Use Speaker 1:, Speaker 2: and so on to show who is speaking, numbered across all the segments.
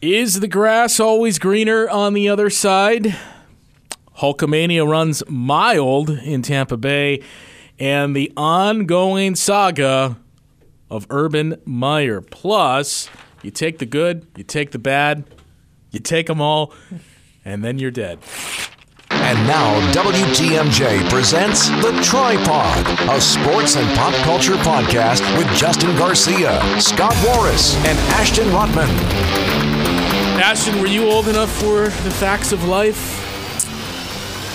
Speaker 1: Is the grass always greener on the other side? Hulkamania runs mild in Tampa Bay, and the ongoing saga of Urban Meyer. Plus, you take the good, you take the bad, you take them all, and then you're dead.
Speaker 2: And now WTMJ presents The Tripod, a sports and pop culture podcast with Justin Garcia, Scott Warris, and Ashton Rotman.
Speaker 1: Ashton, were you old enough for the facts of life?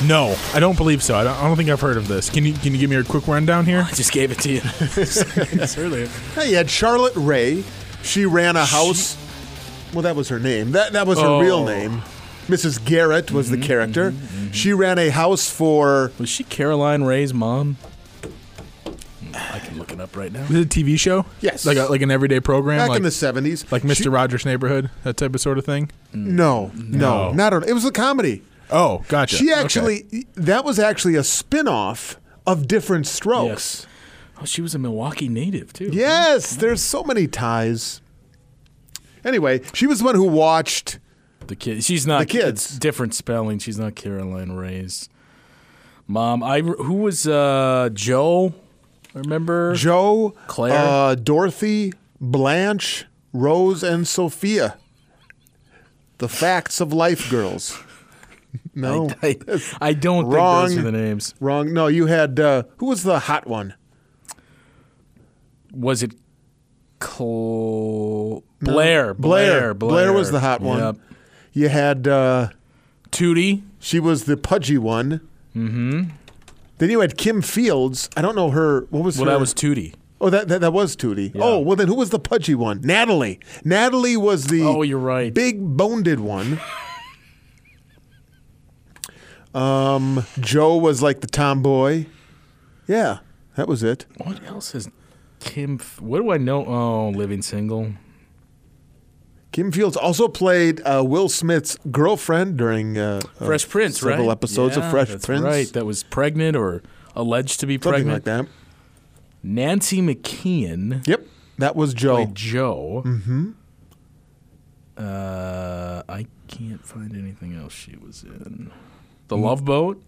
Speaker 3: No, I don't believe so. I don't, I don't think I've heard of this. Can you can you give me a quick rundown here?
Speaker 1: I just gave it to you. That's earlier.
Speaker 4: Hey, you had Charlotte Ray. She ran a house. Well, that was her name. That that was her real
Speaker 1: Oh.
Speaker 4: name. Mrs. Garrett was
Speaker 3: Mm-hmm,
Speaker 4: the character. She ran a house for.
Speaker 1: Was she Caroline Ray's mom? I can look it up right now.
Speaker 3: Is it a TV show?
Speaker 4: Yes.
Speaker 3: Like a, like an everyday program,
Speaker 4: Back
Speaker 3: like
Speaker 4: in the seventies,
Speaker 3: like Mr. Rogers' Neighborhood, that type of sort of thing.
Speaker 4: no, no,
Speaker 3: No.
Speaker 4: not her. It was a comedy.
Speaker 3: Oh, gotcha.
Speaker 4: She
Speaker 3: Okay.
Speaker 4: actually, that was actually a spin-off of Different Strokes.
Speaker 1: Yes. Oh, she was a Milwaukee native too.
Speaker 4: Yes, there's so many ties. Anyway, she was the one who watched.
Speaker 1: The kid. She's not
Speaker 4: The kids.
Speaker 1: it's different spelling. She's not Caroline Ray's mom. I who was uh, Joe? I remember
Speaker 4: Joe,
Speaker 1: Claire?
Speaker 4: uh, Dorothy, Blanche, Rose, and Sophia. The facts of life, girls. No,
Speaker 1: I, I don't
Speaker 4: Wrong.
Speaker 1: think those are the names.
Speaker 4: wrong. No, you had uh, who was the hot one?
Speaker 1: Was it Cl- Blair, Blair? Blair.
Speaker 4: Blair. Blair was the hot one.
Speaker 1: Yep.
Speaker 4: You had uh,
Speaker 1: Tootie.
Speaker 4: she was the pudgy one. Mm-hmm. Then you had Kim Fields. I don't know her. What was
Speaker 1: Well,
Speaker 4: her?
Speaker 1: that was Tootie.
Speaker 4: Oh, that that, that was Tootie. Oh, well, then who was the pudgy one? Natalie. Natalie was the.
Speaker 1: Oh, you're right.
Speaker 4: Big boned one. um, Joe was like the tomboy. Yeah, that was it.
Speaker 1: What else is Kim? F- What do I know? Oh, Living Single.
Speaker 4: Kim Fields also played uh, Will Smith's girlfriend during uh, uh,
Speaker 1: Fresh Prince, right?
Speaker 4: several episodes
Speaker 1: Yeah,
Speaker 4: of Fresh
Speaker 1: that's
Speaker 4: Prince,
Speaker 1: Right, that was pregnant or alleged to be
Speaker 4: something
Speaker 1: pregnant.
Speaker 4: like that.
Speaker 1: Nancy McKeon.
Speaker 4: Yep, that was Joe.
Speaker 1: by Joe. Mm-hmm. Uh, I can't find anything else she was in. The
Speaker 4: Mm.
Speaker 1: Love Boat,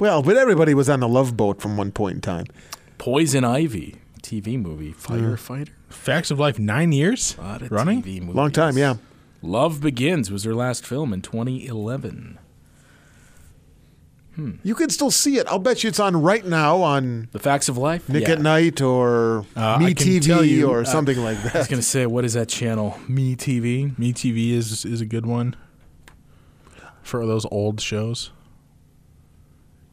Speaker 4: Well, but everybody was on the Love Boat from one point in time.
Speaker 1: Poison Ivy, TV movie,
Speaker 4: Mm.
Speaker 1: firefighter,
Speaker 3: Facts of Life nine years
Speaker 1: A lot of
Speaker 3: running.
Speaker 1: TV movies.
Speaker 4: Long time, yeah.
Speaker 1: Love Begins was her last film in 2011.
Speaker 4: You can still see it. I'll bet you it's on right now on
Speaker 1: The Facts of Life.
Speaker 4: Nick
Speaker 1: yeah.
Speaker 4: at Night or
Speaker 3: Uh,
Speaker 4: Me
Speaker 3: I can tell
Speaker 4: TV
Speaker 3: you,
Speaker 4: or
Speaker 3: uh,
Speaker 4: something like
Speaker 1: I was
Speaker 4: that.
Speaker 1: gonna say, what is that channel? Me TV.
Speaker 3: Me TV is is a good one for those old shows.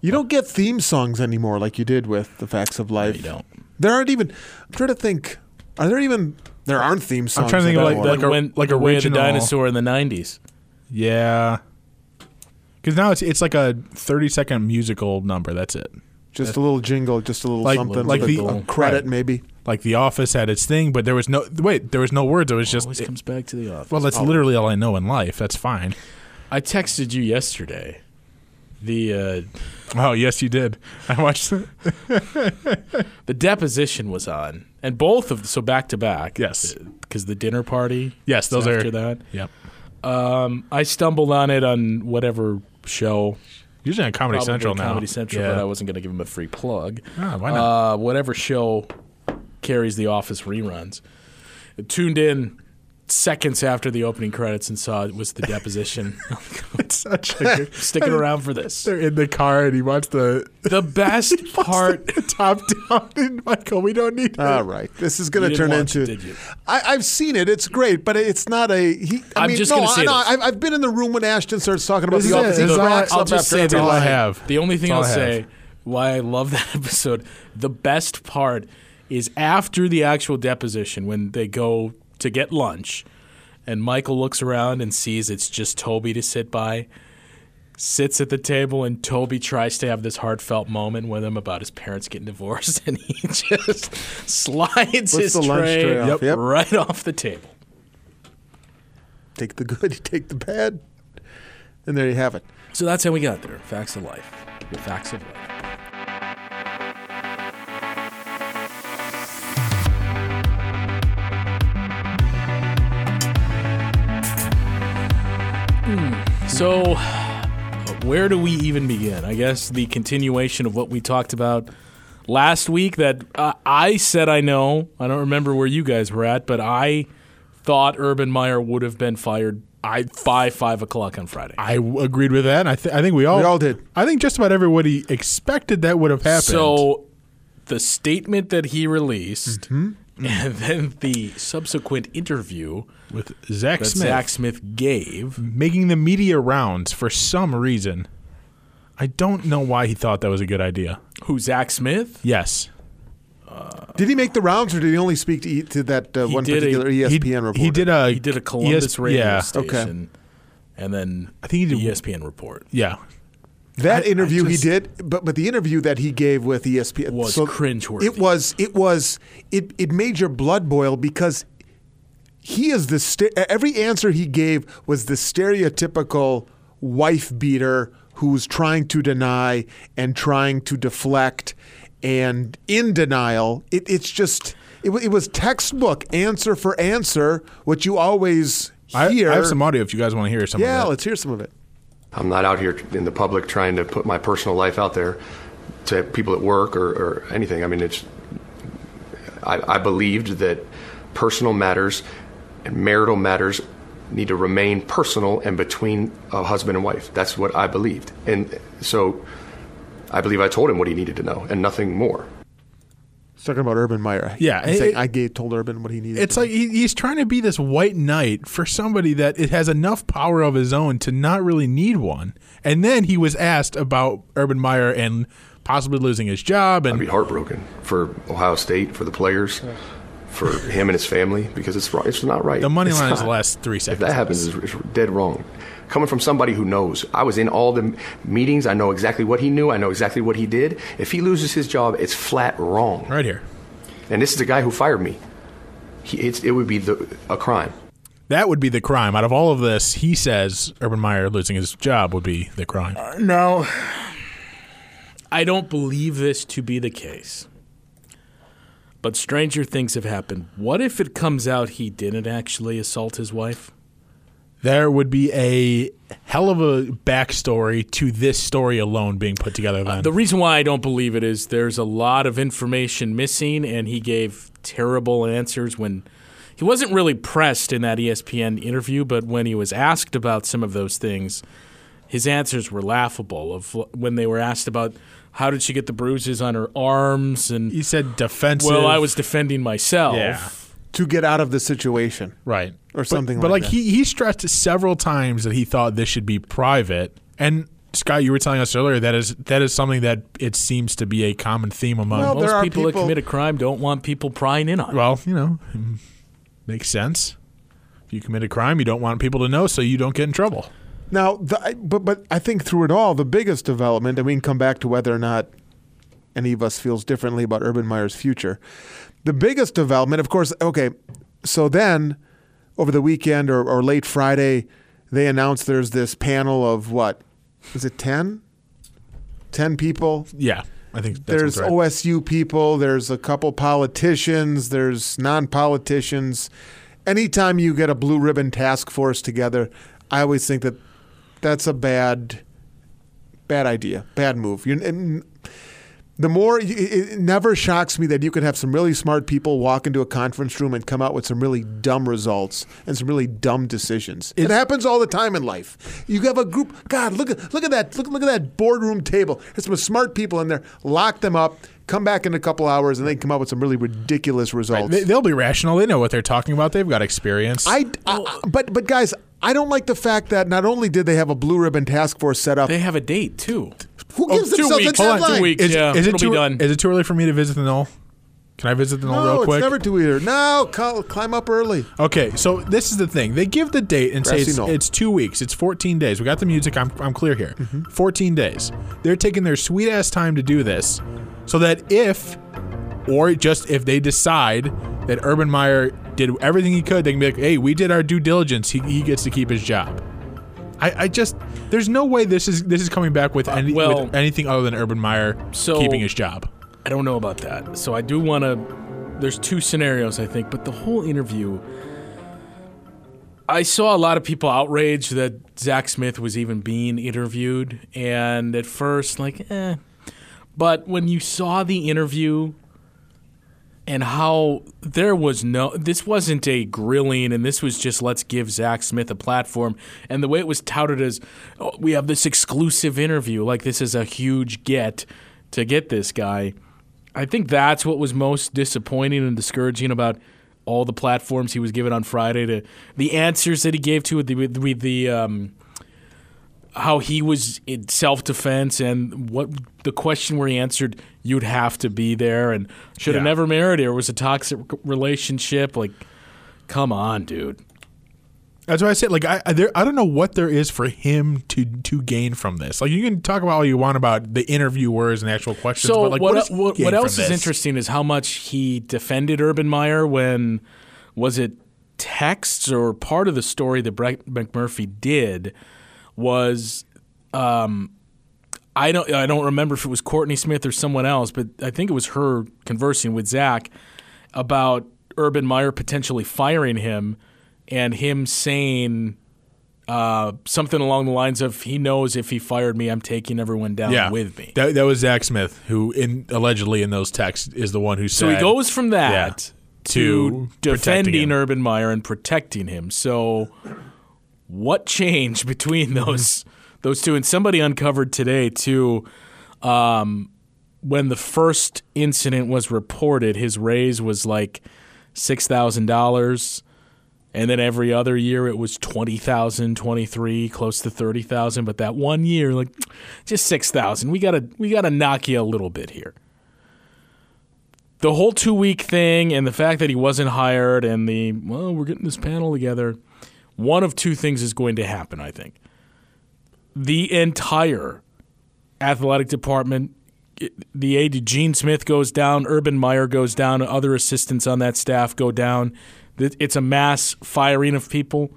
Speaker 4: You don't get theme songs anymore like you did with the Facts of Life.
Speaker 1: You don't.
Speaker 4: There aren't even. I'm trying to think. Are there even? There aren't theme songs.
Speaker 3: trying to think of,
Speaker 4: anymore.
Speaker 3: Like a-
Speaker 1: when,
Speaker 3: like
Speaker 1: the Way of the
Speaker 3: original-
Speaker 1: Dinosaur in the 90s.
Speaker 3: Yeah. Because now it's it's like a thirty second musical number. That's it.
Speaker 1: uh,
Speaker 4: just a little jingle, just a little
Speaker 3: Like-
Speaker 4: something,
Speaker 3: like
Speaker 4: with
Speaker 3: the-
Speaker 4: a credit
Speaker 3: right.
Speaker 4: maybe.
Speaker 3: Like The Office had its thing, but there was no wait. There was no words. It was just
Speaker 1: Always comes back to the office.
Speaker 3: well. That's literally all I know in life. That's fine.
Speaker 1: I texted you yesterday. The uh,
Speaker 3: Oh yes, you did. I watched. it.
Speaker 1: The deposition was on, and both of so back to back.
Speaker 3: Yes.
Speaker 1: because the dinner party.
Speaker 3: Yes, those
Speaker 1: after
Speaker 3: are-
Speaker 1: that.
Speaker 3: Yep.
Speaker 1: Um, I stumbled on it on whatever show,
Speaker 3: Usually on Comedy
Speaker 1: probably
Speaker 3: Central now.
Speaker 1: Comedy Central,
Speaker 3: Yeah.
Speaker 1: but I wasn't going to give him a free plug.
Speaker 3: Ah, why not?
Speaker 1: Uh, whatever show carries The Office reruns. I tuned in seconds after the opening credits and saw it was the deposition.
Speaker 3: It's such a good-
Speaker 1: Sticking around for this.
Speaker 3: They're in the car and he wants the
Speaker 1: The best part.
Speaker 3: top down and Michael. We don't need. that.
Speaker 4: All right, this is going
Speaker 1: You
Speaker 4: to
Speaker 1: didn't
Speaker 4: turn
Speaker 1: watch
Speaker 4: into.
Speaker 1: it, did you?
Speaker 4: I, I've seen it. It's great, but it's not a. He, I
Speaker 1: I'm
Speaker 4: mean,
Speaker 1: just
Speaker 4: no,
Speaker 1: gonna say
Speaker 4: I, no,
Speaker 1: this.
Speaker 4: I've, I've been in the room when Ashton starts talking about
Speaker 3: This
Speaker 4: the
Speaker 3: is it.
Speaker 4: office. He
Speaker 3: This is all
Speaker 4: cracks
Speaker 3: I-
Speaker 1: I'll
Speaker 4: up
Speaker 1: just
Speaker 4: after
Speaker 1: say
Speaker 4: every
Speaker 1: that
Speaker 3: all I
Speaker 4: line.
Speaker 3: have.
Speaker 1: The only thing I'll
Speaker 3: That's all I
Speaker 1: say
Speaker 3: have.
Speaker 1: why I love that episode, the best part is after the actual deposition when they go to get lunch and Michael looks around and sees it's just Toby to sit by. Sits at the table and Toby tries to have this heartfelt moment with him about his parents getting divorced, and he just slides his
Speaker 4: the lunch tray off, yep.
Speaker 1: right off the table.
Speaker 4: Take the good, you take the bad, and there you have it.
Speaker 1: So that's how we got there. Facts of life. The facts of life. Hmm. So, where do we even begin? I guess the continuation of what we talked about last week that uh, I said I know. I don't remember where you guys were at, but I thought Urban Meyer would have been fired I, by 5 o'clock on Friday.
Speaker 3: I w- agreed with that. and I, th- I think we all
Speaker 4: We all did.
Speaker 3: I think just about everybody expected that would have happened.
Speaker 1: So, the statement that he released
Speaker 3: Mm-hmm.
Speaker 1: and then the subsequent interview
Speaker 3: with Zach
Speaker 1: that
Speaker 3: Smith
Speaker 1: Zach Smith gave.
Speaker 3: making the media rounds for some reason, I don't know why he thought that was a good idea.
Speaker 1: Who, Zach Smith?
Speaker 3: Yes,
Speaker 4: Did he make the rounds, or did he only speak to, e- to that uh,
Speaker 1: He
Speaker 4: one
Speaker 1: did a-
Speaker 4: particular ESPN
Speaker 3: he,
Speaker 4: reporter?
Speaker 3: He did a
Speaker 1: He did a Columbus
Speaker 3: ES
Speaker 1: radio
Speaker 3: Yeah,
Speaker 1: station.
Speaker 4: Okay.
Speaker 1: And then E
Speaker 3: I think he did-
Speaker 1: ESPN report.
Speaker 3: yeah.
Speaker 4: That
Speaker 3: I- I
Speaker 4: interview
Speaker 3: just-
Speaker 4: he did, but but the interview that he gave with E ESPN
Speaker 1: Was cringeworthy.
Speaker 4: It was it was it it made your blood boil because he is the st- every answer he gave was the stereotypical wife beater who's trying to deny and trying to deflect and in denial. It, it's just it, wa- it was textbook answer for answer, what you always
Speaker 3: I,
Speaker 4: hear.
Speaker 3: I have some audio if you guys want to hear some. of
Speaker 4: yeah,
Speaker 3: that.
Speaker 4: let's hear some of it.
Speaker 5: I'm not out here in the public trying to put my personal life out there to people at work or, or anything. I mean, it's. I, I believed that personal matters and marital matters need to remain personal and between a husband and wife. That's what I believed, and so I believe I told him what he needed to know and nothing more.
Speaker 4: He's talking about Urban Meyer.
Speaker 3: Yeah,
Speaker 4: He's
Speaker 3: it-
Speaker 4: saying,
Speaker 3: it-
Speaker 4: I gave, told Urban what he needed.
Speaker 3: It's
Speaker 4: to
Speaker 3: like he, he's trying to be this white knight for somebody that it has enough power of his own to not really need one. And then he was asked about Urban Meyer and possibly losing his job,
Speaker 5: I'd
Speaker 3: and
Speaker 5: be heartbroken for Ohio State, for the players, for him and his family, because it's wrong. It's not right.
Speaker 3: the money
Speaker 5: It's
Speaker 3: line is the
Speaker 5: not.
Speaker 3: last three
Speaker 5: If
Speaker 3: seconds.
Speaker 5: that happens, it's, it's dead wrong. Coming from somebody who knows, I was in all the m- meetings. I know exactly what he knew. I know exactly what he did. If he loses his job, it's flat wrong.
Speaker 3: right here.
Speaker 5: And this is the guy who fired me. He, it's, it would be the, a crime.
Speaker 3: That would be the crime. Out of all of this, he says Urban Meyer losing his job would be the crime.
Speaker 1: No. I don't believe this to be the case. But stranger things have happened. What if it comes out he didn't actually assault his wife?
Speaker 3: There would be a hell of a backstory to this story alone being put together then.
Speaker 1: Uh, The reason why I don't believe it is there's a lot of information missing, and he gave terrible answers when he wasn't really pressed in that E ESPN interview, but when he was asked about some of those things, his answers were laughable. Of when they were asked about how did she get the bruises on her arms, and
Speaker 3: he said defensive.
Speaker 1: well, I was defending myself.
Speaker 3: Yeah.
Speaker 4: to get out of the situation.
Speaker 3: right
Speaker 4: Or something
Speaker 3: But, but
Speaker 4: like
Speaker 3: like
Speaker 4: that.
Speaker 3: he he stressed several times that he thought this should be private. And Scott, you were telling us earlier that is that is something that it seems to be a common theme among.
Speaker 4: Well,
Speaker 3: Well,
Speaker 4: there
Speaker 1: Most
Speaker 4: are
Speaker 1: people, that
Speaker 4: people-
Speaker 1: commit a crime don't want people prying in on. it.
Speaker 3: you know, mm, makes sense. If you commit a crime, you don't want people to know, so you don't get in trouble.
Speaker 4: Now, the, I- but but I think through it all, the biggest development, and we can come back to whether or not any of us feels differently about Urban Meyer's future. The biggest development, of course, okay. So then, over the weekend or, or late Friday, they announced there's this panel of what is it 10? 10 people
Speaker 3: Yeah, I think that's
Speaker 4: there's
Speaker 3: what's right.
Speaker 4: OSU people, there's a couple politicians, there's non politicians. Anytime you get a blue ribbon task force together, I always think that that's a bad, bad idea, bad move. You're, and the more it, it never shocks me that you could have some really smart people walk into a conference room and come out with some really dumb results and some really dumb decisions. it happens all the time in life. You have a group. God, look at look at that look look at that boardroom table. There's some smart people in there. Lock them up. Come back in a couple hours and they come up with some really ridiculous results.
Speaker 3: They, they'll be rational. They know what they're talking about. They've got experience.
Speaker 4: I,
Speaker 1: Oh.
Speaker 4: I- but but guys. I don't like the fact that not only did they have a blue ribbon task force set up,
Speaker 1: They have a date too.
Speaker 4: who gives
Speaker 1: two
Speaker 4: themselves
Speaker 1: weeks.
Speaker 4: a
Speaker 1: Hold on,
Speaker 4: deadline?
Speaker 1: two weeks. Yeah, it'll be
Speaker 3: too,
Speaker 1: done.
Speaker 3: Is it too early for me to visit the null? Can I visit the null
Speaker 4: No,
Speaker 3: real quick?
Speaker 4: it's never too either. No, cl- climb up early.
Speaker 3: Okay, so this is the thing. They give the date and say
Speaker 4: Grassy
Speaker 3: it's,
Speaker 4: knoll.
Speaker 3: it's two weeks. It's 14 days. We got the music. I'm, I'm clear here. 14 days. They're taking their sweet ass time to do this so that if, or just if they decide that Urban Meyer did everything he could, they can be like, hey, we did our due diligence. He, he gets to keep his job. I, I just there's no way this is this is coming back with, any,
Speaker 1: well-
Speaker 3: with anything other than Urban Meyer
Speaker 1: So-
Speaker 3: keeping his job.
Speaker 1: I don't know about that. So I do want to. There's two scenarios, I think, but the whole interview. I saw a lot of people outraged that Zach Smith was even being interviewed, and at first, like, eh. But when you saw the interview and how there was no, this wasn't a grilling, and this was just let's give Zach Smith a platform. And the way it was touted as, oh, we have this exclusive interview, like this is a huge get to get this guy. I think that's what was most disappointing and discouraging about all the platforms he was given on Friday to the answers that he gave to with the, with, with the um, how he was in self defense and what the question where he answered you'd have to be there and should have
Speaker 3: Yeah.
Speaker 1: never married her was a toxic relationship like come on dude
Speaker 3: That's why I said, like, I I, there, I don't know what there is for him to to gain from this. Like, you can talk about all you want about the interviewers and actual questions,
Speaker 1: So
Speaker 3: but like,
Speaker 1: what
Speaker 3: what, does he
Speaker 1: what,
Speaker 3: gain
Speaker 1: what
Speaker 3: from
Speaker 1: else is
Speaker 3: this?
Speaker 1: interesting is how much he defended Urban Meyer when was it texts or part of the story that Brett McMurphy did was um, I don't I don't remember if it was Courtney Smith or someone else, but I think it was her conversing with Zach about Urban Meyer potentially firing him and him saying. Uh, something along the lines of he knows if he fired me, I'm taking everyone down
Speaker 3: Yeah,
Speaker 1: with me.
Speaker 3: That, that was Zach Smith, who in allegedly in those texts is the one who said.
Speaker 1: So he goes from that
Speaker 3: Yeah.
Speaker 1: to,
Speaker 3: To protecting
Speaker 1: defending
Speaker 3: him.
Speaker 1: Urban Meyer and protecting him. So what changed between those those two? And somebody uncovered today too. Um, when the first incident was reported, his raise was like six thousand dollars. And then every other year it was 20,000, 23, close to 30,000, but that one year like just 6,000. We got to we got to knock you a little bit here the whole two week thing and the fact that he wasn't hired and the well we're getting this panel together one of two things is going to happen i think the entire athletic department the aide gene smith goes down urban meyer goes down other assistants on that staff go down Th- it's a mass firing of people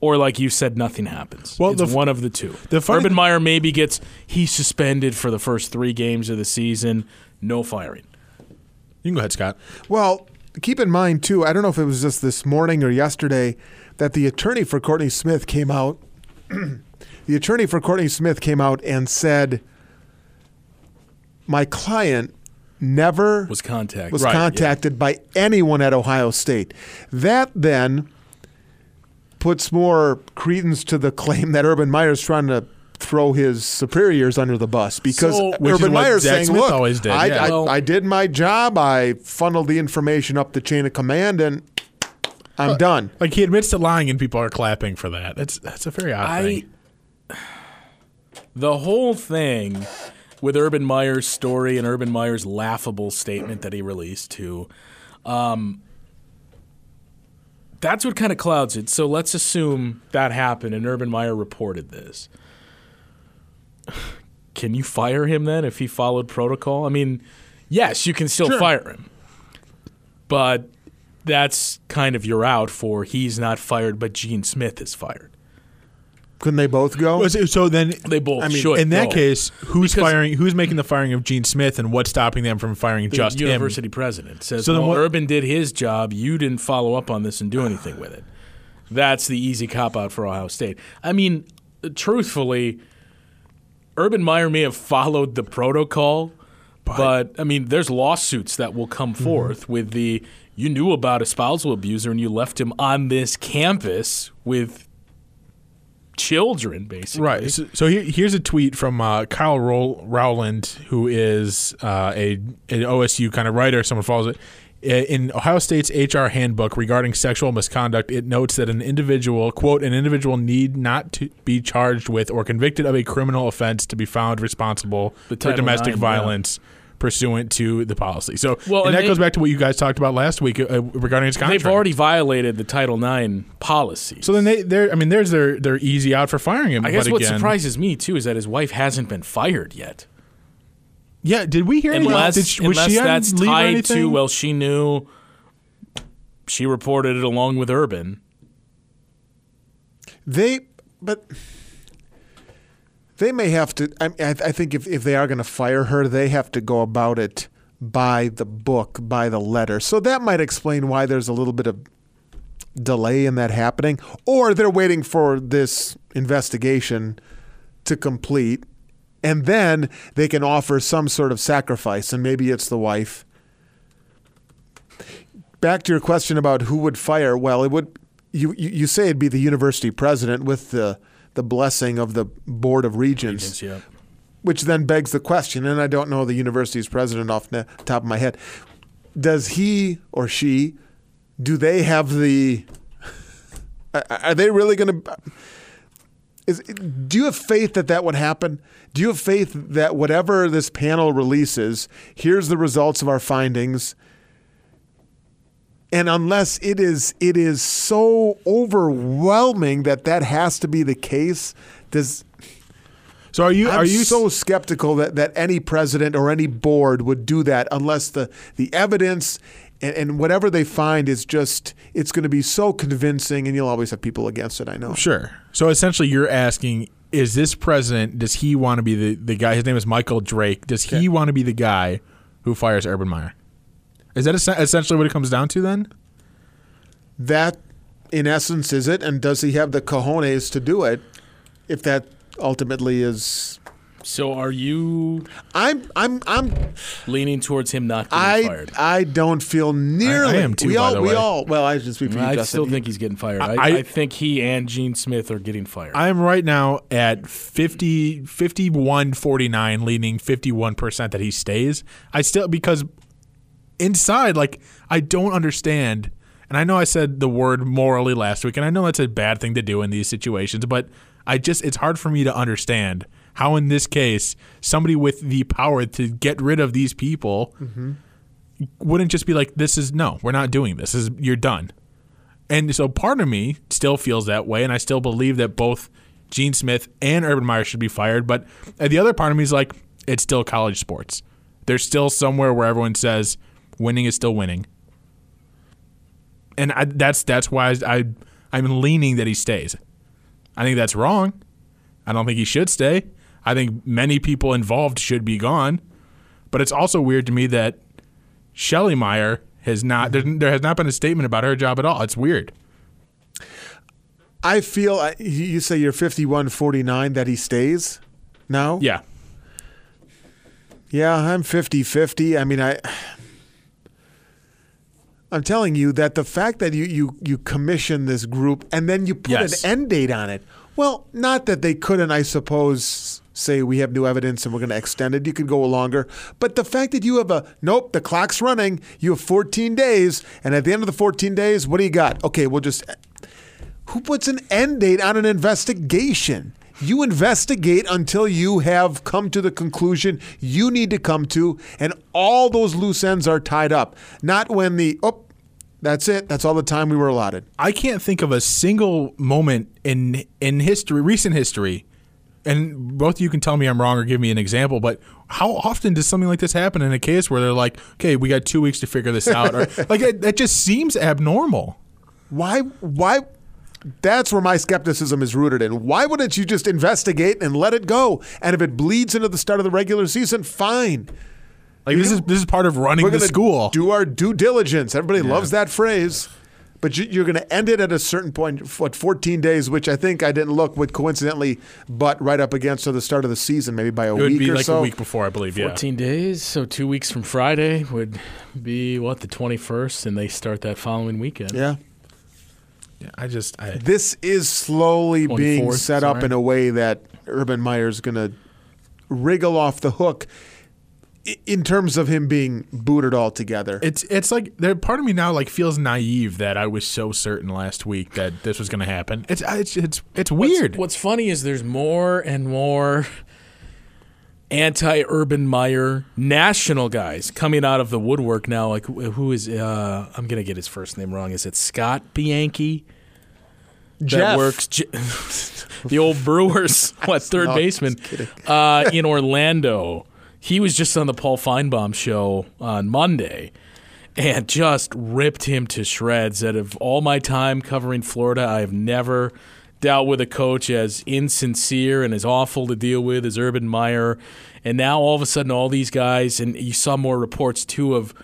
Speaker 1: or like you said nothing happens
Speaker 3: Well,
Speaker 1: it's
Speaker 3: the f-
Speaker 1: one of the two
Speaker 3: the funny
Speaker 1: urban
Speaker 3: th-
Speaker 1: meyer maybe gets he's suspended for the first three games of the season no firing
Speaker 3: You can go ahead, Scott.
Speaker 4: Well, keep in mind too. I don't know if it was just this morning or yesterday that the attorney for Courtney Smith came out. the attorney for Courtney Smith came out and said, "My client never
Speaker 1: was contact.
Speaker 4: was
Speaker 3: Right, yeah.
Speaker 4: contacted by anyone at Ohio State." That then puts more credence to the claim that Urban Meyer's trying to throw his superiors under the bus because
Speaker 1: So-
Speaker 3: Which is
Speaker 4: Urban
Speaker 3: what
Speaker 4: Meyer's
Speaker 3: Zach
Speaker 4: saying,
Speaker 3: Smith
Speaker 4: "Look,
Speaker 3: always did,
Speaker 4: I,
Speaker 3: yeah.
Speaker 4: I,
Speaker 1: Well-
Speaker 4: I did my job. I funneled the information up the chain of command, and I'm done."
Speaker 3: Like he admits to lying, and people are clapping for that. That's that's a very odd
Speaker 1: I
Speaker 3: thing.
Speaker 1: the whole thing with Urban Meyer's story and Urban Meyer's laughable statement that he released too. Um, that's what kind of clouds it. So let's assume that happened and Urban Meyer reported this. Can you fire him then if he followed protocol? I mean, yes, you can still fire him. But that's kind of your out for he's not fired, but Gene Smith is fired.
Speaker 4: Couldn't they both go?
Speaker 3: Well, so- So then,
Speaker 1: They both
Speaker 3: I mean,
Speaker 1: should
Speaker 3: in that
Speaker 1: go.
Speaker 3: case, who's
Speaker 1: Because-
Speaker 3: firing? Who's making the firing of Gene Smith, and what's stopping them from firing
Speaker 1: the
Speaker 3: just him?
Speaker 1: university president says,
Speaker 3: So then
Speaker 1: "Well,
Speaker 3: what- Ah.
Speaker 1: Urban did his job. You didn't follow up on this and do anything with it." That's the easy cop out for Ohio State. I mean, truthfully, Urban Meyer may have followed the protocol, but, I mean, there's lawsuits that will
Speaker 3: Mm-hmm.
Speaker 1: come forth with the you knew about a spousal abuser and you left him on this campus with children, basically.
Speaker 3: Right. So, so here, here's a tweet from uh, Kyle Row- Rowland, who is uh, a an OSU kind of writer. Someone follows it. I- In Ohio State's HR handbook regarding sexual misconduct, it notes that an individual, quote, an individual need not to be charged with or convicted of a criminal offense to be found responsible
Speaker 1: The
Speaker 3: for
Speaker 1: Title
Speaker 3: domestic
Speaker 1: IX, yeah.
Speaker 3: violence pursuant to the policy. So,
Speaker 1: Well,
Speaker 3: and
Speaker 1: and
Speaker 3: that
Speaker 1: they-
Speaker 3: goes back to what you guys talked about last week uh, regarding his contract.
Speaker 1: They've already violated the Title IX policy.
Speaker 3: so then they, they're, I mean, there's their, their easy out for firing him.
Speaker 1: I guess
Speaker 3: but
Speaker 1: what
Speaker 3: again,
Speaker 1: surprises me too is that his wife hasn't been fired yet,
Speaker 3: Yeah, did we hear anything?
Speaker 1: unless,
Speaker 3: Did she- was
Speaker 1: unless
Speaker 3: she on
Speaker 1: that's
Speaker 3: leave or
Speaker 1: tied to
Speaker 3: anything?
Speaker 1: well, she knew. She reported it along with Urban.
Speaker 4: They, but they may have to. I, I, I think if, if they are going to fire her, they have to go about it by the book, by the letter. So that might explain why there's a little bit of delay in that happening, or they're waiting for this investigation to complete, and then they can offer some sort of sacrifice, and maybe it's the wife. Back to your question about who would fire, well, it would you you, you say it'd be the university president with the the blessing of the board of regents
Speaker 1: Agents, yeah.
Speaker 4: which then begs the question, and I don't know the university's president off the top of my head. Does he or she, do they have the, are- are they really going to, is, do you have faith that that would happen? Do you have faith that whatever this panel releases, here's the results of our findings? And unless it is it is so overwhelming that that has to be the case, does
Speaker 3: So are you
Speaker 4: I'm
Speaker 3: are you
Speaker 4: so skeptical that, that any president or any board would do that unless the, the evidence and, and whatever they find is just it's going to be so convincing and you'll always have people against it I know
Speaker 3: Sure. So essentially, you're asking: Is this president? Does he want to be the, the guy? His name is Michael Drake. Does he want to be the guy who fires Urban Meyer? Is that es- essentially what it comes down to? Then
Speaker 4: that in essence is it and does he have the cojones to do it if that ultimately is
Speaker 1: So are you
Speaker 4: I'm I'm I'm
Speaker 1: leaning towards him not getting
Speaker 4: I
Speaker 1: fired?
Speaker 4: I don't feel nearly
Speaker 3: am too,
Speaker 4: we
Speaker 3: by
Speaker 4: all
Speaker 3: the
Speaker 4: we
Speaker 3: way.
Speaker 4: all well I should speak for you
Speaker 1: I
Speaker 4: Justin
Speaker 1: still think he's getting fired. I,
Speaker 3: I-
Speaker 1: I, think he and Gene Smith are getting fired.
Speaker 3: I'm right now at 50, 51, 49, leaning fifty one percent that he stays. I still because inside, like I don't understand. And I know I said the word morally last week, and I know that's a bad thing to do in these situations, but I just, it's hard for me to understand how, in this case, somebody with the power to get rid of these people wouldn't just be like, this is, no, we're not doing this. this is, you're done. And so part of me still feels that way, and I still believe that both Gene Smith and Urban Meyer should be fired. But uh, the other part of me is like, it's still college sports. There's still somewhere where everyone says winning is still winning, and I, that's that's why I, I am leaning that he stays. I think that's wrong. I don't think he should stay. I think many people involved should be gone. But it's also weird to me that Shelly Meyer has not there, there has not been a statement about her job at all. It's weird.
Speaker 4: I feel I- you you say you're 51 49 that he stays now
Speaker 3: Yeah.
Speaker 4: Yeah, I'm 50-50. I mean, I I'm telling you that the fact that you you you commission this group and then you put
Speaker 1: Yes.
Speaker 4: an end date on it. Well, not that they couldn't, I suppose, say we have new evidence and we're going to extend it. You could go longer, but the fact that you have a nope, the clock's running. You have 14 days, and at the end of the 14 days, what do you got? Okay, we'll just who puts an end date on an investigation? You investigate until you have come to the conclusion you need to come to, and all those loose ends are tied up. Not when the, oh, that's it. That's all the time we were allotted.
Speaker 3: I can't think of a single moment in in history, recent history, and both of you can tell me I'm wrong or give me an example. But how often does something like this happen in a case where they're like, "Okay, we got two weeks to figure this out," or like that, that just seems abnormal.
Speaker 4: Why? Why? That's where my skepticism is rooted in. Why wouldn't you just investigate and let it go? And if it bleeds into the start of the regular season, fine.
Speaker 3: Like this is this is part of running
Speaker 4: We're
Speaker 3: the
Speaker 4: going to
Speaker 3: school.
Speaker 4: do our due diligence. Everybody loves that phrase. But you- you're going to end it at a certain point, what, 14 days, which I think I didn't look, would coincidentally butt right up against to the start of the season, maybe by a
Speaker 3: it would
Speaker 4: week
Speaker 3: be
Speaker 4: or
Speaker 3: like
Speaker 4: so.
Speaker 3: a week before, I believe. Yeah.
Speaker 1: 14 days, so two weeks from Friday would be what the 21st, and they start that following weekend.
Speaker 4: Yeah.
Speaker 3: Yeah, I just I,
Speaker 4: This is slowly being
Speaker 1: 24th,
Speaker 4: set up
Speaker 1: sorry.
Speaker 4: in a way that Urban Meyer's going to wriggle off the hook i- in terms of him being booted altogether.
Speaker 3: It's it's like there. Part of me now like feels naive that I was so certain last week that this was going to happen. It's it's it's it's weird.
Speaker 1: What's funny is there's more and more anti Urban Meyer national guys coming out of the woodwork now. Like, wh- who is, uh, I'm going to get his first name wrong. Is it Scott Bianchi?
Speaker 4: Jeff.
Speaker 1: That works. J- the old Brewers, what, third
Speaker 4: No,
Speaker 1: baseman
Speaker 4: just kidding.
Speaker 1: uh, in Orlando. He was just on the Paul Feinbaum show on Monday and just ripped him to shreds. That of all my time covering Florida, I have never dealt with a coach as insincere and as awful to deal with as Urban Meyer. And now all of a sudden, all these guys, and you saw more reports too of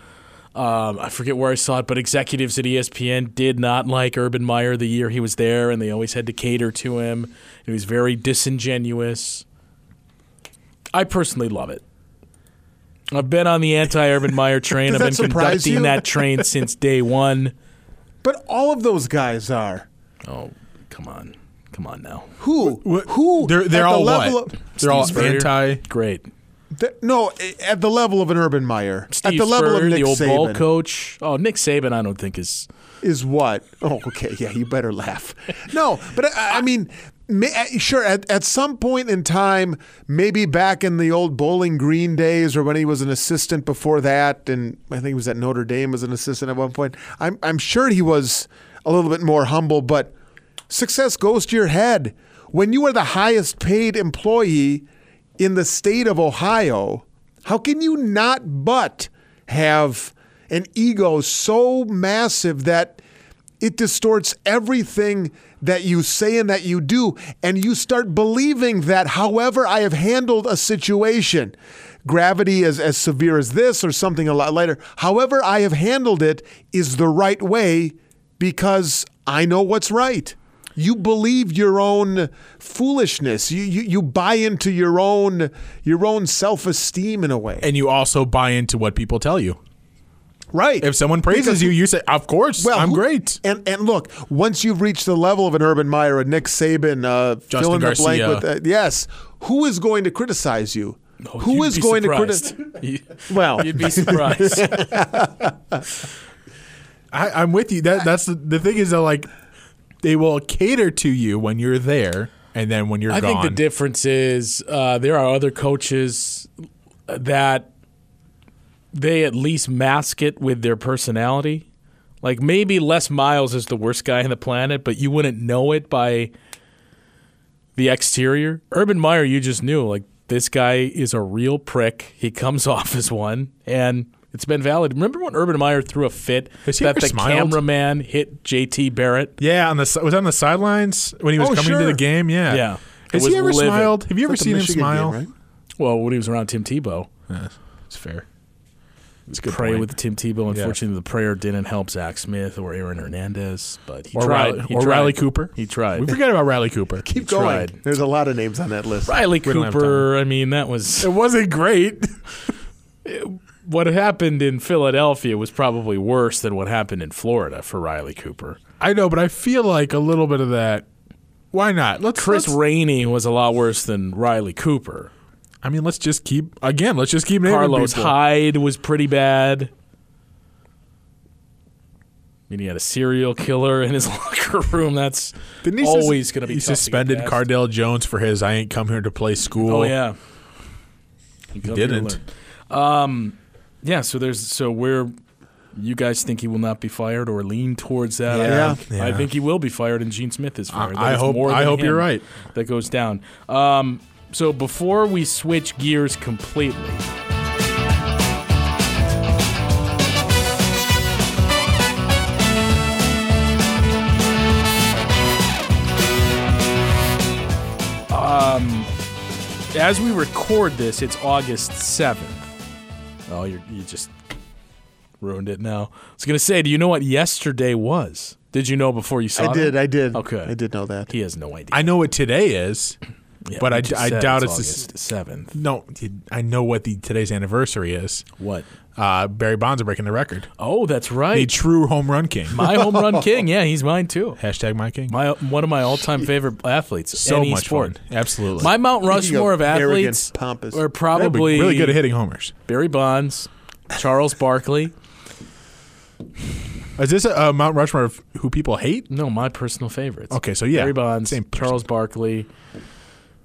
Speaker 1: Um, I forget where I saw it, but executives at E ESPN did not like Urban Meyer the year he was there, and they always had to cater to him. And he was very disingenuous. I personally love it. I've been on the anti-Urban Meyer train. I've
Speaker 4: Does
Speaker 1: been
Speaker 4: that surprise
Speaker 1: conducting
Speaker 4: you?
Speaker 1: that train since day one.
Speaker 4: But all of those guys are.
Speaker 1: Oh, come on, come on now.
Speaker 4: Who?
Speaker 3: Wh-
Speaker 4: Who?
Speaker 3: They're, they're
Speaker 4: at the
Speaker 3: all
Speaker 4: level
Speaker 3: what?
Speaker 4: of-
Speaker 3: they're all
Speaker 1: Steve Spurrier.
Speaker 3: anti.
Speaker 1: Great.
Speaker 4: th- no, eh, at the level of an Urban Meyer.
Speaker 1: Steve
Speaker 4: at the level
Speaker 1: Spurrier,
Speaker 4: of Nick
Speaker 1: the old
Speaker 4: Saban.
Speaker 1: ball coach. Oh, Nick Saban, I don't think is.
Speaker 4: is what? Oh, okay. Yeah, you better laugh. No, but I, I mean, ma- uh, sure. At, at some point in time, maybe back in the old Bowling Green days, or when he was an assistant before that, and I think he was at Notre Dame as an assistant at one point. I'm I'm sure he was a little bit more humble, but success goes to your head when you are the highest paid employee in the state of Ohio. How can you not but have an ego so massive that it distorts everything that you say and that you do? And you start believing that, however, I have handled a situation, gravity is as severe as this or something a lot lighter, however, I have handled it is the right way because I know what's right. You believe your own foolishness. You, you, you buy into your own your own self esteem in a way.
Speaker 3: And you also buy into what people tell you.
Speaker 4: Right.
Speaker 3: If someone praises
Speaker 4: Because-
Speaker 3: you, you say, "Of course, I'm
Speaker 4: who-
Speaker 3: great."
Speaker 4: And and look, once you've reached the level of an Urban Meyer, a Nick Saban, uh, fill in the blank
Speaker 3: Garcia.
Speaker 4: with uh, yes, who is going to criticize you?
Speaker 1: Oh,
Speaker 4: who
Speaker 1: you'd
Speaker 4: is
Speaker 1: be
Speaker 4: going
Speaker 1: surprised.
Speaker 4: to criticize?
Speaker 1: You-
Speaker 4: Well,
Speaker 1: You'd be surprised.
Speaker 3: I, I'm with you. That that's the, the thing is that like they will cater to you when you're there, and then when you're
Speaker 1: I
Speaker 3: gone.
Speaker 1: think the difference is uh, there are other coaches that they at least mask it with their personality. Like maybe Les Miles is the worst guy on the planet, but you wouldn't know it by the exterior. Urban Meyer, you just knew like this guy is a real prick. He comes off as one, and it's been valid. Remember when Urban Meyer threw a fit
Speaker 3: Has he
Speaker 1: that
Speaker 3: ever
Speaker 1: the
Speaker 3: smiled?
Speaker 1: cameraman hit JT Barrett?
Speaker 3: yeah, on the si- was on the sidelines when he was
Speaker 4: Oh,
Speaker 3: coming to
Speaker 4: sure.
Speaker 3: the game. Yeah,
Speaker 1: Yeah.
Speaker 3: Has
Speaker 1: It was
Speaker 3: he ever
Speaker 1: livid.
Speaker 3: smiled? Have you ever
Speaker 4: the
Speaker 3: seen him
Speaker 4: Michigan game,
Speaker 3: smile?
Speaker 4: right?
Speaker 1: Well, when he was around Tim Tebow.
Speaker 3: It's fair. It's a
Speaker 1: pray
Speaker 3: point.
Speaker 1: with Tim Tebow.
Speaker 3: Yeah.
Speaker 1: Unfortunately, the prayer didn't help Zach Smith or Aaron Hernandez, but he
Speaker 3: or,
Speaker 1: tried.
Speaker 3: Riley,
Speaker 1: he
Speaker 3: or
Speaker 1: tried.
Speaker 3: Riley Cooper.
Speaker 1: He tried.
Speaker 3: We forget about Riley Cooper.
Speaker 4: Keep going.
Speaker 1: tried.
Speaker 4: There's a lot of names on that list.
Speaker 1: Riley
Speaker 3: We don't have
Speaker 1: Cooper. I mean, that was
Speaker 3: It wasn't great.
Speaker 1: what happened in Philadelphia was probably worse than what happened in Florida for Riley Cooper.
Speaker 3: I know, but I feel like a little bit of that. Why not? Let's
Speaker 1: Chris
Speaker 3: let's-
Speaker 1: Rainey was a lot worse than Riley Cooper.
Speaker 3: I mean, let's just keep again. Let's just keep naming
Speaker 1: Carlos
Speaker 3: people.
Speaker 1: Hyde was pretty bad. I mean, he had a serial killer in his locker room. That's
Speaker 3: Didn't he sus-
Speaker 1: always going to be
Speaker 3: He
Speaker 1: tough to get
Speaker 3: suspended
Speaker 1: past.
Speaker 3: Cardell Jones for his "I ain't come here to play school."
Speaker 1: Oh yeah, he
Speaker 3: didn't.
Speaker 1: Um, yeah. So there's so where you guys think he will not be fired or lean towards that.
Speaker 4: Yeah.
Speaker 1: I,
Speaker 3: Yeah.
Speaker 1: I think he will be fired, and Gene Smith is fired.
Speaker 3: I- I
Speaker 1: That is
Speaker 3: hope-
Speaker 1: more
Speaker 3: I
Speaker 1: than
Speaker 3: hope you're
Speaker 1: him
Speaker 3: right.
Speaker 1: That goes down. Um, so before we switch gears completely. um, as we record this, it's August 7th. Oh, you're, you just ruined it now. I was going to say, do you know what yesterday was? Did you know before you saw
Speaker 4: I did.
Speaker 1: it?
Speaker 4: I did.
Speaker 1: Okay.
Speaker 4: I did know that.
Speaker 1: He has no idea.
Speaker 3: I know what today is.
Speaker 1: Yeah,
Speaker 3: but
Speaker 1: we
Speaker 3: I-
Speaker 1: just
Speaker 3: I
Speaker 1: said
Speaker 3: doubt it's
Speaker 1: August 7th.
Speaker 3: No, I know what the today's anniversary is.
Speaker 1: What?
Speaker 3: Uh, Barry Bonds breaking the record.
Speaker 1: Oh, that's
Speaker 3: A
Speaker 1: right.
Speaker 3: true home run king.
Speaker 1: my home run king. Yeah, he's mine too.
Speaker 3: Hashtag my king.
Speaker 1: My one of my all-time favorite athletes.
Speaker 3: so
Speaker 1: any
Speaker 3: much
Speaker 1: sport.
Speaker 3: fun. Absolutely.
Speaker 1: My Mount
Speaker 4: Speaking
Speaker 1: Rushmore
Speaker 4: of
Speaker 1: of athletes
Speaker 4: arrogant, pompous.
Speaker 1: are
Speaker 3: That'd be
Speaker 1: probably
Speaker 3: really good at hitting homers.
Speaker 1: Barry Bonds, Charles Barkley.
Speaker 3: Is this a, a Mount Rushmore of who people hate?
Speaker 1: No, my personal favorites.
Speaker 3: Okay, so yeah,
Speaker 1: Barry Bonds,
Speaker 3: same person.
Speaker 1: Charles Barkley,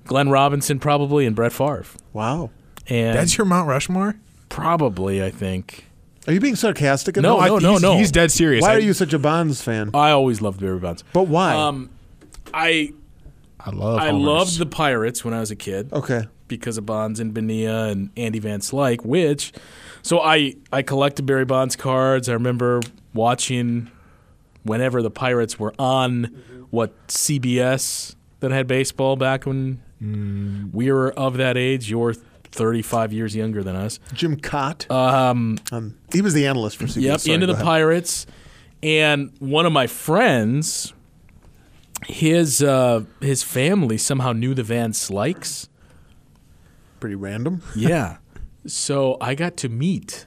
Speaker 1: Glenn Robinson, probably, and Brett Favre.
Speaker 4: Wow.
Speaker 1: And
Speaker 3: That's your Mount Rushmore.
Speaker 1: probably, I think.
Speaker 4: Are you being sarcastic? at
Speaker 1: No,
Speaker 4: all?
Speaker 1: I- no, no,
Speaker 3: he's,
Speaker 1: no.
Speaker 3: He's dead serious.
Speaker 4: Why
Speaker 3: I, Uh,
Speaker 4: are you such a Bonds fan?
Speaker 1: I always loved Barry Bonds.
Speaker 4: But why?
Speaker 1: Um, I
Speaker 3: I love.
Speaker 1: I
Speaker 3: homers. Oh.
Speaker 1: loved the Pirates when I was a kid
Speaker 4: okay.
Speaker 1: because of Bonds and Benia and Andy Van Slyke, which so I I collected Barry Bonds cards. I remember watching whenever the Pirates were on what
Speaker 3: Mm.
Speaker 1: CBS that had baseball back when we were of that age. Your 35 years younger than us.
Speaker 4: Jim Cott. Um, he was the analyst for Super.
Speaker 1: Yep,
Speaker 4: Sorry,
Speaker 1: into
Speaker 4: go
Speaker 1: the
Speaker 4: ahead.
Speaker 1: Pirates. And one of my friends, his uh, his family somehow knew the Van Slikes.
Speaker 4: Pretty random.
Speaker 1: Yeah. so I got to meet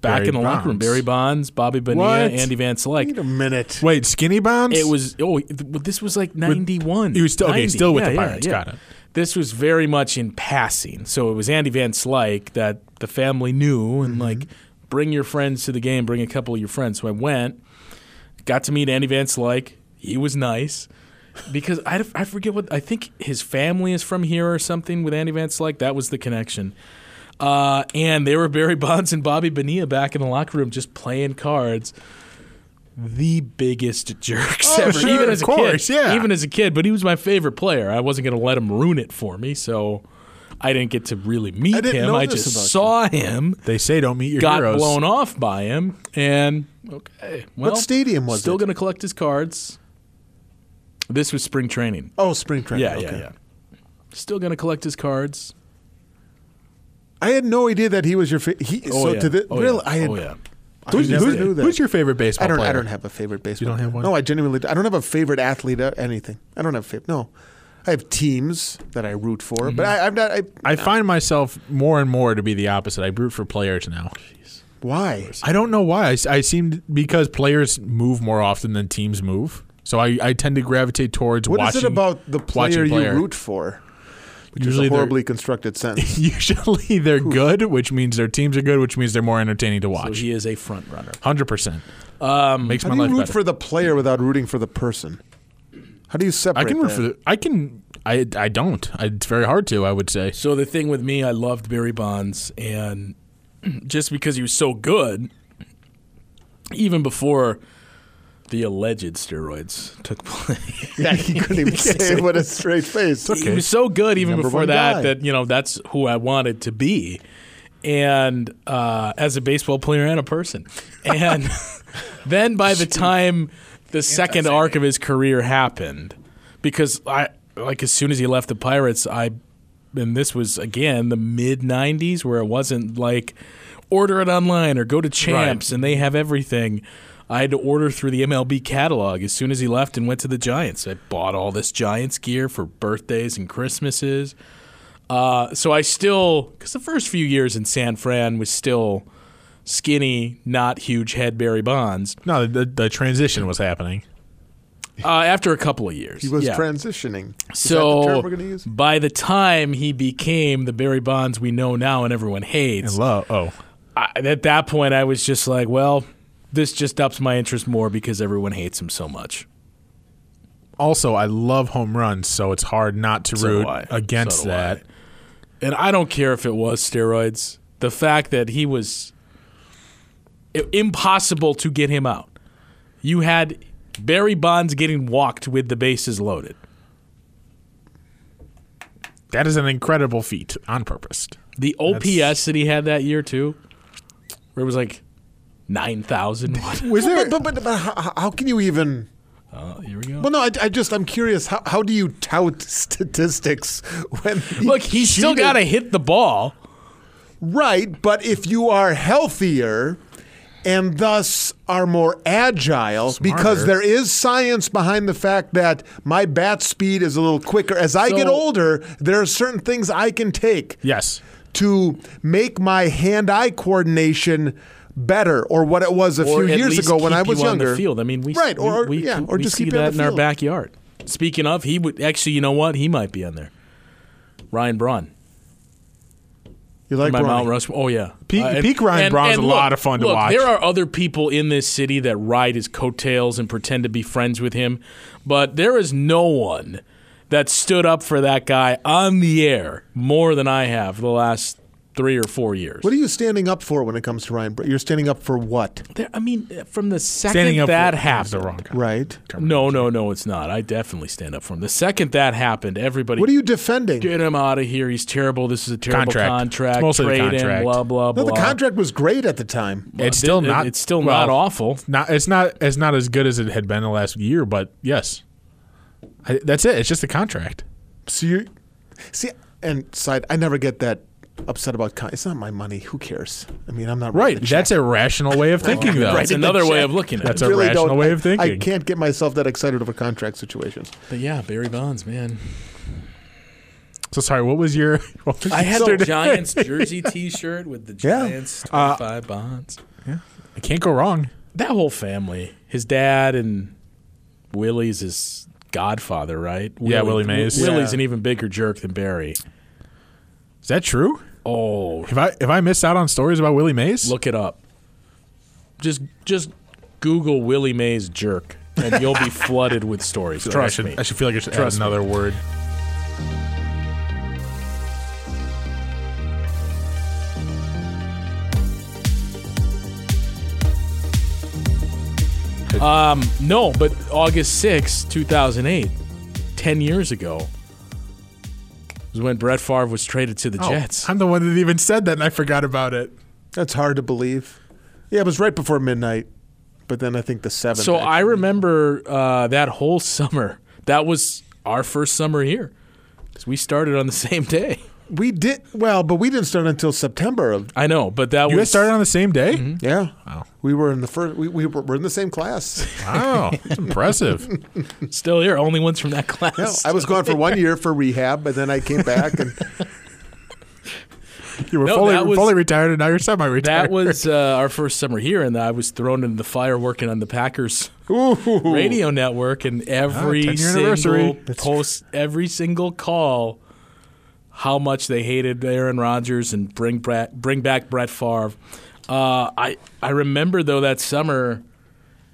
Speaker 1: back
Speaker 3: Barry
Speaker 1: in the locker room
Speaker 3: Bonds.
Speaker 1: Barry Bonds, Bobby Bonilla,
Speaker 3: What?
Speaker 1: Andy Van Slyke.
Speaker 4: Wait a minute.
Speaker 3: Wait, skinny bonds?
Speaker 1: It was oh, th- this was like ninety one.
Speaker 3: he was still- okay, still with the Pirates, got it.
Speaker 1: This was very much in passing, so it was Andy Van Slyke that the family knew, and
Speaker 3: Mm-hmm.
Speaker 1: like, bring your friends to the game, bring a couple of your friends. So I went, got to meet Andy Van Slyke. He was nice because I, I forget what I think his family is from here or something with Andy Van Slyke. That was the connection. Uh, and they were Barry Bonds and Bobby Bonilla back in the locker room just playing cards. The biggest jerks
Speaker 3: Oh,
Speaker 1: ever,
Speaker 3: sure,
Speaker 1: even as
Speaker 3: of
Speaker 1: a
Speaker 3: course,
Speaker 1: kid.
Speaker 3: yeah.
Speaker 1: Even as a kid, but he was my favorite player. I wasn't going to let him ruin it for me, so I didn't get to really meet
Speaker 4: didn't
Speaker 1: him.
Speaker 4: know
Speaker 1: I
Speaker 4: this
Speaker 1: just
Speaker 4: about you.
Speaker 1: saw him,
Speaker 3: They say don't meet your
Speaker 1: got
Speaker 3: heroes.
Speaker 1: blown off by him, and okay. Well,
Speaker 4: stadium was
Speaker 1: still
Speaker 4: it?
Speaker 1: going to collect his cards. This was spring training.
Speaker 4: Oh, spring training.
Speaker 1: Yeah,
Speaker 4: okay.
Speaker 1: yeah, yeah. Still going to collect his cards.
Speaker 4: I had no idea that he was your. Fa- he,
Speaker 1: Oh,
Speaker 4: so
Speaker 1: yeah.
Speaker 4: to the
Speaker 1: oh,
Speaker 4: really,
Speaker 1: yeah.
Speaker 4: I had.
Speaker 1: oh, yeah.
Speaker 4: I
Speaker 3: Who's,
Speaker 4: never
Speaker 3: who's-
Speaker 4: knew that.
Speaker 3: who's your favorite baseball
Speaker 4: I don't.
Speaker 3: player?
Speaker 4: I don't have a favorite baseball.
Speaker 3: don't have
Speaker 4: player.
Speaker 3: one?
Speaker 4: No, I genuinely. I don't have a favorite athlete or anything. I don't have a favorite. No, I have teams that I root for,
Speaker 3: Mm-hmm.
Speaker 4: but I, I'm not. I,
Speaker 3: I find myself more and more to be the opposite. I root for players now.
Speaker 4: why?
Speaker 3: I don't know why. I, s- I seem because players move more often than teams move. So I, I tend to gravitate towards
Speaker 4: What is
Speaker 3: watching.
Speaker 4: it about the player,
Speaker 3: watching player.
Speaker 4: you root for? Which
Speaker 3: Usually
Speaker 4: is a
Speaker 3: they're-
Speaker 4: horribly constructed sentence.
Speaker 3: Usually they're good, which means their teams are good, which means they're more entertaining to
Speaker 1: So
Speaker 3: watch.
Speaker 1: he is a front runner.
Speaker 3: Hundred percent. Makes
Speaker 4: How
Speaker 3: my
Speaker 4: do you
Speaker 3: life
Speaker 4: root
Speaker 3: better.
Speaker 4: for the player without rooting for the person? How do you separate?
Speaker 3: I can root
Speaker 4: that?
Speaker 3: for. The, I can. I I don't. I, it's very hard to. I would say.
Speaker 1: So the thing with me, I loved Barry Bonds, and just because he was so good, even before the alleged steroids took place,
Speaker 4: Yeah, he couldn't even say it with a straight face.
Speaker 1: he was so good even
Speaker 4: Number
Speaker 1: before
Speaker 4: one
Speaker 1: that
Speaker 4: guy.
Speaker 1: that you know that's who I wanted to be, and uh, as a baseball player and a person, and then by the time the second arc of his career happened, because I like as soon as he left the Pirates, I and this was again the mid '90s where it wasn't like order it online or go to Champs and they have everything. I had to order through the MLB catalog as soon as he left and went to the Giants. I bought all this Giants gear for birthdays and Christmases. Uh, so I still, because the first few years in San Fran was still skinny, not huge head Barry Bonds.
Speaker 3: No, the, the transition was happening.
Speaker 1: Uh, after a couple of years,
Speaker 4: He was
Speaker 1: yeah.
Speaker 4: transitioning. Is
Speaker 1: So
Speaker 4: that the term we're going to use?
Speaker 1: by the time he became the Barry Bonds we know now and everyone
Speaker 3: And
Speaker 1: hates,
Speaker 3: love. Oh,
Speaker 1: I, at that point I was just like, well, this just ups my interest more because everyone hates him so much.
Speaker 3: also I love home runs, so it's hard not to
Speaker 1: So do
Speaker 3: root
Speaker 1: I.
Speaker 3: against
Speaker 1: So do
Speaker 3: that.
Speaker 1: And I don't care if it was steroids. The fact that he was i- impossible to get him out. You had Barry Bonds getting walked with the bases loaded.
Speaker 3: That is an incredible feat on purpose.
Speaker 1: The OPS that he had that year too, where it was like nine thousand.
Speaker 4: Was there? But, but, but, but how, how can you even? Uh,
Speaker 1: oh, here we go.
Speaker 4: Well, no, I, I just I'm curious. How, how do you tout statistics when you
Speaker 1: Look, he still
Speaker 4: cheated?
Speaker 1: got to hit the ball.
Speaker 4: right? But if you are healthier and thus are more agile, because
Speaker 3: Smarter.
Speaker 4: there is science behind the fact that my bat speed is a little quicker as I get
Speaker 1: So-
Speaker 4: older, there are certain things I can take.
Speaker 3: Yes.
Speaker 4: to make my hand-eye coordination better, or what it was a
Speaker 1: Or
Speaker 4: few
Speaker 1: at
Speaker 4: years
Speaker 1: least
Speaker 4: ago when
Speaker 1: keep
Speaker 4: I
Speaker 1: you
Speaker 4: was
Speaker 1: on
Speaker 4: younger.
Speaker 1: the field. I mean, we
Speaker 4: right, or
Speaker 1: we, we-
Speaker 4: yeah, or
Speaker 1: we
Speaker 4: just
Speaker 1: see
Speaker 4: keep you
Speaker 1: that
Speaker 4: on
Speaker 1: in
Speaker 4: the
Speaker 1: our
Speaker 4: field.
Speaker 1: backyard. Speaking of, he would actually. You know what? He might be on there. Ryan Braun.
Speaker 4: You like
Speaker 1: my
Speaker 4: Bronny.
Speaker 1: Mount Rushmore. Oh yeah,
Speaker 3: Peak-
Speaker 1: and-
Speaker 3: peak Ryan
Speaker 1: and-
Speaker 3: Braun's
Speaker 1: and
Speaker 3: a
Speaker 1: look-
Speaker 3: lot of fun to
Speaker 1: look,
Speaker 3: watch.
Speaker 1: There are other people in this city that ride his coattails and pretend to be friends with him, but there is no one that stood up for that guy on the air more than I have the last three or four years.
Speaker 4: What are you standing up for when it comes to Ryan? Br- You're standing up for what?
Speaker 1: There- I mean, uh, from the second
Speaker 3: Standing up
Speaker 1: that
Speaker 3: for,
Speaker 1: happened,
Speaker 3: was the wrong guy.
Speaker 4: Right.
Speaker 1: No, no, no, it's not. I definitely stand up for him. The second that happened, everybody.
Speaker 4: What are you defending?
Speaker 1: Get him out of here. He's terrible. This is a terrible
Speaker 3: Contract.
Speaker 1: contract.
Speaker 3: It's mostly the
Speaker 1: Trade him.
Speaker 3: contract.
Speaker 1: Blah blah blah. Uh,
Speaker 4: No, the contract was great at the time.
Speaker 3: It's still
Speaker 1: It-
Speaker 3: not.
Speaker 1: It's still
Speaker 3: well,
Speaker 1: not awful.
Speaker 3: Not. It's not. It's not as good as it had been the last year. But yes, I, that's it. It's just a contract.
Speaker 4: So you see, and side, I never get that upset about. Con- it's not my money. Who cares? I mean, I'm not
Speaker 3: Right.
Speaker 4: writing the
Speaker 3: That's
Speaker 4: check.
Speaker 3: a rational way of thinking, though.
Speaker 1: That's another way of looking at
Speaker 3: That's
Speaker 1: it.
Speaker 3: a
Speaker 4: Really
Speaker 3: rational
Speaker 4: don't-
Speaker 3: way
Speaker 4: I-
Speaker 3: of thinking.
Speaker 4: I can't get myself that excited over contract situations.
Speaker 1: But yeah, Barry Bonds, man.
Speaker 3: So sorry. What was your? What was
Speaker 1: I had
Speaker 3: your
Speaker 1: the Giants jersey T-shirt with the
Speaker 4: Yeah.
Speaker 1: Giants 25 Bonds.
Speaker 3: I can't go wrong.
Speaker 1: Uh, That whole family, his dad and Willie's his godfather, right?
Speaker 3: Yeah, Willie Mays.
Speaker 1: Wi- Willie's
Speaker 4: Yeah.
Speaker 1: an even bigger jerk than Barry.
Speaker 3: Is that true?
Speaker 1: Oh,
Speaker 3: If I if I miss out on stories about Willie Mays,
Speaker 1: look it up. Just just Google Willie Mays jerk, and you'll be flooded with stories.
Speaker 3: I
Speaker 1: Trust
Speaker 3: should,
Speaker 1: me.
Speaker 3: I should feel like I should
Speaker 1: Trust
Speaker 3: add another word.
Speaker 1: No, but August sixth, two 2008, 10 years ago, was when Brett Favre was traded to the
Speaker 3: Oh,
Speaker 1: Jets.
Speaker 3: I'm the one that even said that, and I forgot about it.
Speaker 4: That's hard to believe. Yeah, it was right before midnight, but then I think the seventh.
Speaker 1: So I
Speaker 4: actually-
Speaker 1: remember uh, that whole summer. That was our first summer here because we started on the same day.
Speaker 4: we did well, but we didn't start until September of
Speaker 1: I know, but that
Speaker 3: You
Speaker 1: was
Speaker 3: guys started on the same day.
Speaker 1: Mm-hmm.
Speaker 4: yeah. We were in the first. We, we were, we're in the same class.
Speaker 3: Wow, that's impressive.
Speaker 1: still here. Only ones from that
Speaker 4: No,
Speaker 1: class.
Speaker 4: I was gone for one year for rehab, but then I came back and
Speaker 3: You were
Speaker 1: No,
Speaker 3: fully
Speaker 1: that was-
Speaker 3: fully retired, and now you're semi-retired.
Speaker 1: that was uh, our first summer here, and I was thrown into the fire working on the Packers radio network, and every
Speaker 3: 10-year
Speaker 1: single
Speaker 3: anniversary.
Speaker 1: post, every single call, how much they hated Aaron Rodgers and bring Brett, bring back Brett Favre. Uh, I I remember though that summer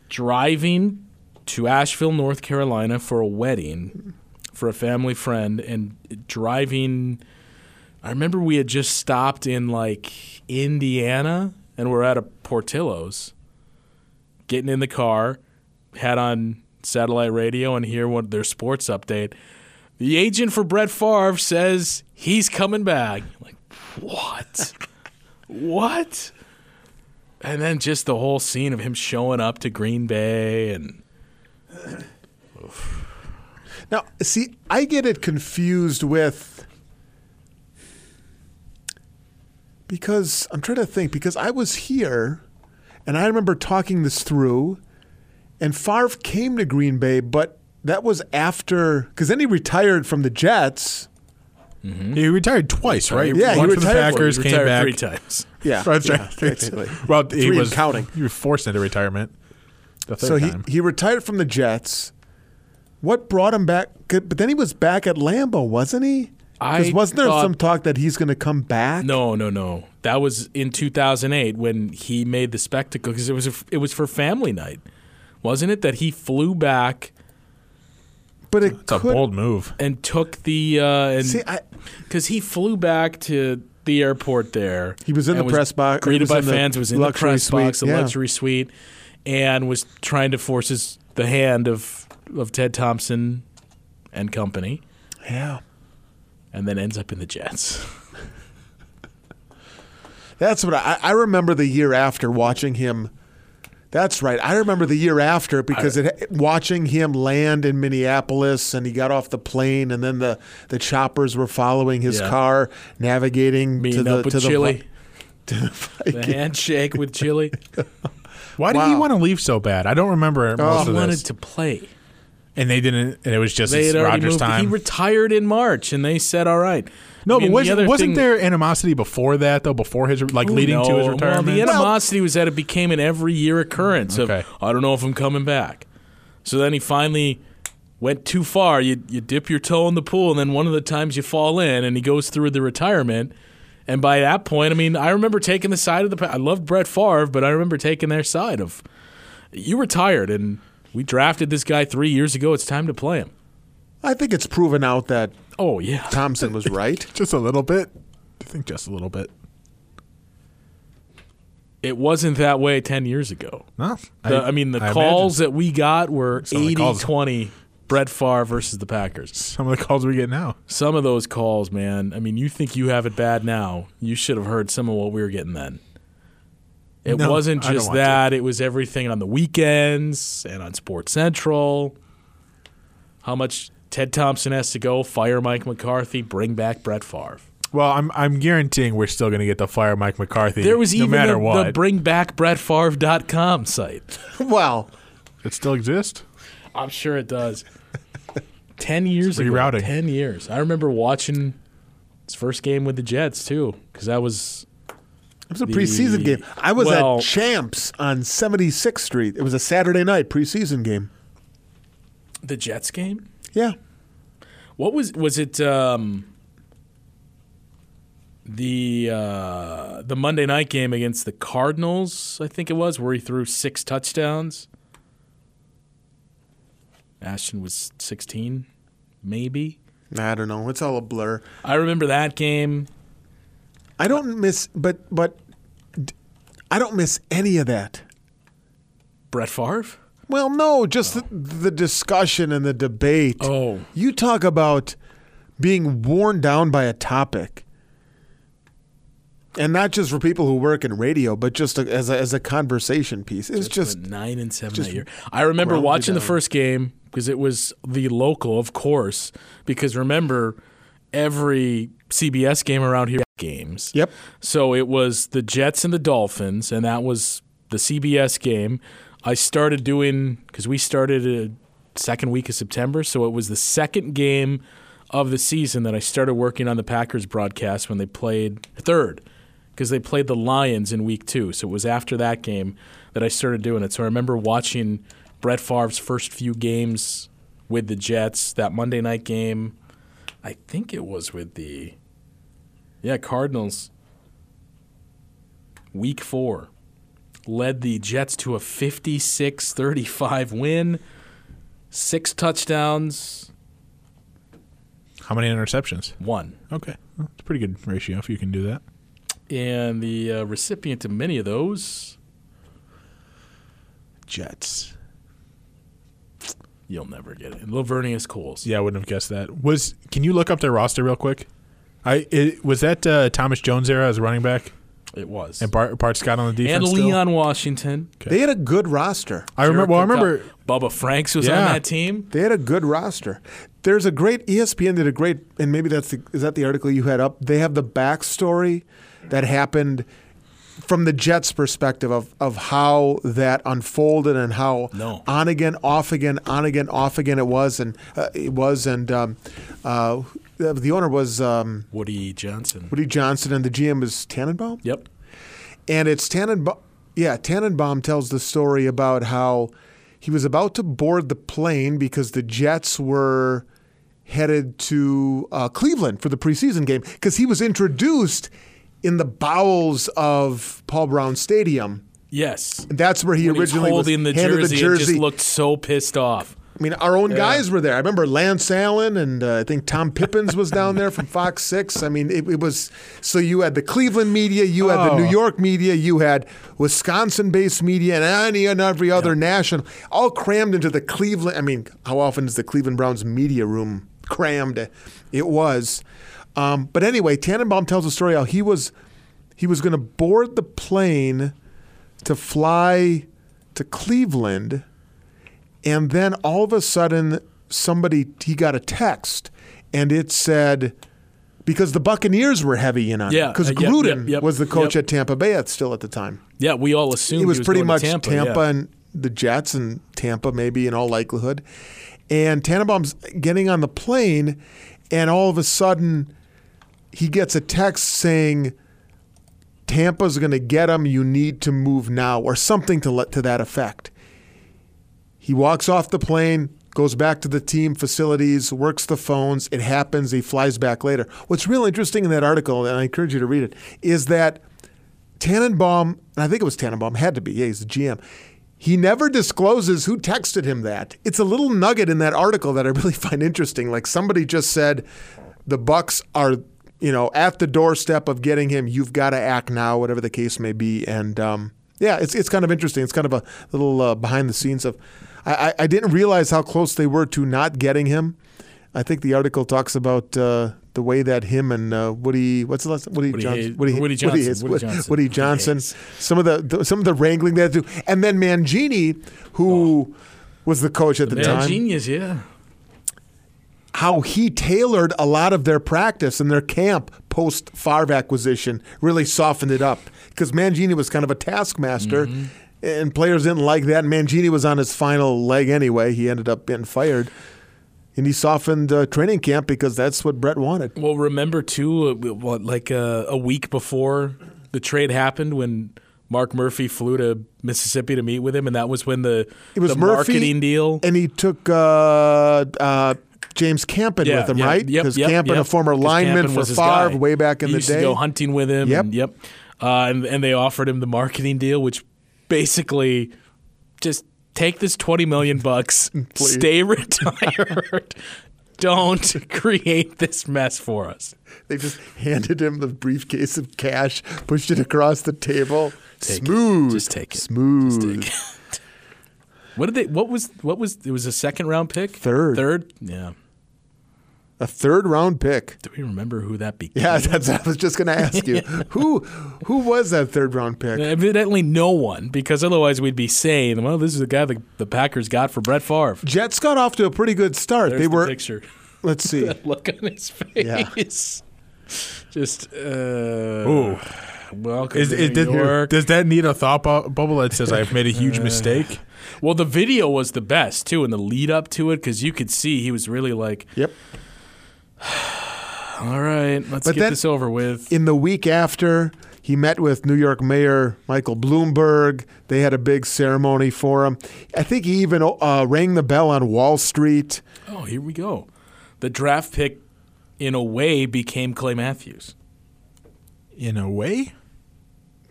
Speaker 1: driving to Asheville, North Carolina for a wedding for a family friend, and driving. I remember we had just stopped in like Indiana and we're at a Portillo's getting in the car, had on satellite radio and hear what their sports update. The agent for Brett Favre says he's coming back. Like, what? what? And then just the whole scene of him showing up to Green Bay and
Speaker 4: Now, see, I get it confused with because I'm trying to think because I was here and I remember talking this through and Favre came to Green Bay, but that was after because then he retired from the Jets.
Speaker 3: he retired twice, right?
Speaker 4: Yeah, he
Speaker 3: Once for the
Speaker 4: retired-
Speaker 3: Packers,
Speaker 1: He
Speaker 3: came
Speaker 1: Uh, retired
Speaker 3: back
Speaker 1: three times.
Speaker 4: Yeah,
Speaker 3: Right, that's
Speaker 4: yeah,
Speaker 3: right.
Speaker 4: basically.
Speaker 3: Well, he
Speaker 4: Three and
Speaker 3: was
Speaker 4: counting.
Speaker 3: You were forced into retirement. The third
Speaker 4: So he,
Speaker 3: time.
Speaker 4: he retired from the Jets. What brought him back? But then he was back at Lambeau, wasn't he? 'Cause
Speaker 1: I
Speaker 4: wasn't there
Speaker 1: thought-
Speaker 4: some talk that he's going to come back?
Speaker 1: No, no, no. That was in 2008 when he made the spectacle because it was a, it was for family night, wasn't it? That he flew back
Speaker 4: but it
Speaker 3: it's a
Speaker 4: could
Speaker 3: bold move.
Speaker 1: and took the uh,
Speaker 4: See,
Speaker 1: and
Speaker 4: I,
Speaker 1: because he flew back to the airport there.
Speaker 4: He was in
Speaker 1: and
Speaker 4: the press box- or he
Speaker 1: greeted
Speaker 4: was
Speaker 1: by
Speaker 4: in the
Speaker 1: fans, was in the
Speaker 4: luxury
Speaker 1: press box, the
Speaker 4: suite, yeah.
Speaker 1: luxury suite, and was trying to force his, the hand of of Ted Thompson and company,
Speaker 4: yeah,
Speaker 1: and then ends up in the Jets.
Speaker 4: that's what I, I remember. The year after watching him, that's right. I remember the year after because it, watching him land in Minneapolis and he got off the plane and then the, the choppers were following his
Speaker 1: Yeah.
Speaker 4: car, navigating to
Speaker 1: Meeting
Speaker 4: the
Speaker 1: up with
Speaker 4: to
Speaker 1: Chile,
Speaker 4: the to the
Speaker 1: the
Speaker 4: Vikings.
Speaker 1: handshake with Chile.
Speaker 3: Why did he
Speaker 4: Wow. Oh,
Speaker 3: want to leave so bad? I don't remember most
Speaker 1: he
Speaker 3: of
Speaker 1: wanted
Speaker 3: this.
Speaker 1: to play.
Speaker 3: and they didn't. And it was just
Speaker 1: They
Speaker 3: it's
Speaker 1: had already
Speaker 3: Rogers'
Speaker 1: moved. He
Speaker 3: time.
Speaker 1: retired in March, and they said, "All right."
Speaker 3: no,
Speaker 1: I mean,
Speaker 3: but
Speaker 1: the
Speaker 3: wasn't,
Speaker 1: other
Speaker 3: wasn't
Speaker 1: thing-
Speaker 3: there animosity before that though? Before his like leading to his
Speaker 1: No,
Speaker 3: retirement.
Speaker 1: Well, the animosity was that it became an every year occurrence
Speaker 3: Okay.
Speaker 1: of I don't know if I'm coming back. So then he finally went too far. You you dip your toe in the pool, and then one of the times you fall in, and he goes through the retirement. And by that point, I mean, I remember taking the side of the. I loved Brett Favre, but I remember taking their side of. You retired, and we drafted this guy three years ago. It's time to play him.
Speaker 4: I think it's proven out that
Speaker 1: Oh yeah,
Speaker 4: Thompson was right.
Speaker 3: just a little bit. I think just a little bit.
Speaker 1: it wasn't that way ten years ago.
Speaker 3: No,
Speaker 1: The, I, mean, the
Speaker 3: I
Speaker 1: calls
Speaker 3: imagine
Speaker 1: that we got were
Speaker 3: Some of the
Speaker 1: 80
Speaker 3: calls-
Speaker 1: 20 Brett Favre versus the Packers.
Speaker 3: Some of the calls we get now.
Speaker 1: Some of those calls, man. I mean, you think you have it bad now. You should have heard some of what we were getting then. It
Speaker 3: No,
Speaker 1: wasn't
Speaker 3: I don't
Speaker 1: just
Speaker 3: want to.
Speaker 1: that, it was everything on the weekends and on Sports Central. How much Ted Thompson has to go, fire Mike McCarthy, bring back Brett Favre.
Speaker 3: Well, I'm I'm guaranteeing we're still going to get the fire Mike McCarthy.
Speaker 1: There was
Speaker 3: no
Speaker 1: even
Speaker 3: matter
Speaker 1: the,
Speaker 3: what.
Speaker 1: the bringbackbrettfavre.com site.
Speaker 4: Well,
Speaker 3: it still exists.
Speaker 1: I'm sure it does. ten years ago.
Speaker 3: rerouting.
Speaker 1: Ten years. I remember watching his first game with the Jets, too, because that was
Speaker 4: it was a
Speaker 1: The-
Speaker 4: preseason game. I was
Speaker 1: well-
Speaker 4: at Champs on 76th Street. It was a Saturday night preseason game.
Speaker 1: the Jets game.
Speaker 4: Yeah.
Speaker 1: What was was it? Um, the uh, the Monday night game against the Cardinals, I think it was, where he threw six touchdowns. Ashton was sixteen, maybe.
Speaker 4: I don't know. It's all a blur.
Speaker 1: I remember that game.
Speaker 4: I don't miss, but but d- I don't miss any of that.
Speaker 1: Brett Favre.
Speaker 4: Well, no, just the, the discussion and the debate.
Speaker 1: Oh.
Speaker 4: you talk about being worn down by a topic, and not just for people who work in radio, but just a, as a, as a conversation piece. It's just
Speaker 1: But nine and seven
Speaker 4: just
Speaker 1: that year. I remember
Speaker 4: ground you
Speaker 1: watching the
Speaker 4: down.
Speaker 1: first game because it was the local, of course. Because remember, every CBS game around here games.
Speaker 4: Yep.
Speaker 1: So it was the Jets and the Dolphins, and that was the CBS game. I started doing because we started a second week of September, so it was the second game of the season that I started working on the Packers broadcast when they played third because they played the Lions in week two. So it was after that game that I started doing it. So I remember watching Brett Favre's first few games with the Jets, that Monday night game. I think it was with the yeah, Cardinals. Week four led the Jets to a 56 35 win, six touchdowns,
Speaker 3: How many interceptions?
Speaker 1: one.
Speaker 3: Okay, Well, it's a pretty good ratio if you can do that.
Speaker 1: And the uh, recipient of many of those,
Speaker 3: Jets.
Speaker 1: you'll never get it. Lavernius Coles.
Speaker 3: Yeah, I wouldn't have guessed that. Was can you look up their roster real quick? I it, was that uh, Thomas Jones era as a running back
Speaker 1: It was.
Speaker 3: and Bart, Bart Scott on the defense.
Speaker 1: And
Speaker 3: still?
Speaker 1: Leon Washington.
Speaker 4: they had a good roster.
Speaker 3: I remember. Well, I remember.
Speaker 1: Bubba Franks was on
Speaker 3: Yeah.
Speaker 1: that team.
Speaker 4: They had a good roster. There's a great E ESPN did a great, and maybe that's the, is that the article you had up. They have the backstory that happened from the Jets' perspective of of how that unfolded and how
Speaker 1: No.
Speaker 4: on again, off again, on again, off again it was, and uh, it was, and um, uh, the owner was um,
Speaker 1: Woody Johnson.
Speaker 4: Woody Johnson, and the GM was Tannenbaum.
Speaker 1: Yep.
Speaker 4: And it's Tannenbaum. Yeah, Tannenbaum tells the story about how he was about to board the plane because the Jets were headed to uh, Cleveland for the preseason game because he was introduced in the bowels of Paul Brown Stadium.
Speaker 1: Yes.
Speaker 4: That's where he
Speaker 1: When he was
Speaker 4: originally
Speaker 1: holding
Speaker 4: was
Speaker 1: the
Speaker 4: handed
Speaker 1: jersey,
Speaker 4: the
Speaker 1: and just
Speaker 4: jersey.
Speaker 1: looked so pissed off.
Speaker 4: I mean, our own guys were there. I remember Lance Allen and uh, I think Tom Pippins was down there from Fox Six. I mean, it, it was so you had the Cleveland media, you had the New York media, you had Wisconsin-based media, and any and every other national, all crammed into the Cleveland. I mean, how often is the Cleveland Browns media room crammed? It was. Um, but anyway, Tannenbaum tells a story how he was he was going to board the plane to fly to Cleveland. And then all of a sudden, somebody he got a text, and it said because the Buccaneers were heavy in on
Speaker 1: Yeah,
Speaker 4: because
Speaker 1: uh, yep,
Speaker 4: Gruden
Speaker 1: yep, yep,
Speaker 4: was the coach
Speaker 1: yep.
Speaker 4: at Tampa Bay at still at the time.
Speaker 1: Yeah, we all assumed
Speaker 4: He was, pretty
Speaker 1: going
Speaker 4: much
Speaker 1: to
Speaker 4: Tampa,
Speaker 1: yeah.
Speaker 4: and the Jets and Tampa maybe in all likelihood. And Tannenbaum's getting on the plane, and all of a sudden, he gets a text saying. Tampa's going to get him. You need to move now, or something to let to that effect. He walks off the plane, goes back to the team facilities, works the phones. It happens. He flies back later. What's real interesting in that article, and I encourage you to read it, is that Tannenbaum, and I think it was Tannenbaum, had to be. Yeah, he's the GM. He never discloses who texted him that. It's a little nugget in that article that I really find interesting. Like somebody just said, the Bucks are, you know, at the doorstep of getting him. You've got to act now, whatever the case may be. And um, yeah, it's it's kind of interesting. It's kind of a little uh, behind the scenes of. I, I, I didn't realize how close they were to not getting him. I think the article talks about uh, the way that him and uh, Woody, what's the last Woody,
Speaker 1: Woody
Speaker 4: Johnson,
Speaker 1: Hayes-
Speaker 4: Woody,
Speaker 1: Woody
Speaker 4: Woody,
Speaker 1: Johnson,
Speaker 4: Hayes-
Speaker 1: Woody Johnson.
Speaker 4: Woody
Speaker 1: Woody
Speaker 4: Johnson,
Speaker 1: Hayes.
Speaker 4: some of the, the some of the wrangling they had to do, and then Mangini, who was the coach at the
Speaker 1: Yeah,
Speaker 4: time,
Speaker 1: genius, yeah.
Speaker 4: how he tailored a lot of their practice and their camp post Favre acquisition really softened it up because Mangini was kind of a taskmaster.
Speaker 1: Mm-hmm.
Speaker 4: And players didn't like that. And Mangini was on his final leg anyway. He ended up getting fired. And he softened uh, training camp because that's what Brett wanted.
Speaker 1: Well, remember too, uh, what, like uh, a week before the trade happened, when Mark Murphy flew to Mississippi to meet with him, and that was when the
Speaker 4: It was
Speaker 1: the
Speaker 4: Murphy
Speaker 1: marketing deal.
Speaker 4: and he took uh, uh, James Campen
Speaker 1: Yeah,
Speaker 4: with him,
Speaker 1: yeah,
Speaker 4: right?
Speaker 1: Yep,
Speaker 4: Because
Speaker 1: yep,
Speaker 4: Campen,
Speaker 1: yep.
Speaker 4: a former
Speaker 1: 'Cause
Speaker 4: lineman
Speaker 1: Campen
Speaker 4: for
Speaker 1: was his
Speaker 4: Favre,
Speaker 1: guy.
Speaker 4: way back in
Speaker 1: He
Speaker 4: the
Speaker 1: used
Speaker 4: day.
Speaker 1: to go hunting with him.
Speaker 4: Yep.
Speaker 1: and, yep. Uh, and and they offered him the marketing deal, which basically just take this twenty million bucks, stay retired, don't create this mess for us.
Speaker 4: They just handed him the briefcase of cash, pushed it across the table. smooth,
Speaker 1: Just take it.
Speaker 4: smooth.
Speaker 1: What did they? What was? What was? It was a second round pick.
Speaker 4: Third.
Speaker 1: Third. Yeah.
Speaker 4: A third round pick.
Speaker 1: Do we remember who that became?
Speaker 4: Yeah, that's. I was just going to ask you who who was that third round pick?
Speaker 1: Evidently, no one, because otherwise we'd be saying, "Well, this is the guy the, the Packers got for Brett Favre."
Speaker 4: Jets got off to a pretty good start.
Speaker 1: There's
Speaker 4: they
Speaker 1: the
Speaker 4: were.
Speaker 1: picture.
Speaker 4: Let's see.
Speaker 1: Look on his face.
Speaker 4: Yeah.
Speaker 1: Just uh, ooh, welcome
Speaker 3: Is,
Speaker 1: to
Speaker 3: is,
Speaker 1: New York.
Speaker 3: does that need a thought bu- bubble that says I've made a huge mistake?
Speaker 1: well, the video was the best too, and the lead up to it, because you could see he was really like,
Speaker 4: Yep.
Speaker 1: "All right, let's
Speaker 4: But
Speaker 1: get
Speaker 4: then-
Speaker 1: this over with."
Speaker 4: in the week after, he met with New York Mayor Michael Bloomberg. They had a big ceremony for him. I think he even uh, rang the bell on Wall Street.
Speaker 1: Oh, here we go. The draft pick, in a way, became Clay Matthews.
Speaker 3: In a way?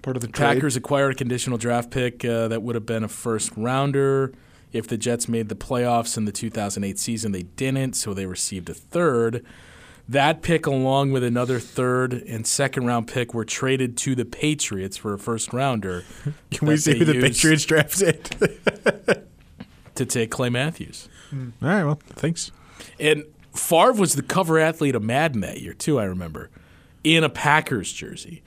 Speaker 4: Part of the trade.
Speaker 1: Packers acquired a conditional draft pick uh, that would have been a first rounder if the Jets made the playoffs in the 2008 season. They didn't, so they received a third. That pick, along with another third and second round pick, were traded to the Patriots for a first rounder.
Speaker 3: Can we
Speaker 1: that
Speaker 3: see
Speaker 1: they
Speaker 3: who the
Speaker 1: used
Speaker 3: Patriots drafted?
Speaker 1: to take Clay Matthews?
Speaker 3: All right, well, thanks.
Speaker 1: And Favre was the cover athlete of Madden that year, too, I remember, in a Packers jersey.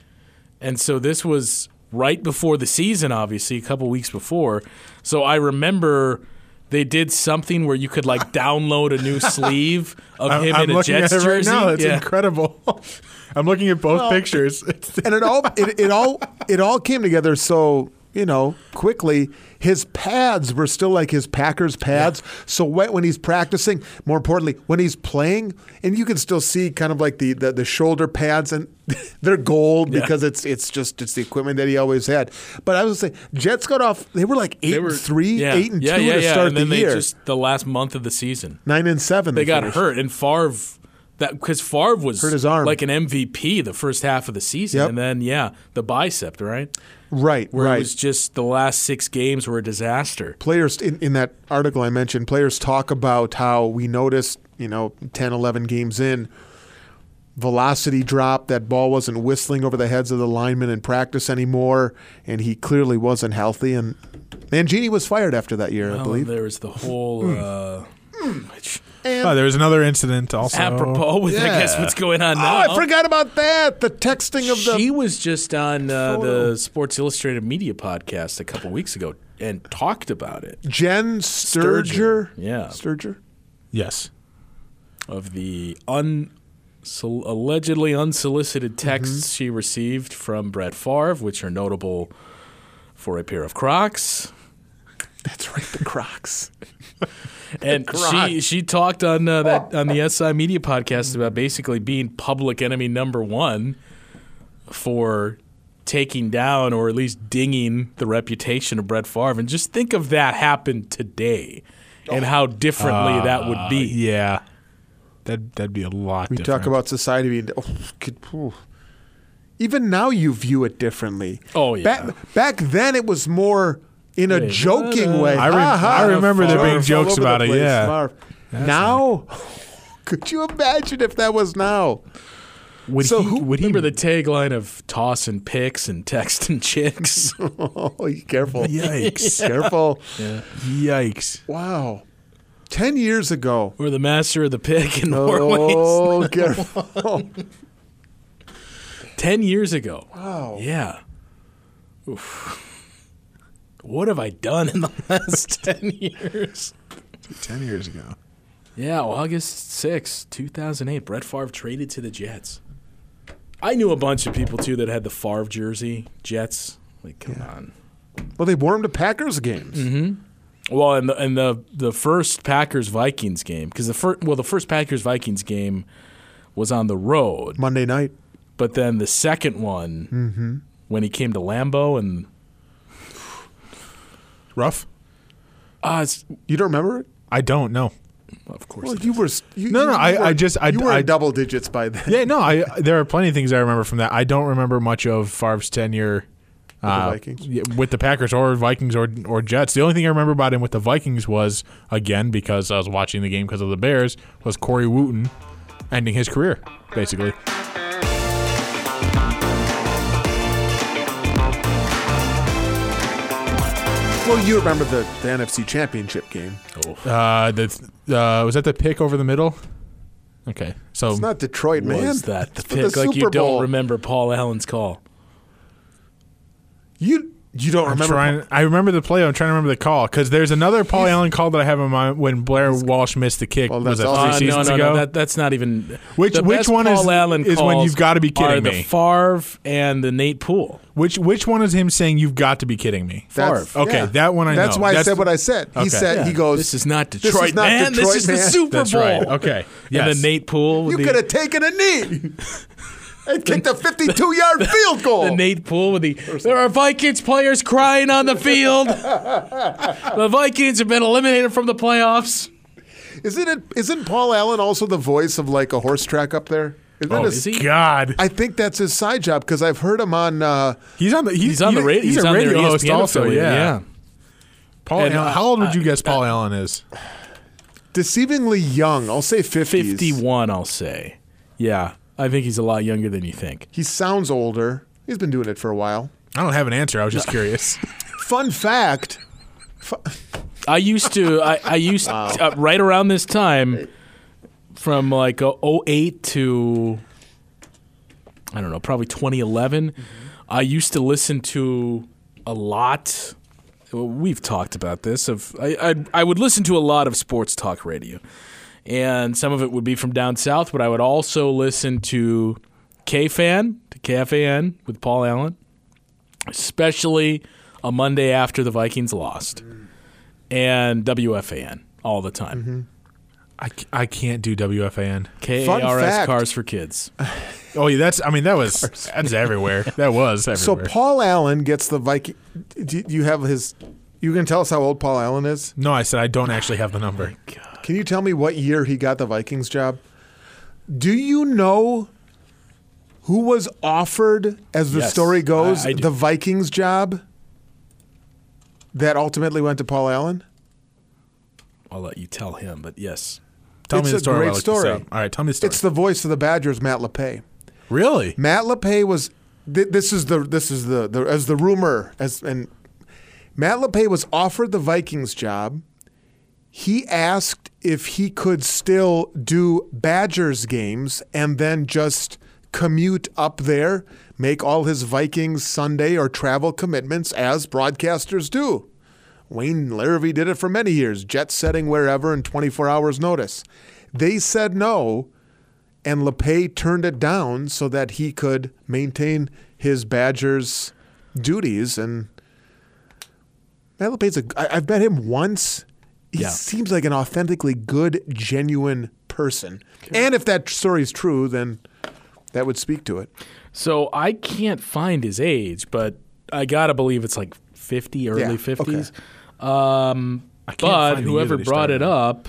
Speaker 1: And so this was right before the season, obviously, a couple weeks before. So I remember they did something where you could like download a new sleeve of
Speaker 3: I'm,
Speaker 1: him
Speaker 3: I'm
Speaker 1: in a
Speaker 3: looking
Speaker 1: Jets
Speaker 3: at it right
Speaker 1: jersey.
Speaker 3: now. That's
Speaker 1: Yeah. Oh.
Speaker 3: incredible. I'm looking at both pictures.
Speaker 4: and it all it, it all it all came together so you know quickly his pads were still like his packers pads so wet when he's practicing more importantly when he's playing and you can still see kind of like the the, the shoulder pads and they're gold because it's it's just it's the equipment that he always had but i was saying jets got off they were like eight
Speaker 1: They were
Speaker 4: and three
Speaker 1: yeah,
Speaker 4: eight and
Speaker 1: yeah,
Speaker 4: two
Speaker 1: yeah,
Speaker 4: to
Speaker 1: yeah.
Speaker 4: start
Speaker 1: and then
Speaker 4: the
Speaker 1: they
Speaker 4: year
Speaker 1: just the last month of the season.
Speaker 4: nine and seven
Speaker 1: They got
Speaker 4: finished.
Speaker 1: hurt, and Favre that because Favre was
Speaker 4: Hurt his arm.
Speaker 1: like an MVP the first half of the season,
Speaker 4: Yep.
Speaker 1: and then yeah, the bicep right.
Speaker 4: right
Speaker 1: where
Speaker 4: right
Speaker 1: it was just the last six games were a disaster.
Speaker 4: players in, in that article I mentioned, players talk about how we noticed, you know, 10, 11 games in, velocity drop, that ball wasn't whistling over the heads of the linemen in practice anymore, and he clearly wasn't healthy. And Mangini was fired after that year, I
Speaker 1: Well,
Speaker 4: believe. Hmm.
Speaker 1: there was Oh, the whole uh, which,
Speaker 3: oh, there was another incident also.
Speaker 1: apropos with I guess
Speaker 3: Yeah.
Speaker 1: what's going on
Speaker 4: Oh,
Speaker 1: now.
Speaker 4: I forgot about that. The texting of the.
Speaker 1: Uh-huh. She was just on uh, the Sports Illustrated media podcast a couple weeks ago and talked about it
Speaker 4: Jen Sturger.
Speaker 1: Yeah.
Speaker 4: Sturger?
Speaker 3: Yes.
Speaker 1: of the un. sol- allegedly unsolicited texts
Speaker 4: Mm-hmm.
Speaker 1: she received from Brett Favre, which are notable for a pair of Crocs,
Speaker 4: That's right, the Crocs.
Speaker 1: And she she talked on uh, that on the SI Media podcast about basically being public enemy number one for taking down or at least dinging the reputation of Brett Favre. And just think of that happen today,
Speaker 4: Oh.
Speaker 1: and how differently that would be.
Speaker 3: Uh, Yeah. That that'd be a lot.
Speaker 4: We
Speaker 3: different.
Speaker 4: talk about society being. Oh, could, ooh. Even now, you view it differently.
Speaker 1: Oh, yeah.
Speaker 4: Back, back then, it was more in a
Speaker 1: Yeah.
Speaker 4: joking way.
Speaker 3: I, re-
Speaker 4: Ha, ha.
Speaker 3: I remember there
Speaker 1: Favre
Speaker 3: being
Speaker 1: was
Speaker 4: All
Speaker 3: jokes
Speaker 4: over the
Speaker 3: about it.
Speaker 4: place,
Speaker 3: Yeah.
Speaker 4: Marv. Now, could you imagine if that was now?
Speaker 3: Would
Speaker 4: So
Speaker 3: he,
Speaker 4: who-
Speaker 3: would he
Speaker 1: Remember the tagline of tossing picks and texting chicks?
Speaker 4: Oh, you careful.
Speaker 3: Yikes.
Speaker 4: Careful.
Speaker 3: Yikes.
Speaker 4: Wow. 10 years ago.
Speaker 1: We're the master of the pick in more ways.
Speaker 4: Oh, careful.
Speaker 1: Ten years ago.
Speaker 4: Wow.
Speaker 1: Yeah. Oof. What have I done in the last 10 years?
Speaker 3: 10 years ago.
Speaker 1: Yeah, August 6, 2008, Brett Favre traded to the Jets. I knew a bunch of people, too, that had the Favre jersey, Jets. Like, come on.
Speaker 4: Well, they wore him to Packers games.
Speaker 3: Mm-hmm.
Speaker 1: Well, and the, and the, the first Packers Vikings game, because the first, well, the first Packers Vikings game was on the road,
Speaker 4: Monday night.
Speaker 1: but then the second one,
Speaker 3: Mm-hmm.
Speaker 1: when he came to Lambeau, and
Speaker 3: Rough?
Speaker 1: ah, it's-
Speaker 4: You don't remember it?
Speaker 3: I don't know.
Speaker 1: of course.
Speaker 4: Well,
Speaker 1: it
Speaker 4: you
Speaker 1: is.
Speaker 4: were. s- You,
Speaker 3: No,
Speaker 4: you-
Speaker 3: no,
Speaker 4: you
Speaker 3: I-
Speaker 4: were-
Speaker 3: I just- I-
Speaker 4: you were
Speaker 3: I-
Speaker 4: in double digits by then.
Speaker 3: Yeah, no, I there are plenty of things I remember from that. I don't remember much of Favre's tenure uh,
Speaker 4: Vikings.
Speaker 3: yeah, with the Packers or Vikings or or Jets. The only thing I remember about him with the Vikings was again because I was watching the game because of the Bears was Corey Wooten ending his career basically.
Speaker 4: Well, you remember the, the NFC Championship game.
Speaker 3: Uh, the uh, was that the pick over the middle? Okay, so
Speaker 4: It's not Detroit, man.
Speaker 1: was that the
Speaker 4: It's for
Speaker 1: pick? like you
Speaker 4: Super Bowl.
Speaker 1: don't remember Paul Allen's call.
Speaker 4: You you don't
Speaker 3: I'm
Speaker 4: remember?
Speaker 3: trying. I remember the play. I'm trying to remember the call because there's another Paul Allen call that I have in mind when Blair Walsh missed the kick.
Speaker 4: Well,
Speaker 3: was
Speaker 4: that's
Speaker 3: that
Speaker 4: also-
Speaker 1: Uh,
Speaker 3: three
Speaker 1: no,
Speaker 3: seasons
Speaker 1: no,
Speaker 3: ago?
Speaker 1: no, that, that's not even.
Speaker 3: Which-
Speaker 1: the
Speaker 3: which
Speaker 1: best
Speaker 3: one is-
Speaker 1: Paul Allen
Speaker 3: is when
Speaker 1: calls
Speaker 3: you've gotta be
Speaker 1: are
Speaker 3: kidding me.
Speaker 1: The Favre and the Nate Poole.
Speaker 3: which which one is him saying you've got to be kidding me?
Speaker 4: That's-
Speaker 1: Favre.
Speaker 3: Okay, that one I
Speaker 4: That's
Speaker 3: know.
Speaker 4: why
Speaker 3: That's-
Speaker 4: I said what I said. He
Speaker 3: Okay.
Speaker 4: said he
Speaker 1: Yeah.
Speaker 4: goes.
Speaker 1: This is not
Speaker 4: is
Speaker 1: Detroit,
Speaker 4: not
Speaker 1: man.
Speaker 4: Detroit,
Speaker 1: this is
Speaker 4: man."
Speaker 1: the Super
Speaker 3: That's
Speaker 1: Bowl.
Speaker 3: right. Okay.
Speaker 1: And
Speaker 3: Yes.
Speaker 1: then Nate Poole. with
Speaker 4: You
Speaker 1: the-
Speaker 4: could have taken a knee and kicked a 52 yard field goal.
Speaker 1: the Nate Poole with the there are Vikings players crying on the field. the Vikings have been eliminated from the playoffs.
Speaker 4: Isn't it? Isn't Paul Allen also the voice of like a horse track up there? Isn't
Speaker 1: Oh,
Speaker 4: that his-
Speaker 1: is he?
Speaker 3: God,
Speaker 4: I think that's his side job because I've heard him on. Uh,
Speaker 3: he's on E the he's,
Speaker 1: He's on the
Speaker 3: he-
Speaker 1: radio.
Speaker 3: He's, a
Speaker 1: on their E
Speaker 3: radio host
Speaker 1: ESPN
Speaker 3: also.
Speaker 1: affiliate,
Speaker 3: Yeah. Paul,
Speaker 1: And,
Speaker 3: Allen-
Speaker 1: uh,
Speaker 3: how old would you guess Paul Allen is?
Speaker 4: deceivingly young. I'll say 50s.
Speaker 1: 51, I'll say. Yeah, I think he's a lot younger than you think.
Speaker 4: He sounds older. He's been doing it for a while.
Speaker 3: I don't have an answer. I was just curious.
Speaker 4: Fun fact.
Speaker 1: I used to, I, I used uh, right around this time, from like uh, 08 to, I don't know, probably 2011, I used to listen to a lot. well, We've talked about this. Of I, I, I would listen to a lot of sports talk radio, and some of it would be from down south, but I would also listen to KFan, to KFAN with Paul Allen, especially a Monday after the Vikings lost and WFAN all the
Speaker 3: Mm-hmm.
Speaker 1: time.
Speaker 3: I, c- I can't do WFAN.
Speaker 1: KARS
Speaker 4: fact.
Speaker 1: Cars for Kids.
Speaker 3: Oh yeah, that's. I mean, that was that's everywhere. That was
Speaker 4: So
Speaker 3: everywhere.
Speaker 4: Paul Allen gets the Viking. Do you have his? You can tell us how old Paul Allen is.
Speaker 3: no, I said I don't actually have the number.
Speaker 4: Can you tell me what year he got the Vikings job? Do you know who was offered, as the
Speaker 1: Yes,
Speaker 4: story goes,
Speaker 1: I- I do.
Speaker 4: the Vikings job that ultimately went to Paul Allen?
Speaker 1: I'll let you tell him, but yes.
Speaker 3: Tell me
Speaker 4: It's
Speaker 3: the
Speaker 4: a great
Speaker 3: story. while I look this
Speaker 4: story.
Speaker 3: up. All right, tell me the story.
Speaker 4: It's the voice of the Badgers, Matt LePay.
Speaker 3: really
Speaker 4: Matt LePay was th- this is the this is the, the as the rumor as and Matt LePay was offered the Vikings job. He asked if he could still do Badgers games and then just commute up there, make all his Vikings Sunday or travel commitments as broadcasters do. Wayne Larrivee did it for many years, jet setting wherever in 24 hours notice. They said no, and LePay turned it down so that he could maintain his Badgers duties. And Matt LePay's a, I, I've met him once. He
Speaker 1: Yeah.
Speaker 4: seems like an authentically good, genuine person. And if that story is true, then that would speak to it.
Speaker 1: So I can't find his age, but I gotta believe it's like fifty, early
Speaker 4: Yeah, okay.
Speaker 1: fifties. Um,
Speaker 3: I can't
Speaker 1: but
Speaker 3: find the year
Speaker 1: whoever
Speaker 3: that he
Speaker 1: brought it
Speaker 3: started.
Speaker 1: up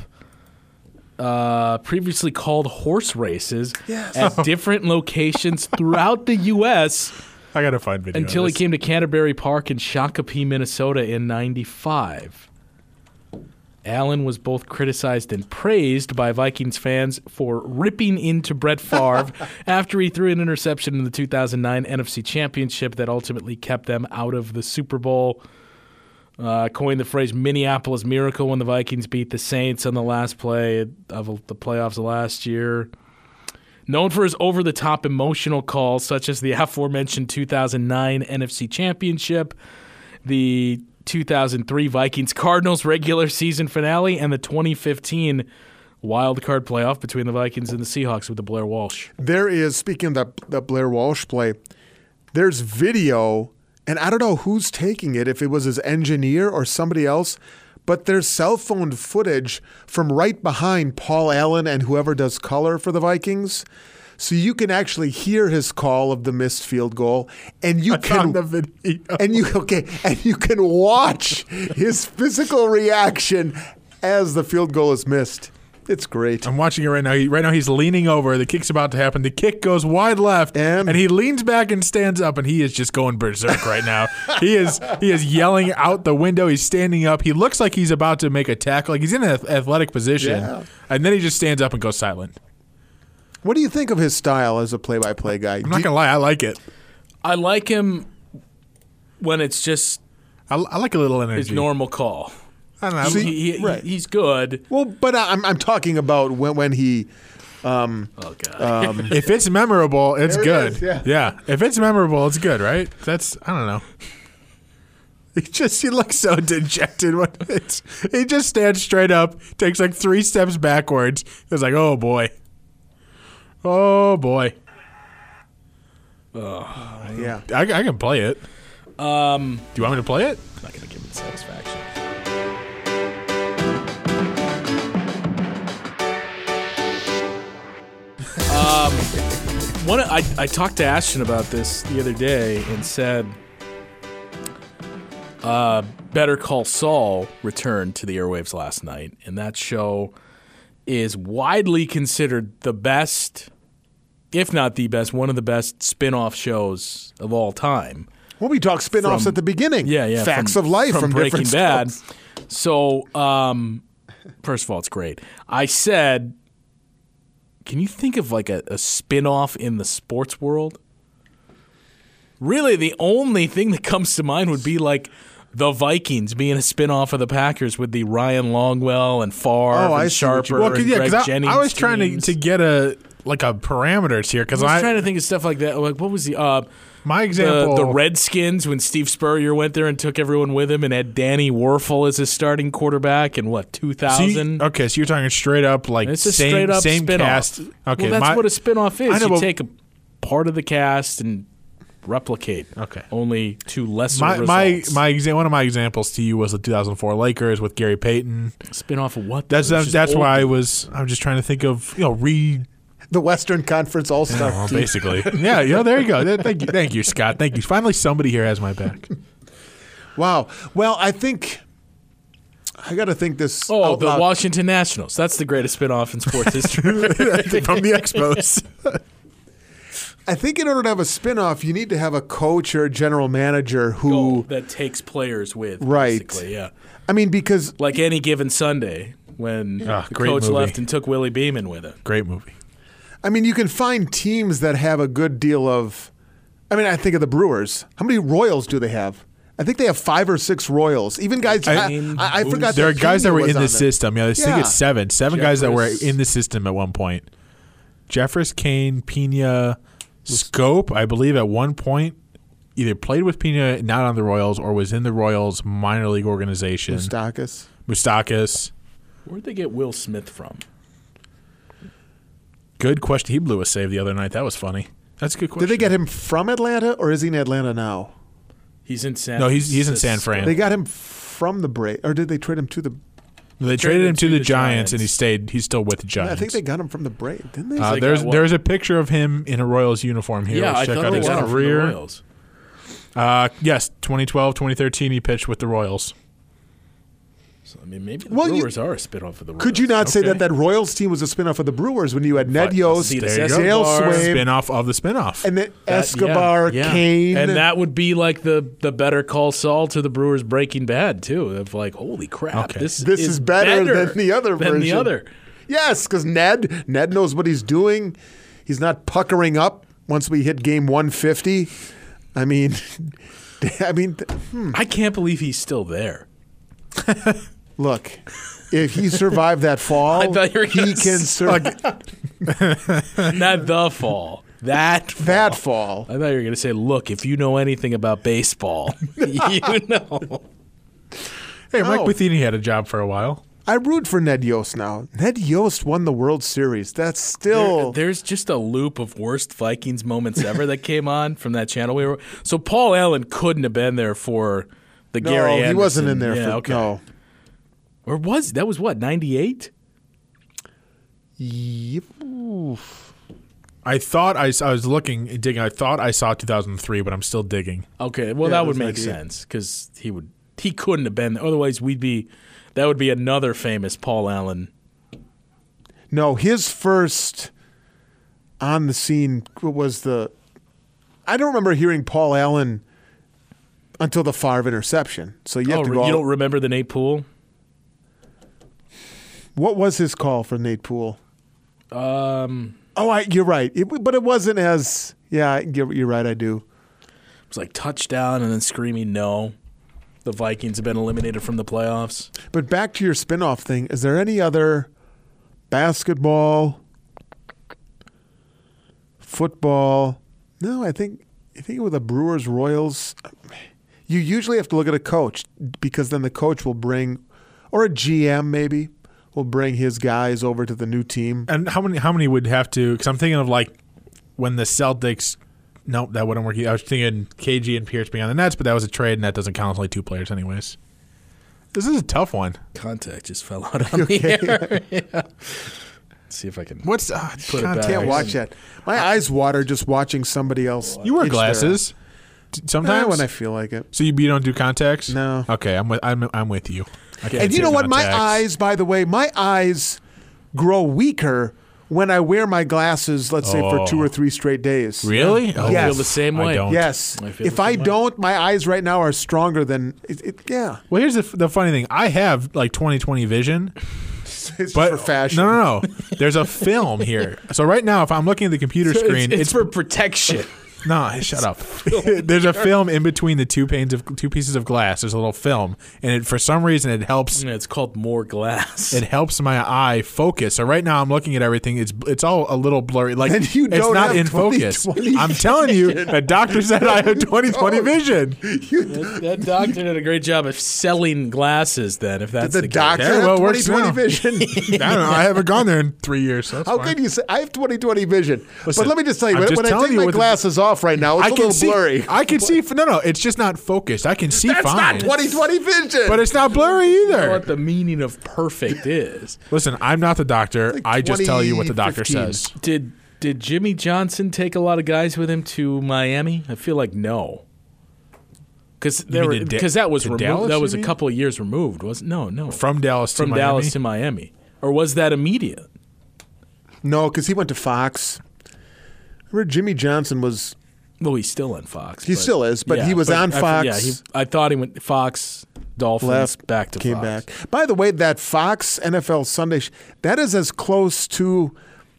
Speaker 1: uh, previously called horse races
Speaker 4: Yes.
Speaker 1: at different locations throughout the U.S.
Speaker 3: I gotta find video. of
Speaker 1: until he
Speaker 3: this.
Speaker 1: came to Canterbury Park in Shakopee, Minnesota in 95. Allen was both criticized and praised by Vikings fans for ripping into Brett Favre after he threw an interception in the 2009 NFC Championship that ultimately kept them out of the Super Bowl. Uh, coined the phrase Minneapolis Miracle when the Vikings beat the Saints on the last play of the playoffs last year. Known for his over the top emotional calls, such as the aforementioned 2009 NFC Championship, the 2003 Vikings Cardinals regular season finale, and the 2015 wild card playoff between the Vikings and the Seahawks with the Blair Walsh.
Speaker 4: There is speaking of that the Blair Walsh play. There's video, and I don't know who's taking it. If it was his engineer or somebody else, but there's cell phone footage from right behind Paul Allen and whoever does color for the Vikings. So you can actually hear his call of the missed field goal, and you can
Speaker 3: found the video.
Speaker 4: and you okay, and you can watch his physical reaction as the field goal is missed. It's great.
Speaker 3: I'm watching it right now. He, right now, he's leaning over. The kick's about to happen. The kick goes wide left,
Speaker 4: And-
Speaker 3: he leans back and stands up, and he is just going berserk right now. he is he is yelling out the window. He's standing up. He looks like he's about to make a tackle. Like he's in an ath- athletic position,
Speaker 4: Yeah.
Speaker 3: and then he just stands up and goes silent.
Speaker 4: What do you think of his style as a play-by-play guy?
Speaker 3: I'm not gonna lie, I like it.
Speaker 1: I like him when it's just
Speaker 3: I, I like a little
Speaker 1: his
Speaker 3: energy.
Speaker 1: normal call.
Speaker 3: I don't know.
Speaker 1: He- he- he-
Speaker 4: right.
Speaker 1: He's good.
Speaker 4: Well, but I- I'm I'm talking about when when he
Speaker 1: Oh god.
Speaker 3: if it's memorable, it's
Speaker 4: There it
Speaker 3: good.
Speaker 4: is, yeah.
Speaker 3: If it's memorable, it's good, right? That's I don't know. He just he looks so dejected when it's he just stands straight up, takes like three steps backwards. It's like, oh boy. Oh boy.
Speaker 4: yeah.
Speaker 3: I, I can play it. Um Do you want me to play it?
Speaker 1: I'm not gonna give him satisfaction. um, one of- I, I talked to Ashton about this the other day and said, uh, "Better Call Saul" returned to the airwaves last night, and that show is widely considered the best, if not the best, one of the best spin-off shows of all time.
Speaker 4: Well, we talked spin-offs
Speaker 1: From-
Speaker 4: at the beginning.
Speaker 1: Yeah, yeah.
Speaker 4: Facts of life from,
Speaker 1: Breaking
Speaker 4: different
Speaker 1: Bad.
Speaker 4: stuff.
Speaker 1: So, um, first of all, it's great. I said, can you think of like a, a spin off in the sports world? Really, the only thing that comes to mind would be like the Vikings being a spin off of the Packers with the Ryan Longwell and Favre
Speaker 4: Oh, I
Speaker 1: and
Speaker 4: see what
Speaker 1: Sharper
Speaker 4: you- Well,
Speaker 1: and Greg
Speaker 3: I,
Speaker 1: Jennings.
Speaker 3: I was trying to,
Speaker 1: teams.
Speaker 3: to get a like a parameters here because
Speaker 1: I
Speaker 3: I,
Speaker 1: was trying to think of stuff like that. Like, what was the uh,
Speaker 3: my
Speaker 1: the,
Speaker 3: example
Speaker 1: the Redskins when Steve Spurrier went there and took everyone with him and had Danny Werfel as his starting quarterback in what
Speaker 3: So you-
Speaker 1: 2000.
Speaker 3: okay, so you're talking straight up like
Speaker 1: it's a
Speaker 3: uh, same
Speaker 1: straight up
Speaker 3: same
Speaker 1: spinoff.
Speaker 3: cast. Okay,
Speaker 1: well, that's
Speaker 3: my-
Speaker 1: what a spinoff
Speaker 3: I
Speaker 1: is.
Speaker 3: know,
Speaker 1: you
Speaker 3: but-
Speaker 1: take a part of the cast and replicate.
Speaker 3: Okay.
Speaker 1: only to lesser
Speaker 3: my my,
Speaker 1: results.
Speaker 3: my exa- one of my examples to you was the 2004 Lakers with Gary Payton.
Speaker 1: spinoff of what?
Speaker 3: That's
Speaker 1: though? It's just
Speaker 3: that's, that's
Speaker 1: old
Speaker 3: why I was I'm just trying to think of you know re
Speaker 4: The Western Conference All-Star
Speaker 3: well,
Speaker 4: team.
Speaker 3: Oh, basically yeah yeah there you go Th- thank you thank you Scott thank you finally somebody here has my back
Speaker 4: Wow. Well, I think I got to think this.
Speaker 1: Oh,
Speaker 4: out
Speaker 1: the
Speaker 4: loud.
Speaker 1: Washington Nationals. That's the greatest spinoff in sports history.
Speaker 3: from the Expos.
Speaker 4: I think in order to have a spin-off, you need to have a coach or a general manager
Speaker 1: Goal
Speaker 4: who.
Speaker 1: that takes players with
Speaker 4: Right.
Speaker 1: basically, yeah.
Speaker 4: I mean, because
Speaker 1: Like any given Sunday when
Speaker 3: Ah,
Speaker 1: the
Speaker 3: great
Speaker 1: coach
Speaker 3: movie.
Speaker 1: left and took Willie Beeman with him.
Speaker 3: Great movie.
Speaker 4: I mean, you can find teams that have a good deal of. I mean, I think of the Brewers. How many Royals do they have? I think they have five or six Royals. Even guys, I,
Speaker 1: mean,
Speaker 4: I, I forgot.
Speaker 3: There are
Speaker 4: that
Speaker 3: guys that
Speaker 4: Pena
Speaker 3: were
Speaker 4: was
Speaker 3: in
Speaker 4: on
Speaker 3: the
Speaker 4: them.
Speaker 3: system. Yeah, I think
Speaker 4: Yeah.
Speaker 3: it's seven. Seven guys that were
Speaker 1: Jeffress.
Speaker 3: in the system at one point. Jeffress, Kane, Pena, Scope, I believe at one point either played with Pena, not on the Royals, or was in the Royals minor league organization.
Speaker 4: Mustakis.
Speaker 3: Mustakis.
Speaker 1: Where'd they get Will Smith from?
Speaker 3: Good question. He blew a save the other night. That was funny. That's a good question.
Speaker 4: Did they get him from Atlanta, or is he in Atlanta now?
Speaker 1: He's in San.
Speaker 3: No, he's- he's in San
Speaker 1: Francisco.
Speaker 3: Fran.
Speaker 4: They got him from the Bra or did they trade him to the?
Speaker 3: They traded him to the, Giants, and he stayed. He's still with the Giants.
Speaker 4: I think they got him from the Braves, didn't they?
Speaker 3: Uh,
Speaker 1: they
Speaker 3: there's
Speaker 1: got one.
Speaker 3: there's a picture of him in a Royals uniform here.
Speaker 1: Yeah,
Speaker 3: Let's
Speaker 1: I
Speaker 3: check
Speaker 1: thought
Speaker 3: out
Speaker 1: they
Speaker 3: his
Speaker 1: got him from the
Speaker 3: career.
Speaker 1: Royals.
Speaker 3: Uh, yes, 2012, 2013, he pitched with the Royals.
Speaker 1: So, I mean, maybe the
Speaker 4: Well, you-
Speaker 1: Brewers are a spinoff of the. Royals.
Speaker 4: Could you not say
Speaker 3: Okay.
Speaker 4: that that Royals team was a spinoff of the Brewers when you had Ned Yost,
Speaker 1: see, there's
Speaker 4: Dale
Speaker 1: Escobar,
Speaker 4: Swaim,
Speaker 3: Spinoff of the spinoff.
Speaker 4: and then
Speaker 1: That- yeah,
Speaker 4: Escobar,
Speaker 1: yeah.
Speaker 4: Kane?
Speaker 1: and that would be like the the Better Call Saul to the Brewers Breaking Bad too. Of like, holy crap,
Speaker 3: Okay.
Speaker 1: this
Speaker 4: This is better than the other
Speaker 1: than the
Speaker 4: version.
Speaker 1: other.
Speaker 4: yes, because Ned Ned knows what he's doing. He's not puckering up once we hit game 150. I mean, I mean, th-
Speaker 1: I can't believe he's still there.
Speaker 4: look, if he survived that fall,
Speaker 1: I thought you were
Speaker 4: he
Speaker 1: gonna
Speaker 4: can
Speaker 1: s-
Speaker 4: survive
Speaker 1: Not the fall. That fall.
Speaker 4: that fall.
Speaker 1: I thought you were going to say, look, if you know anything about baseball, you know.
Speaker 3: hey, Mike
Speaker 4: Oh.
Speaker 3: Matheny had a job for a while.
Speaker 4: I root for Ned Yost now. Ned Yost won the World Series. That's still
Speaker 1: There- there's just a loop of worst Vikings moments ever that came on from that channel we were. So Paul Allen couldn't have been there for the
Speaker 4: no.
Speaker 1: Gary.
Speaker 4: he wasn't in
Speaker 1: Anderson.
Speaker 4: there
Speaker 1: Yeah,
Speaker 4: for
Speaker 1: okay.
Speaker 4: no.
Speaker 1: Or was that was what ninety eight?
Speaker 4: Yep.
Speaker 3: I thought I, s- I was looking digging. I thought I saw 2003, but I'm still digging.
Speaker 1: Okay, well
Speaker 4: Yeah,
Speaker 1: that would make
Speaker 4: that's 98.
Speaker 1: sense because he would he couldn't have been. Otherwise, we'd be that would be another famous Paul Allen.
Speaker 4: No, his first on the scene was the. I don't remember hearing Paul Allen until the Favre interception. So you have
Speaker 1: Oh,
Speaker 4: to
Speaker 1: re-
Speaker 4: go.
Speaker 1: you
Speaker 4: all-
Speaker 1: don't remember the Nate Pool?
Speaker 4: what was his call for Nate Poole?
Speaker 1: Um,
Speaker 4: Oh, I, you're right. It, but it wasn't as. Yeah, you're, you're right. I do.
Speaker 1: it was like touchdown and then screaming no. The Vikings have been eliminated from the playoffs.
Speaker 4: But back to your spinoff thing. Is there any other basketball, football? No, I think I think with the Brewers Royals, you usually have to look at a coach because then the coach will bring, or a GM maybe will bring his guys over to the new team.
Speaker 3: And how many how many would have to? Because I'm thinking of like when the Celtics. Nope, that wouldn't work. I was thinking KG and Pierce being on the Nets, but that was a trade, and that doesn't count as only two players, anyways. This is a tough one.
Speaker 1: Contact just fell out on me. here. Yeah. See if I can.
Speaker 3: What's uh,
Speaker 1: Put it
Speaker 3: God,
Speaker 1: back.
Speaker 4: Can't watch that. My eyes water just watching somebody else.
Speaker 3: You wear
Speaker 4: itch their-
Speaker 3: glasses D-
Speaker 4: Eh,
Speaker 3: sometimes
Speaker 4: when I feel like it.
Speaker 3: So you, you don't do contacts?
Speaker 4: No.
Speaker 3: Okay, I'm with I'm, I'm with you. I can't
Speaker 4: And you
Speaker 3: do
Speaker 4: know what? My
Speaker 3: contacts.
Speaker 4: eyes, by the way, my eyes grow weaker when I wear my glasses, let's say for
Speaker 3: Oh.
Speaker 4: two or three straight days.
Speaker 3: Really? Oh,
Speaker 1: Yes. feel the same
Speaker 3: I
Speaker 1: way.
Speaker 3: don't.
Speaker 4: Yes.
Speaker 1: I feel
Speaker 4: if
Speaker 1: the
Speaker 4: I
Speaker 1: same way.
Speaker 4: don't, my eyes right now are stronger than it, it, yeah.
Speaker 3: Well, here's the, f- the funny thing. I have like 20/20 vision,
Speaker 4: It's
Speaker 3: but
Speaker 4: for fashion.
Speaker 3: No, no, no. There's a film here. So right now, if I'm looking at the computer screen,
Speaker 1: it's, for protection.
Speaker 3: Nah, shut up. There's a film in between the two panes of two pieces of glass. There's a little film, and it, for some reason, it helps.
Speaker 1: it's called more glass.
Speaker 3: It helps my eye focus. So right now, I'm looking at everything. It's it's all a little blurry. Like
Speaker 4: And you
Speaker 3: it's
Speaker 4: don't
Speaker 3: not
Speaker 4: have
Speaker 3: in focus.
Speaker 4: 20/20
Speaker 3: I'm telling you, a doctor said I have 20/20 vision.
Speaker 1: that doctor did a great job of selling glasses. Then, if that's the,
Speaker 4: the doctor
Speaker 3: Yeah, well, it
Speaker 4: twenty
Speaker 3: works
Speaker 4: twenty
Speaker 3: now.
Speaker 4: vision.
Speaker 3: I don't know. I haven't gone there in three years. So that's
Speaker 4: How
Speaker 3: fine.
Speaker 4: could you say I have 20/20 vision?
Speaker 3: Listen,
Speaker 4: but let me just tell you,
Speaker 3: I'm
Speaker 4: when,
Speaker 3: just
Speaker 4: when I
Speaker 3: telling
Speaker 4: take
Speaker 3: you
Speaker 4: my
Speaker 3: what the-
Speaker 4: glasses off right now, it's
Speaker 3: I
Speaker 4: a
Speaker 3: can
Speaker 4: little
Speaker 3: see.
Speaker 4: blurry.
Speaker 3: I can see. No, no, it's just not focused. I can see
Speaker 4: That's
Speaker 3: fine.
Speaker 4: not 20/20 vision.
Speaker 3: but it's not blurry either.
Speaker 1: know what the meaning of perfect is.
Speaker 3: Listen, I'm not the doctor.
Speaker 4: like
Speaker 3: I just tell you what the
Speaker 4: 20,
Speaker 3: doctor
Speaker 4: 15.
Speaker 3: says.
Speaker 1: Did did Jimmy Johnson take a lot of guys with him to Miami? I feel like no. Because
Speaker 3: mean to Da-
Speaker 1: that was
Speaker 3: to
Speaker 1: remo-
Speaker 3: Dallas,
Speaker 1: that
Speaker 3: you
Speaker 1: was a
Speaker 3: mean?
Speaker 1: couple of years removed, wasn't? No, no.
Speaker 3: From Dallas
Speaker 1: From
Speaker 3: to
Speaker 1: Dallas
Speaker 3: Miami?
Speaker 1: to Miami, or was that immediate?
Speaker 4: no, because he went to Fox. Remember, Jimmy Johnson was
Speaker 1: Well, he's still on Fox.
Speaker 4: He still is, but he was on
Speaker 1: I-
Speaker 4: Fox.
Speaker 1: yeah, he, I thought he went Fox, Dolphins,
Speaker 4: left
Speaker 1: back to
Speaker 4: came
Speaker 1: Fox.
Speaker 4: back. By the way, that Fox NFL Sunday sh- that is as close to.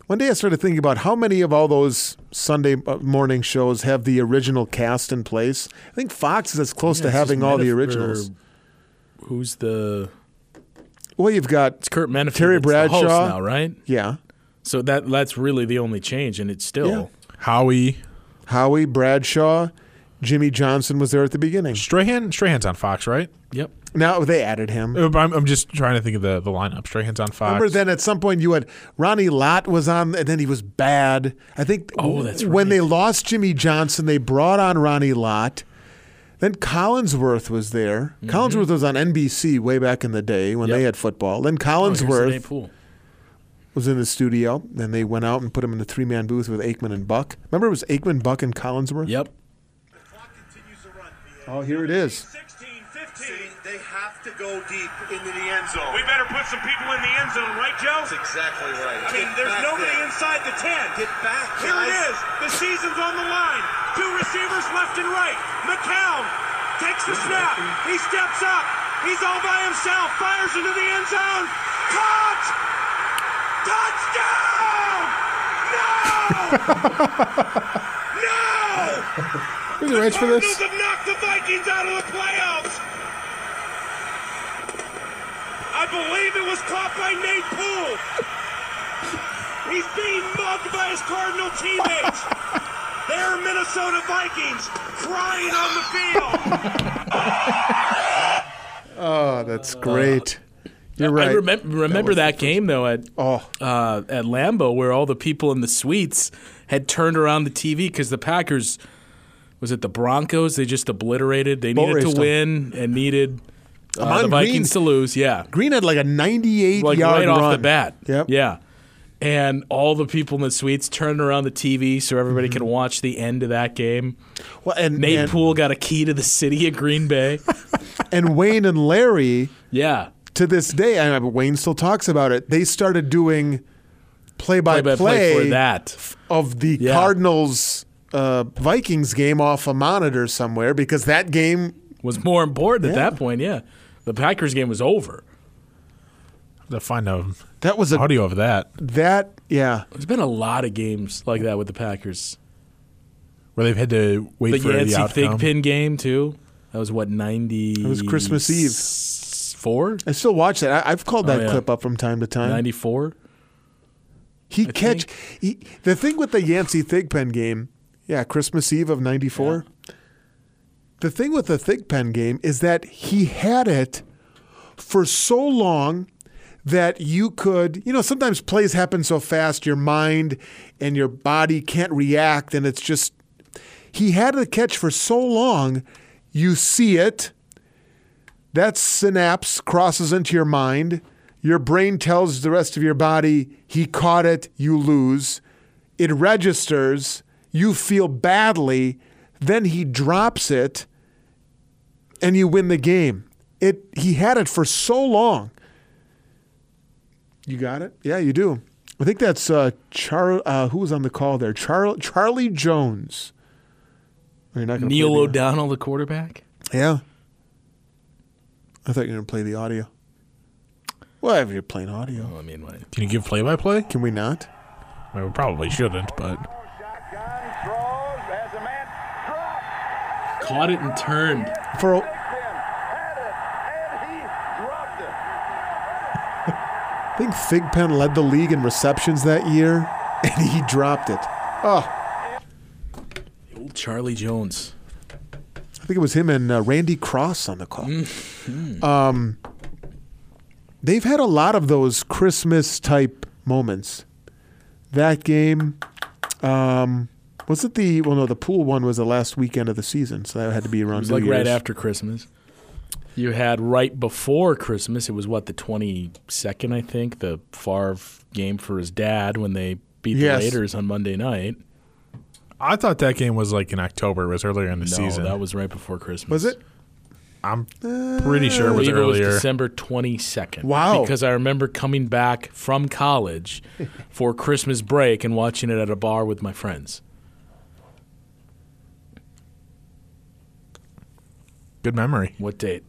Speaker 4: One day I started thinking about how many of all those Sunday uh, morning shows have the original cast in place. I think Fox is as close to
Speaker 1: It's just
Speaker 4: having all the
Speaker 1: Manaf-
Speaker 4: originals.
Speaker 1: or Who's the?
Speaker 4: Well, you've got
Speaker 1: It's Kurt Manafort.
Speaker 4: Terry
Speaker 1: that's the host
Speaker 4: Bradshaw.
Speaker 1: now, right?
Speaker 4: yeah,
Speaker 1: So that that's really the only change, and it's still.
Speaker 4: Yeah.
Speaker 3: Howie
Speaker 4: Howie Bradshaw, Jimmy Johnson was there at the beginning.
Speaker 3: Strahan. Strahan's on Fox, right?
Speaker 1: Yep.
Speaker 4: Now they added him.
Speaker 3: Uh, but I'm, I'm just trying to think of the, the lineup. Strahan's on Fox.
Speaker 4: Remember then at some point you had Ronnie Lott was on and then he was bad. I think
Speaker 1: Oh, that's
Speaker 4: when
Speaker 1: right.
Speaker 4: they lost Jimmy Johnson, they brought on Ronnie Lott. Then Collinsworth was there. Collinsworth was on NBC way back in the day when they
Speaker 1: Mm-hmm. Yep.
Speaker 4: had football. Then
Speaker 1: Oh, here's the
Speaker 4: Collinsworth
Speaker 1: name pool.
Speaker 4: was in the studio. Then they went out and put him in the three man booth with Aikman and Buck. Remember it was Aikman, Buck, and Collinsworth?
Speaker 1: Yep.
Speaker 4: Oh, here it is.
Speaker 6: 16,
Speaker 7: See,
Speaker 6: 15.
Speaker 7: they have to go deep into the end zone.
Speaker 6: We better put some people in the end zone, right, Joe?
Speaker 7: That's exactly right.
Speaker 6: I mean,
Speaker 7: Get
Speaker 6: there's
Speaker 7: back
Speaker 6: nobody
Speaker 7: there.
Speaker 6: inside the 10.
Speaker 7: Get back,
Speaker 6: Here it
Speaker 7: guys.
Speaker 6: is. The season's on the line. Two receivers left and right. McCown takes the snap. He steps up. He's all by himself. Fires into the end zone. Caught! Touchdown! No! no!
Speaker 3: Are the rights for
Speaker 6: Cardinals
Speaker 3: this?
Speaker 6: have knocked the Vikings out of the playoffs. I believe it was caught by Nate Poole. He's being mugged by his Cardinal teammates. They're Minnesota Vikings crying on the field.
Speaker 4: Oh, that's great.
Speaker 1: Uh, I-
Speaker 4: You're right.
Speaker 1: I remem- remember
Speaker 4: was
Speaker 1: that, game though at
Speaker 4: Oh.
Speaker 1: uh, at Lambeau where all the people in the suites had turned around the TV because the Packers was it the Broncos? They just obliterated. They
Speaker 4: Boat
Speaker 1: needed to
Speaker 4: raced 'em.
Speaker 1: win and needed uh,
Speaker 4: Amon
Speaker 1: the Vikings to lose. Yeah,
Speaker 4: Green had like a 98
Speaker 1: like
Speaker 4: yard
Speaker 1: right
Speaker 4: run.
Speaker 1: off the bat.
Speaker 4: Yep.
Speaker 1: Yeah. And all the people in the suites turned around the TV so everybody could watch the end of that game.
Speaker 4: Well, and,
Speaker 1: Nate
Speaker 4: Mm-hmm. and,
Speaker 1: Poole got a key to the city of Green Bay.
Speaker 4: and Wayne and Larry
Speaker 1: yeah.
Speaker 4: to this day, I mean, Wayne still talks about it. They started doing play by
Speaker 1: Play-by-play
Speaker 4: play
Speaker 1: for that.
Speaker 4: of the
Speaker 1: Yeah.
Speaker 4: Cardinals uh, Vikings game off a monitor somewhere because that game.
Speaker 1: was more important at
Speaker 4: Yeah.
Speaker 1: that point. Yeah, the Packers game was over.
Speaker 3: To find a
Speaker 4: That was a
Speaker 3: audio of that
Speaker 4: that yeah.
Speaker 1: There's been a lot of games like that with the Packers.
Speaker 3: where they've had to wait
Speaker 1: The
Speaker 3: for the
Speaker 1: Yancey
Speaker 3: outcome.
Speaker 1: Thigpen game too. That was what ninety. It
Speaker 4: was Christmas Eve.
Speaker 1: Four.
Speaker 4: I still watch that. I, I've called that
Speaker 1: Oh, yeah.
Speaker 4: clip up from time to time.
Speaker 1: Ninety four.
Speaker 4: he catch
Speaker 1: think.
Speaker 4: he, the thing with the Yancey Thigpen game. Yeah, Christmas Eve of '94. The thing with the Thigpen game is that he had it for so long that you could, you know, sometimes plays happen so fast, your mind and your body can't react, and it's just he had the catch for so long, you see it. That synapse crosses into your mind. Your brain tells the rest of your body, he caught it, you lose. It registers, you feel badly, then he drops it, and you win the game. It, he had it for so long. You got it? Yeah, you do. I think that's uh, Char. Uh, who was on the call there? Char- Charlie Jones. Oh, you're not gonna play
Speaker 1: Neil
Speaker 4: the-
Speaker 1: O'Donnell, the quarterback.
Speaker 4: yeah. I thought you were going to play the audio. Well, if you're playing audio,
Speaker 1: Well, I mean, what?
Speaker 3: Can you give play by play?
Speaker 4: can we not?
Speaker 3: We probably shouldn't, but
Speaker 8: Shotgun throws as a man dropped
Speaker 1: caught it and turned.
Speaker 4: For
Speaker 8: him,
Speaker 4: a-
Speaker 8: had it, and he dropped it.
Speaker 4: I think Thigpen led the league in receptions that year, and he dropped it. Oh,
Speaker 1: Old Charlie Jones.
Speaker 4: I think it was him and uh, Randy Cross on the call. um,
Speaker 1: Mm-hmm.
Speaker 4: they've had a lot of those Christmas type moments. That game, um, was it the? Well, no, the pool one was the last weekend of the season, so that had to be
Speaker 1: It
Speaker 4: around.
Speaker 1: was
Speaker 4: New
Speaker 1: like right
Speaker 4: Year's.
Speaker 1: after Christmas. You had right before Christmas. It was what the twenty second, I think, the Favre game for his dad when they beat
Speaker 4: Yes.
Speaker 1: the Raiders on Monday night.
Speaker 3: I thought that game was like in October. It was earlier in the
Speaker 1: No,
Speaker 3: season.
Speaker 1: that was right before Christmas.
Speaker 4: Was it?
Speaker 3: I'm pretty sure
Speaker 1: I
Speaker 3: it was
Speaker 1: believe it was
Speaker 3: earlier.
Speaker 1: December 22nd.
Speaker 4: Wow.
Speaker 1: Because I remember coming back from college for Christmas break and watching it at a bar with my friends.
Speaker 3: Good memory.
Speaker 1: What date?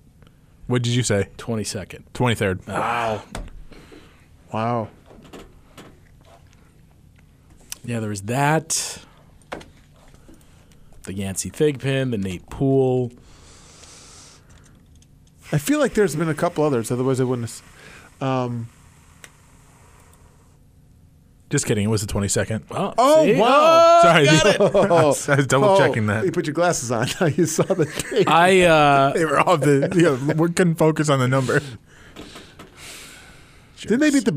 Speaker 3: What did you say?
Speaker 1: 22nd.
Speaker 3: Twenty third.
Speaker 4: Wow.
Speaker 1: Yeah, there was that. The Yancey Thigpen, the Nate Poole.
Speaker 4: I feel like there's been a couple others, otherwise I wouldn't. Have,
Speaker 3: Just kidding. It was the twenty second.
Speaker 1: Oh,
Speaker 4: Oh,
Speaker 1: see?
Speaker 4: wow.
Speaker 3: Sorry, I was I was double checking
Speaker 4: Oh, You
Speaker 3: that.
Speaker 4: put your glasses on. you saw the date.
Speaker 1: I uh,
Speaker 3: Oh. They were all the. Yeah, we couldn't focus on the number.
Speaker 4: Didn't they beat the?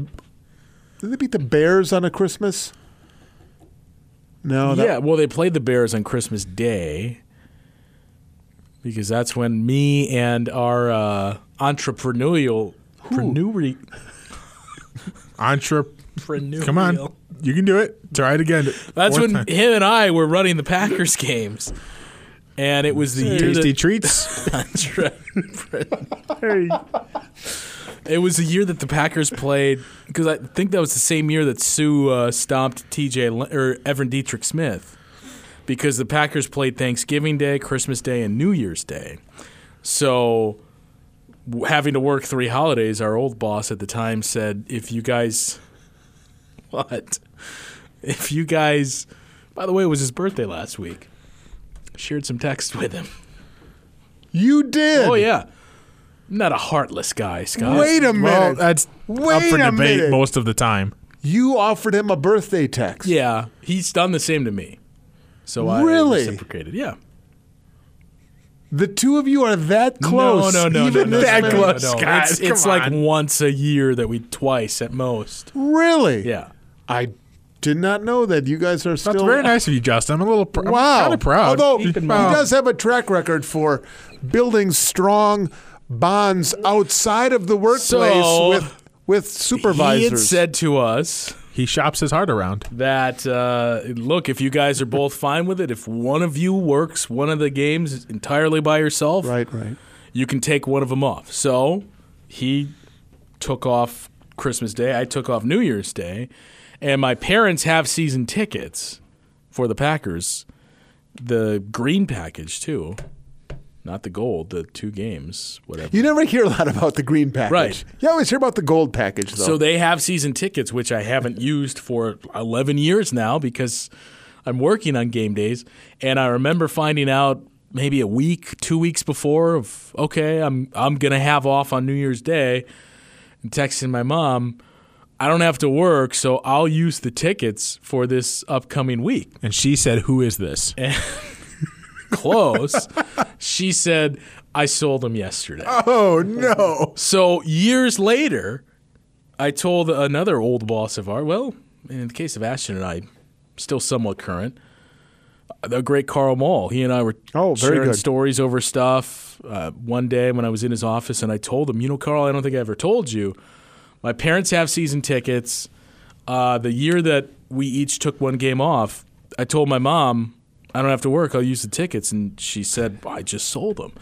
Speaker 4: Did they beat the Bears on a Christmas? No. That,
Speaker 1: yeah, well, they played the Bears on Christmas Day because that's when me and our uh, entrepreneurial. Preneuri-
Speaker 3: Entre.
Speaker 1: preneurial.
Speaker 3: Come on, you can do it. Try it again.
Speaker 1: That's when
Speaker 3: Fourth time.
Speaker 1: him and I were running the Packers games. And it was the year
Speaker 3: tasty
Speaker 1: that
Speaker 3: treats.
Speaker 1: it was the year that the Packers played because I think that was the same year that Sue uh, stomped T.J. Le- or Evan Dietrich Smith because the Packers played Thanksgiving Day, Christmas Day, and New Year's Day. So w- having to work three holidays, our old boss at the time said, "If you guys, what? If you guys, by the way, it was his birthday last week. Shared some text with him.
Speaker 4: you did.
Speaker 1: Oh yeah, I'm not a heartless guy, Scott.
Speaker 4: Wait a
Speaker 3: well,
Speaker 4: minute.
Speaker 3: that's up
Speaker 4: Wait
Speaker 3: for
Speaker 4: a
Speaker 3: debate
Speaker 4: minute.
Speaker 3: most of the time.
Speaker 4: you offered him a birthday text.
Speaker 1: Yeah, he's done the same to me. So I
Speaker 4: Really?
Speaker 1: reciprocated. Yeah.
Speaker 4: The two of you are that close.
Speaker 1: No, no, no,
Speaker 4: even
Speaker 1: no, no,
Speaker 4: this
Speaker 1: no,
Speaker 4: minute.
Speaker 1: no, no,
Speaker 3: close,
Speaker 1: no.
Speaker 3: Scott,
Speaker 1: It's,
Speaker 3: come
Speaker 1: it's like
Speaker 3: on.
Speaker 1: once a year that we twice at most.
Speaker 4: Really?
Speaker 1: Yeah.
Speaker 4: I did not know that. You guys are still
Speaker 3: That's very nice of you, Justin. I'm a little pr-
Speaker 4: Wow.
Speaker 3: kind of proud.
Speaker 4: Although he
Speaker 3: Keep in mind-
Speaker 4: does have a track record for building strong bonds outside of the workplace
Speaker 1: So,
Speaker 4: with with supervisors.
Speaker 1: He had said to us
Speaker 3: he shops his heart around.
Speaker 1: that uh, look, if you guys are both fine with it, if one of you works one of the games entirely by yourself,
Speaker 4: right, right.
Speaker 1: you can take one of them off. So he took off Christmas Day. I took off New Year's Day. And my parents have season tickets for the Packers, the green package, too. Not the gold, the two games, whatever.
Speaker 4: You never hear a lot about the green package.
Speaker 1: Right.
Speaker 4: You always hear about the gold package, though.
Speaker 1: So they have season tickets, which I haven't used for 11 years now because I'm working on game days. And I remember finding out maybe a week, two weeks before of okay, I'm I'm gonna have off on New Year's Day, and texting my mom. I don't have to work, so I'll use the tickets for this upcoming week.
Speaker 3: And she said, Who is this?
Speaker 1: Close. she said, I sold them yesterday.
Speaker 4: oh no!
Speaker 1: So years later, I told another old boss of ours, well, in the case of Ashton and I, still somewhat current, the great Carl Mall. He and I were
Speaker 4: Oh, very
Speaker 1: sharing
Speaker 4: good.
Speaker 1: stories over stuff. Uh, one day when I was in his office and I told him, you know, Carl, I don't think I ever told you, my parents have season tickets. Uh, the year that we each took one game off, I told my mom, I don't have to work. I'll use the tickets. And she said, I just sold them.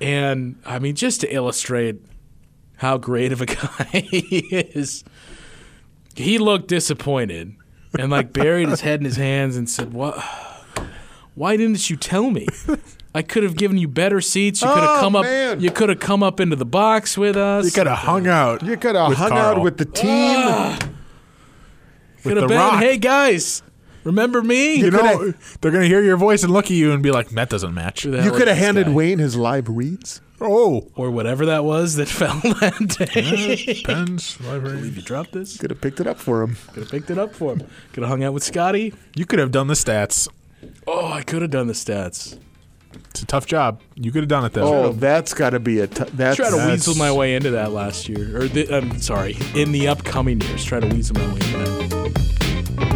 Speaker 1: And I mean, just to illustrate how great of a guy he is, he looked disappointed and like buried his head in his hands and said, "What? Why didn't you tell me? I could have given you better seats. You could have
Speaker 4: Oh,
Speaker 1: come up.
Speaker 4: man.
Speaker 1: You could have come up into the box with us.
Speaker 3: You could have hung out.
Speaker 4: You could have
Speaker 3: With
Speaker 4: hung
Speaker 3: Carl.
Speaker 4: out with the team.
Speaker 1: Ah, Could have
Speaker 3: The
Speaker 1: been,
Speaker 3: Rock.
Speaker 1: hey guys, remember me?
Speaker 3: You
Speaker 4: coulda-
Speaker 3: know, they're going to hear your voice and look at you and be like, That doesn't match.
Speaker 1: Who the
Speaker 4: you
Speaker 1: hell is
Speaker 4: could have
Speaker 1: this
Speaker 4: handed
Speaker 1: guy?
Speaker 4: Wayne his live reads.
Speaker 3: Oh.
Speaker 1: or whatever that was that fell that day.
Speaker 3: Pens,
Speaker 1: you
Speaker 3: library.
Speaker 1: dropped this.
Speaker 4: Could have picked it up for him.
Speaker 1: Could have picked it up for him. Could have hung out with Scotty.
Speaker 3: You could have done the stats.
Speaker 1: Oh, I could have done the stats.
Speaker 3: It's a tough job. You could have done it though.
Speaker 4: Oh, that's got to be a. T- that's
Speaker 1: Try to
Speaker 4: that's-
Speaker 1: weasel my way into that last year, or the, I'm sorry, in the upcoming years. Try to weasel my way into that.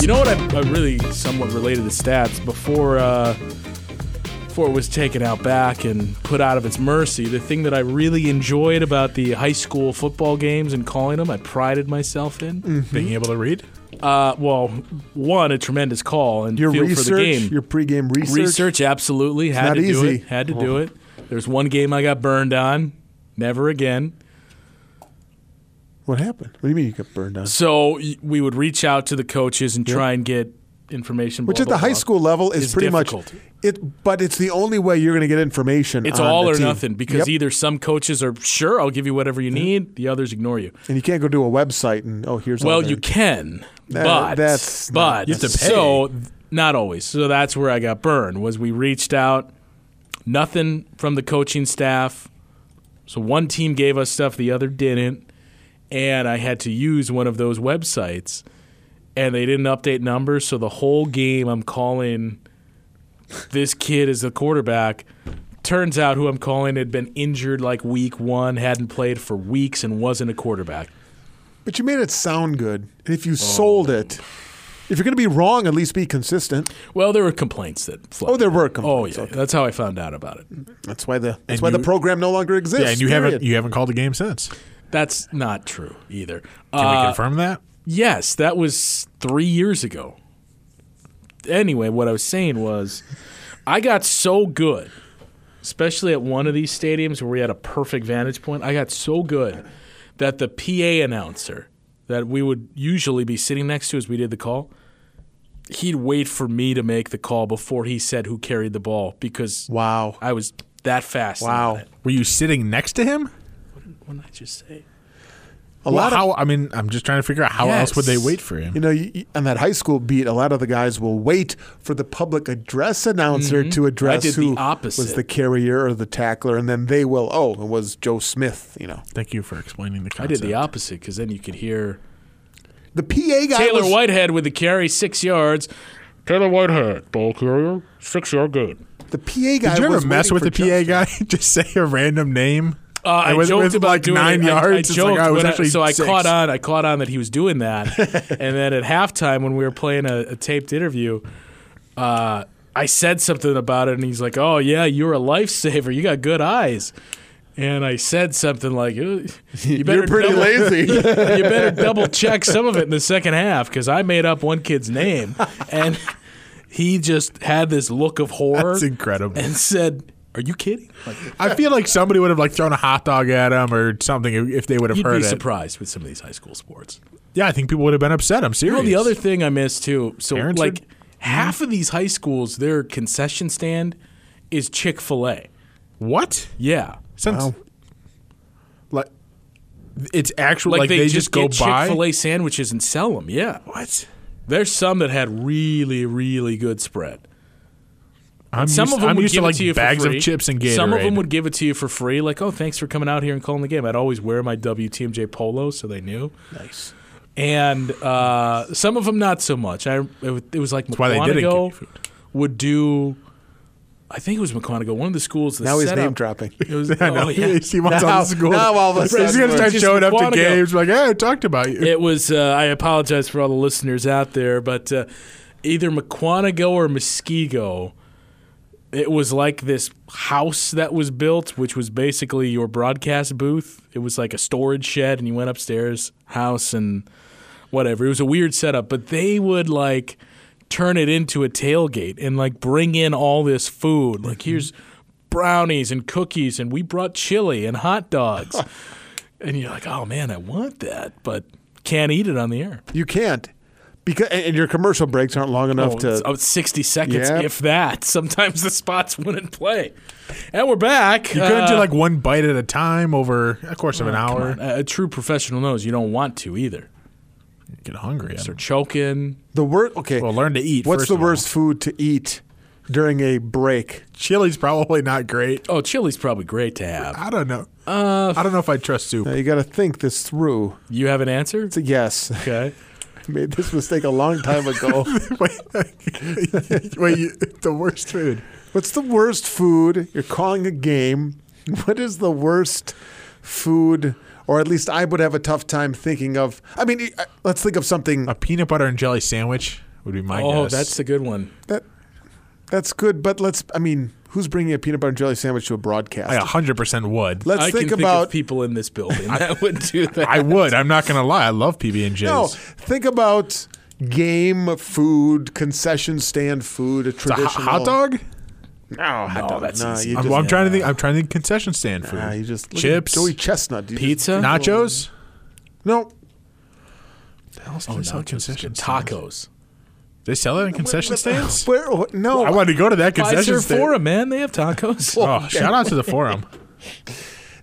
Speaker 1: You know what? I, I really somewhat related to stats before uh, before it was taken out back and put out of its mercy. The thing that I really enjoyed about the high school football games and calling them, I prided myself in.
Speaker 4: Mm-hmm.
Speaker 3: Being able to read.
Speaker 1: Uh, well, one a tremendous call and
Speaker 4: Your
Speaker 1: feel
Speaker 4: research,
Speaker 1: for the game.
Speaker 4: your pregame research.
Speaker 1: research, absolutely had
Speaker 4: not
Speaker 1: to do
Speaker 4: easy.
Speaker 1: it. Had to do it. There's one game I got burned on. Never again.
Speaker 4: What happened? What do you mean you got burned out?
Speaker 1: So y- we would reach out to the coaches and try and get information.
Speaker 4: Which
Speaker 1: blah,
Speaker 4: at the
Speaker 1: blah,
Speaker 4: high
Speaker 1: blah.
Speaker 4: school level is,
Speaker 1: is
Speaker 4: pretty
Speaker 1: difficult.
Speaker 4: much it, but it's the only way you're going to get information.
Speaker 1: It's
Speaker 4: on
Speaker 1: all
Speaker 4: the
Speaker 1: or
Speaker 4: team.
Speaker 1: nothing because e
Speaker 4: Yep.
Speaker 1: either some coaches are sure I'll give you whatever you need, the others ignore you.
Speaker 4: and you can't go to a website and oh here's all
Speaker 1: Well,
Speaker 4: their-
Speaker 1: you can,
Speaker 4: That-
Speaker 1: but
Speaker 4: that's
Speaker 1: but
Speaker 4: not-
Speaker 3: You have to pay.
Speaker 1: So th- not always. So that's where I got burned. Was we reached out, nothing from the coaching staff. So one team gave us stuff, the other didn't, and I had to use one of those websites, and they didn't update numbers. So the whole game, I'm calling this kid is the quarterback. Turns out who I'm calling had been injured like week one, hadn't played for weeks, and wasn't a quarterback.
Speaker 4: but you made it sound good. And
Speaker 1: Oh,
Speaker 4: if you sold it, if you're going to be wrong, at least be consistent.
Speaker 1: Well, there were complaints that. Flooded.
Speaker 4: Oh, there were complaints,
Speaker 1: Oh, yeah.
Speaker 4: okay.
Speaker 1: That's how I found out about it.
Speaker 4: That's why the that's
Speaker 3: And
Speaker 4: why the
Speaker 3: you-
Speaker 4: program no longer exists.
Speaker 3: Yeah, and you haven't
Speaker 4: period.
Speaker 3: you haven't called a game since. Can
Speaker 1: That's not true either.
Speaker 3: we
Speaker 1: Uh,
Speaker 3: confirm that?
Speaker 1: yes, that was three years ago. Anyway, what I was saying was, I got so good, especially at one of these stadiums where we had a perfect vantage point. I got so good that the PA announcer that we would usually be sitting next to as we did the call. He'd wait for me to make the call before he said who carried the ball because
Speaker 4: Wow.
Speaker 1: I was that fast.
Speaker 4: Wow.
Speaker 1: at it.
Speaker 3: Were you sitting next to him?
Speaker 1: What did I just say?
Speaker 4: A
Speaker 3: well,
Speaker 4: lot of
Speaker 3: how? I mean, I'm just trying to figure out how else would they
Speaker 1: Yes.
Speaker 3: wait for him?
Speaker 4: you know, you, you- on that high school beat, a lot of the guys will wait for the public address announcer to address
Speaker 1: Mm-hmm. did the
Speaker 4: who was
Speaker 1: opposite.
Speaker 4: the carrier or the tackler, and then they will. Oh, it was Joe Smith. You know,
Speaker 3: Thank you for explaining the
Speaker 1: I
Speaker 3: concept.
Speaker 1: did the opposite because then you could hear
Speaker 4: the PA guy.
Speaker 1: Taylor
Speaker 4: was,
Speaker 1: Whitehead with the carry six yards. Taylor Whitehead, ball carrier, six yard good.
Speaker 4: The PA guy.
Speaker 3: Did you
Speaker 4: was
Speaker 3: ever mess
Speaker 4: waiting
Speaker 3: with
Speaker 4: for Joe
Speaker 3: the PA guy? Just say a random name.
Speaker 1: Uh, I
Speaker 3: It was- it
Speaker 1: joked
Speaker 3: was
Speaker 1: about
Speaker 3: like
Speaker 1: doing
Speaker 3: nine
Speaker 1: it. I-
Speaker 3: yards.
Speaker 1: I,
Speaker 3: It's like
Speaker 1: joked,
Speaker 3: I was
Speaker 1: but
Speaker 3: actually
Speaker 1: so I
Speaker 3: six.
Speaker 1: caught on. I caught on that he was doing that, and then at halftime when we were playing a, a taped interview, uh, I said something about it, and he's like, "Oh yeah, you're a lifesaver. You got good eyes." And I said something like, "Uh, "You better
Speaker 4: You're pretty
Speaker 1: double-
Speaker 4: lazy.
Speaker 1: you better double check some of it in the second half because I made up one kid's name, and he just had this look of horror
Speaker 3: That's incredible.
Speaker 1: and said, "Are you kidding?" Like,
Speaker 3: I feel like somebody would have like thrown a hot dog at him or something if- if they would have
Speaker 1: you'd
Speaker 3: heard
Speaker 1: be
Speaker 3: it.
Speaker 1: surprised with some of these high school sports.
Speaker 3: Yeah, I think people would have been upset. I'm serious. Mm-hmm.
Speaker 1: You know, the other thing I miss too. So,
Speaker 3: Parents
Speaker 1: like,
Speaker 3: would-
Speaker 1: half of these high schools, their concession stand is Chick Fil A.
Speaker 3: what?
Speaker 1: Yeah,
Speaker 3: Since like it's actual
Speaker 1: like,
Speaker 3: like, they, just, go
Speaker 1: get
Speaker 3: buy.
Speaker 1: Chick Fil A sandwiches and sell them. Yeah,
Speaker 3: What?
Speaker 1: there's some that had really, really good spread.
Speaker 3: I'm
Speaker 1: Some
Speaker 3: used,
Speaker 1: of them
Speaker 3: I'm
Speaker 1: would
Speaker 3: used
Speaker 1: give
Speaker 3: to like
Speaker 1: it to you
Speaker 3: bags
Speaker 1: for free.
Speaker 3: of chips and Gatorade.
Speaker 1: Some of them would give it to you for free, like, "Oh, thanks for coming out here and calling the game." I'd always wear my WTMJ polo, so they knew. Nice. And uh, some of them not so much. I it, was- it was like
Speaker 3: why they didn't give you
Speaker 1: McQuanigo
Speaker 3: food.
Speaker 1: would do. I think it was McQuanigo, one of the schools. That
Speaker 4: now he's
Speaker 1: set
Speaker 4: name
Speaker 1: up-
Speaker 4: dropping.
Speaker 1: It was,
Speaker 3: I know.
Speaker 1: oh, yeah.
Speaker 3: He wants
Speaker 4: Now-
Speaker 3: all the school.
Speaker 4: now all of a
Speaker 3: he's
Speaker 4: sudden
Speaker 3: gonna start
Speaker 1: it's
Speaker 3: showing up to
Speaker 1: Quantico.
Speaker 3: games like, "Hey, I talked about you."
Speaker 1: It was. Uh, I apologize for all the listeners out there, but uh, either McQuanigo or Muskego, it was like this house that was built, which was basically your broadcast booth. It was like a storage shed, and you went upstairs, house, and whatever. It was a weird setup, but they would like turn it into a tailgate and like bring in all this food. Like here's brownies and cookies, and we brought chili and hot dogs. and you're like, oh man, I want that, but can't eat it on the air.
Speaker 4: You can't because and and your commercial breaks aren't long enough
Speaker 1: Oh, it's
Speaker 4: to.
Speaker 1: about 60 seconds,
Speaker 4: Yeah.
Speaker 1: if that. Sometimes the spots wouldn't play. And we're back. Uh,
Speaker 3: You couldn't do like one bite at a time over a course of
Speaker 1: Oh,
Speaker 3: an hour.
Speaker 1: a true professional knows you don't want to either.
Speaker 3: Get hungry. I
Speaker 1: They're
Speaker 3: don't-
Speaker 1: choking.
Speaker 4: The worst. Okay.
Speaker 3: Well, learn to eat.
Speaker 4: What's
Speaker 3: first
Speaker 4: the
Speaker 3: of all.
Speaker 4: worst food to eat during a break?
Speaker 3: Chili's probably not great.
Speaker 1: Oh, chili's probably great to have.
Speaker 3: I don't know.
Speaker 1: Uh,
Speaker 3: I don't know if I trust soup.
Speaker 4: Now you got to think this through.
Speaker 1: You have an answer?
Speaker 4: It's a yes.
Speaker 1: Okay.
Speaker 4: I made this mistake a long time ago.
Speaker 3: wait, wait you, the worst food.
Speaker 4: What's the worst food? You're calling a game. What is the worst food? Or at least I would have a tough time thinking of. I mean, I- let's think of something
Speaker 3: A peanut butter and jelly sandwich would be my
Speaker 1: Oh,
Speaker 3: guess.
Speaker 1: that's a good one.
Speaker 4: that's good, but let's. I mean, who's bringing a peanut butter and jelly sandwich to a broadcast?
Speaker 3: I 100% would.
Speaker 4: Let's
Speaker 1: I
Speaker 4: think
Speaker 1: can think
Speaker 4: about
Speaker 1: of people in this building that would do that.
Speaker 3: I would. I'm not going to lie. I love PB and J's.
Speaker 4: no. Think about game food, concession stand food, a
Speaker 3: It's a ho-
Speaker 4: traditional
Speaker 3: hot dog?
Speaker 4: No, hot dog.
Speaker 1: that's
Speaker 4: no,
Speaker 1: easy.
Speaker 4: you
Speaker 3: I'm,
Speaker 4: just,
Speaker 3: I'm trying to think. I'm trying to think concession stand food.
Speaker 4: nah, you just look at
Speaker 3: chips,
Speaker 4: Joey Chestnut, You just-
Speaker 1: Pizza?
Speaker 3: nachos.
Speaker 4: no,
Speaker 3: Oh,
Speaker 1: No, just good. Tacos.
Speaker 3: They sell it in concession stands.
Speaker 4: where? what- No,
Speaker 3: I wanted to go to that concession
Speaker 1: Pfizer
Speaker 3: stand.
Speaker 1: Forum, man. They have tacos.
Speaker 3: Oh, shout out to the forum.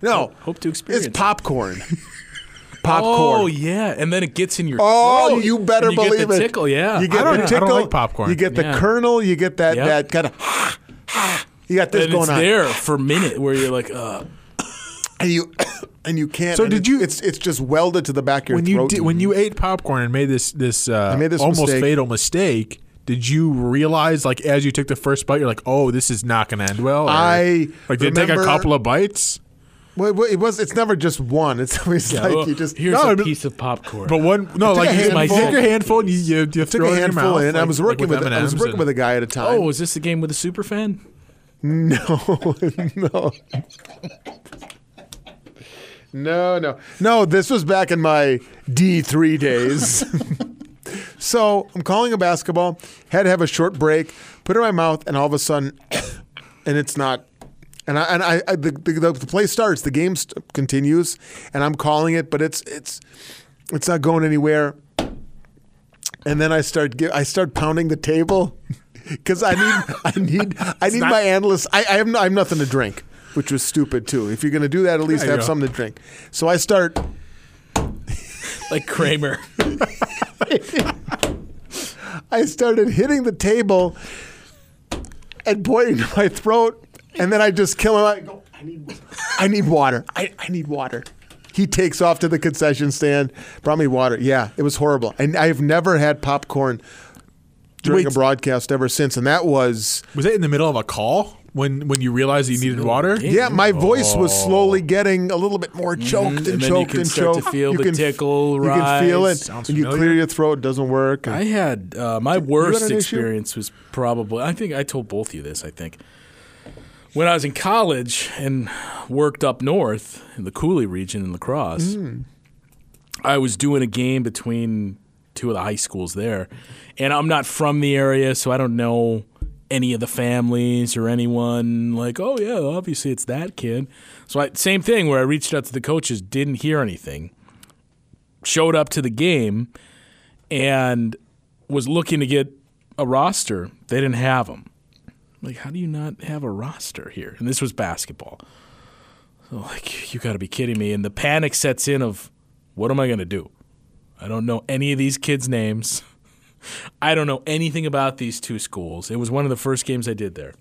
Speaker 4: no.
Speaker 1: Hope to experience.
Speaker 4: It's
Speaker 1: it.
Speaker 4: popcorn. popcorn.
Speaker 1: Oh yeah, and then it gets in your.
Speaker 4: Oh,
Speaker 1: throat,
Speaker 4: you better
Speaker 1: and you
Speaker 4: believe
Speaker 1: get the
Speaker 4: it.
Speaker 1: Tickle, yeah.
Speaker 4: You
Speaker 3: I
Speaker 4: get
Speaker 3: don't-
Speaker 4: the
Speaker 3: I don't
Speaker 4: tickle.
Speaker 3: like popcorn.
Speaker 4: You get the
Speaker 1: Yeah.
Speaker 4: kernel. You get that
Speaker 1: Yep.
Speaker 4: that kind of. You got this
Speaker 1: and
Speaker 4: going
Speaker 1: it's
Speaker 4: on,
Speaker 1: there for a minute where you're like, uh,
Speaker 4: and you and you can't.
Speaker 3: So
Speaker 4: and
Speaker 3: did
Speaker 4: it's-
Speaker 3: you-
Speaker 4: It's it's just welded to the back of your
Speaker 3: when you
Speaker 4: throat.
Speaker 3: did, when you ate popcorn and made this this, uh,
Speaker 4: made this
Speaker 3: almost
Speaker 4: mistake.
Speaker 3: fatal mistake, did you realize like as you took the first bite, you're like, oh, this is not going to end well? Or,
Speaker 4: I
Speaker 3: like did it take a
Speaker 4: remember-
Speaker 3: couple of bites,
Speaker 4: Well, well, it was. It's never just one. It's always
Speaker 1: yeah,
Speaker 4: like
Speaker 1: well,
Speaker 4: you just.
Speaker 1: here's
Speaker 3: No,
Speaker 1: a
Speaker 3: but-
Speaker 1: piece of popcorn.
Speaker 3: but one no,
Speaker 4: took
Speaker 3: like
Speaker 4: a
Speaker 3: you
Speaker 4: handful.
Speaker 3: take a handful and you, you, you
Speaker 4: took a
Speaker 3: throw it in your
Speaker 4: handful
Speaker 3: mouth,
Speaker 4: in. I
Speaker 3: like-
Speaker 4: was
Speaker 3: like
Speaker 4: working with, I was
Speaker 3: M&Ms
Speaker 4: working
Speaker 3: and-
Speaker 4: with a guy at a time.
Speaker 1: oh, is this the game with the super fan?
Speaker 4: No, no. No, no. No, this was back in my D3 days. so I'm calling a basketball, had to have a short break, put it in my mouth, and all of a sudden, and it's not. And I, and I, I the, the, the play starts, the game st- continues, and I'm calling it, but it's it's it's not going anywhere. And then I start gi- I start pounding the table because I need I need I need my analyst. I, I have no, I have nothing to drink, which was stupid too. If you're going to do that, at least
Speaker 3: There you
Speaker 4: have
Speaker 3: go.
Speaker 4: something to drink. So I start
Speaker 1: like Kramer.
Speaker 4: I started hitting the table and pointing to my throat, and then I just kill him. I go, I need, I need water. I, I need water. He takes off to the concession stand, brought me water. Yeah, it was horrible. And I've never had popcorn during a
Speaker 1: Wait.
Speaker 4: broadcast ever since, and that was
Speaker 3: Was it in the middle of a call when when you realized you needed water?
Speaker 4: yeah. My voice was slowly getting a little bit more choked
Speaker 1: oh.
Speaker 4: and,
Speaker 1: Mm-hmm. and then you
Speaker 4: choked
Speaker 1: can
Speaker 4: and
Speaker 1: start to
Speaker 4: choked.
Speaker 1: feel the tickle
Speaker 4: You can feel
Speaker 1: rise.
Speaker 4: it.
Speaker 3: Sounds
Speaker 4: And you clear
Speaker 3: familiar.
Speaker 4: your throat, it doesn't work.
Speaker 1: I had uh, my worst
Speaker 4: an issue?
Speaker 1: experience was probably I think I told both of you this I think when I was in college and worked up north in the Cooley region in Lacrosse,
Speaker 4: Hmm.
Speaker 1: I was doing a game between two of the high schools there, and I'm not from the area, so I don't know any of the families or anyone. Like, oh yeah, obviously it's that kid. So I same thing where I reached out to the coaches, didn't hear anything, showed up to the game and was looking to get a roster. They didn't have them. Like, how do you not have a roster here? And this was basketball. So, like, you got to be kidding me. And the panic sets in of, what am I going to do? I don't know any of these kids' names. I don't know anything about these two schools. It was one of the first games I did there.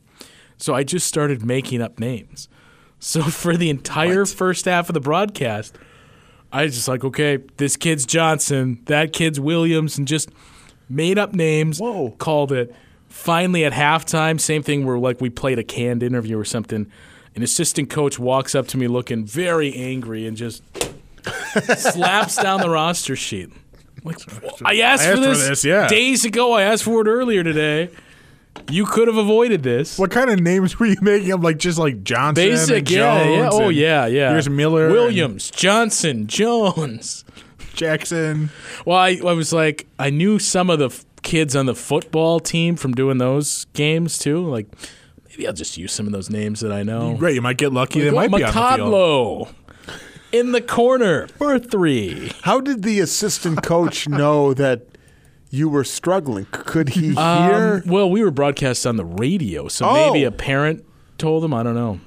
Speaker 1: So I just started making up names. So for the entire first half of the broadcast, I was just like, okay, this kid's Johnson, that kid's Williams, and just made up names,
Speaker 4: Whoa.
Speaker 1: called it. Finally, at halftime, same thing where like we played a canned interview or something. An assistant coach walks up to me looking very angry and just slaps down the roster sheet. I'm Like, "Well, I asked,
Speaker 3: I asked
Speaker 1: for,
Speaker 3: for
Speaker 1: this
Speaker 3: this, yeah.
Speaker 1: days ago. I asked for it earlier today. You could have avoided this.
Speaker 3: What kind of names were you making up? Like just like Johnson, and
Speaker 1: Basic, yeah, yeah.
Speaker 3: Jones
Speaker 1: Oh,
Speaker 3: and
Speaker 1: yeah, yeah.
Speaker 3: Here's Miller,
Speaker 1: Williams, Johnson, Jones.
Speaker 3: and Jackson.
Speaker 1: Well, I, I was like, I knew some of the f- kids on the football team from doing those games too. Like, maybe I'll just use some of those names that I know.
Speaker 3: Right, you might get lucky. They
Speaker 1: Like,
Speaker 3: might
Speaker 1: oh,
Speaker 3: be on the field.
Speaker 1: Matadlo in the corner for three.
Speaker 4: How did the assistant coach know that you were struggling? C- Could he
Speaker 1: Um,
Speaker 4: hear?
Speaker 1: well, we were broadcast on the radio, so
Speaker 4: Oh.
Speaker 1: maybe a parent told him. I don't know,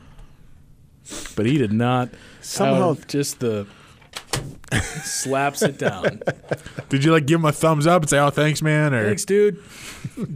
Speaker 1: but he did not.
Speaker 4: Somehow-
Speaker 1: Oh, just the slaps it down.
Speaker 3: Did you like give him a thumbs up and say, "Oh, thanks, man"? Or
Speaker 1: Thanks, dude.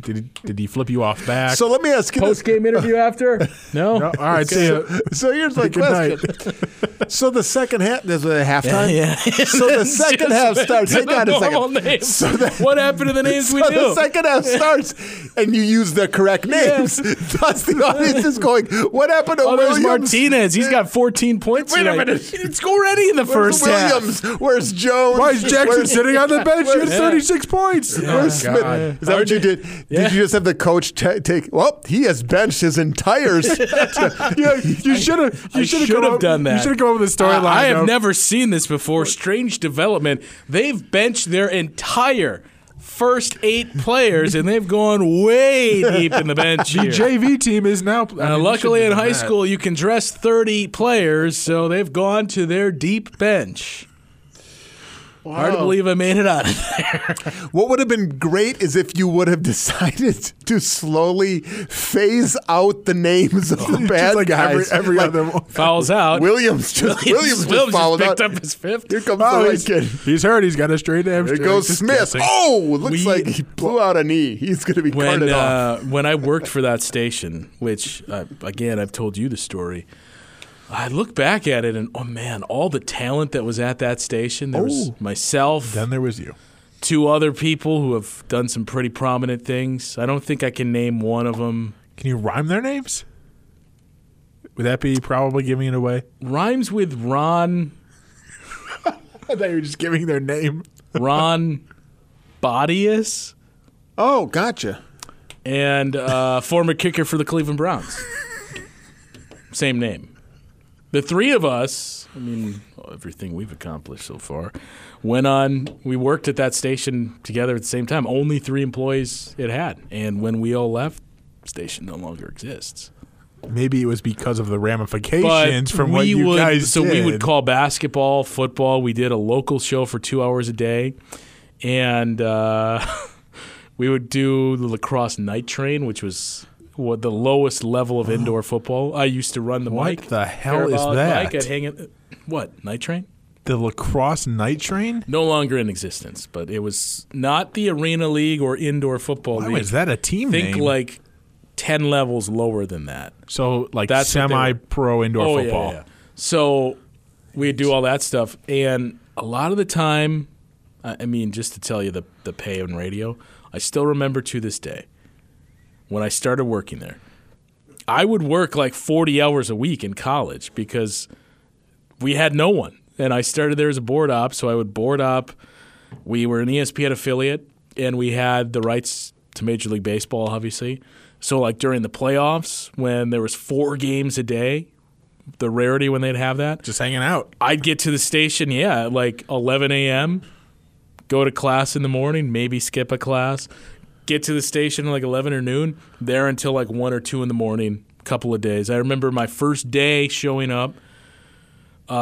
Speaker 3: did he, did he flip you off back?
Speaker 4: so let me ask you this.
Speaker 1: Post game interview after? No.
Speaker 3: Oh, all right, see ya.
Speaker 4: So here's my
Speaker 3: Good night.
Speaker 4: question. so the second half, there's a halftime.
Speaker 1: Yeah.
Speaker 4: So the second half starts. Hang on a second. So the-
Speaker 1: what happened to the names
Speaker 4: so
Speaker 1: we
Speaker 4: the
Speaker 1: knew?
Speaker 4: second half starts, and you use the correct names. Thus, the audience is going, "What happened to
Speaker 1: Oh, there's
Speaker 4: Williams?
Speaker 1: Martinez. He's got 14 points.
Speaker 4: Wait a
Speaker 1: tonight.
Speaker 4: minute.
Speaker 1: He didn't score any in the
Speaker 4: Where's
Speaker 1: first half.
Speaker 4: Williams? Where's Jones?
Speaker 3: Why is Jackson
Speaker 4: Where's-
Speaker 3: sitting on the bench? You had
Speaker 1: Yeah.
Speaker 3: 36 points.
Speaker 4: Where's Smith? Is that what you did?
Speaker 1: Oh, Yeah.
Speaker 4: Did you just have the coach ta take? Well, he has benched his entire. s-
Speaker 3: Yeah, you should have. You
Speaker 1: I
Speaker 3: should have
Speaker 1: should
Speaker 3: come
Speaker 1: have
Speaker 3: up-
Speaker 1: done that.
Speaker 3: You should have come up with a storyline.
Speaker 1: I, I have
Speaker 3: though.
Speaker 1: never seen this before. Strange development. They've benched their entire first eight players, and they've gone way deep in the bench
Speaker 3: The
Speaker 1: here.
Speaker 3: JV team is now. I mean,
Speaker 1: Uh,
Speaker 3: you
Speaker 1: luckily, in
Speaker 3: shouldn't have
Speaker 1: high
Speaker 3: done that.
Speaker 1: school, you can dress 30 players, so they've gone to their deep bench. Hard to believe I made it out of there.
Speaker 4: what would have been great is if you would have decided to slowly phase out the names of the bad
Speaker 3: like every-
Speaker 4: guys.
Speaker 3: every other one.
Speaker 1: Fouls out.
Speaker 4: Williams just Williams, just followed
Speaker 1: picked
Speaker 4: up.
Speaker 1: up his fifth.
Speaker 4: Here comes
Speaker 3: Oh,
Speaker 4: the right
Speaker 3: he's,
Speaker 4: kid.
Speaker 3: he's hurt. He's got a straight hamstring.
Speaker 4: Here goes
Speaker 3: Just
Speaker 4: Smith.
Speaker 3: guessing.
Speaker 4: Oh, looks
Speaker 1: We-
Speaker 4: like he blew out a knee. He's going to be
Speaker 1: when
Speaker 4: carted off.
Speaker 1: uh, when I worked for that station, which uh, again I've told you the story. I look back at it and oh man, all the talent that was at that station. There was
Speaker 3: Oh.
Speaker 1: myself,
Speaker 3: Then there was you.
Speaker 1: two other people who have done some pretty prominent things. I don't think I can name one of them.
Speaker 3: Can you rhyme their names? Would that be probably giving it away?
Speaker 1: Rhymes with Ron,
Speaker 3: I thought you were just giving their name.
Speaker 1: Ron Bodius,
Speaker 4: Oh, gotcha.
Speaker 1: and uh, former kicker for the Cleveland Browns. Same name. The three of us, I mean, everything we've accomplished so far, went on. We worked at that station together at the same time. Only three employees it had. And when we all left, station no longer exists.
Speaker 3: Maybe it was because of the
Speaker 1: But
Speaker 3: ramifications from what
Speaker 1: we
Speaker 3: you
Speaker 1: would,
Speaker 3: guys
Speaker 1: so we would
Speaker 3: did.
Speaker 1: call basketball, football. We did a local show for two hours a day, and uh, we would do the lacrosse night train, which was what the lowest level of indoor football. I used to run the
Speaker 3: Oh. What
Speaker 1: mic.
Speaker 3: the hell is
Speaker 1: parabolic
Speaker 3: that?
Speaker 1: Mic. I'd hang it. What night train?
Speaker 3: the lacrosse night train?
Speaker 1: No longer in existence, but it was not the Arena League or Indoor Football
Speaker 3: Why
Speaker 1: League.
Speaker 3: was that a team
Speaker 1: Think
Speaker 3: name?
Speaker 1: like 10 levels lower than that.
Speaker 3: so like
Speaker 1: That's what they were-
Speaker 3: semi-pro indoor
Speaker 1: oh, yeah,
Speaker 3: football.
Speaker 1: Yeah, yeah. So we do all that stuff, and a lot of the time, I I mean, just to tell you the the pay on radio, I still remember to this day when I started working there. I would work like forty hours a week in college because we had no one, and I started there as a board op, so I would board op. We were an E ESPN affiliate, and we had the rights to Major League Baseball, obviously. So, like during the playoffs, when there was four games a day, the rarity when they'd have that.
Speaker 3: Just hanging out.
Speaker 1: I'd get to the station, yeah, at like 11 a.m., go to class in the morning, maybe skip a class, get to the station at like 11 or noon, there until like 1 or 2 in the morning, couple of days. I remember my first day showing up, um,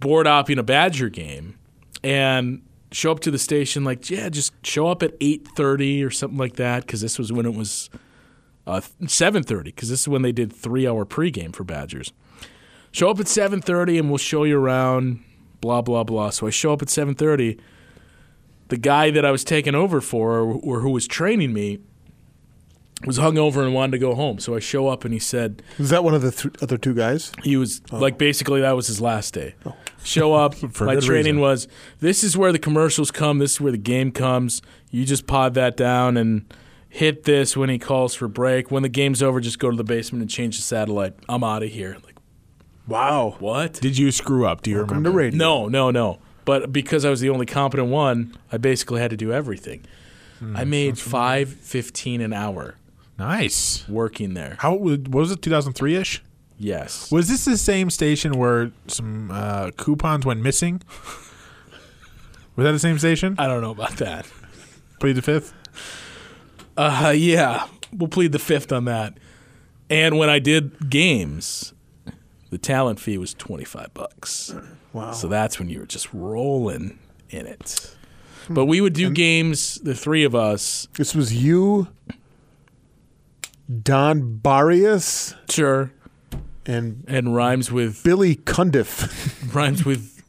Speaker 1: board opping a Badger game, and show up to the station like, yeah, just show up at 8.30 or something like that, because this was when it was uh, 7.30, because this is when they did three-hour pregame for Badgers show up at 7.30 and we'll show you around blah blah blah so i show up at 7.30 the guy that i was taking over for or who was training me was hungover and wanted to go home so i show up and he said
Speaker 4: Is that one of the th- other two guys?
Speaker 1: he was like basically that was his last day. Show up.
Speaker 3: Oh. For
Speaker 1: my
Speaker 3: good
Speaker 1: training
Speaker 3: reason.
Speaker 1: was this is where the commercials come. This is where the game comes. You just pod that down and hit this when he calls for break. When the game's over, just go to the basement and change the satellite. I'm out of here. Like, wow. What?
Speaker 3: Did you screw up? Do you
Speaker 4: Welcome
Speaker 3: remember?
Speaker 4: to radio.
Speaker 1: No, no, no. But because I was the only competent one, I basically had to do everything. I made five fifteen an hour
Speaker 3: Nice.
Speaker 1: working there.
Speaker 3: How what was it? 2003 ish.
Speaker 1: Yes.
Speaker 3: Was this the same station where some uh, coupons went missing? Was that the same station?
Speaker 1: I don't know about that.
Speaker 3: Plead the fifth.
Speaker 1: Uh, yeah, we'll plead the fifth on that. And when I did games, the talent fee was twenty five bucks. Wow. So that's when you were just rolling in it. But we would do games, the three of us.
Speaker 4: This was you, Don Barrios,
Speaker 1: Sure.
Speaker 4: and
Speaker 1: And rhymes with
Speaker 4: Billy Cundiff.
Speaker 1: rhymes with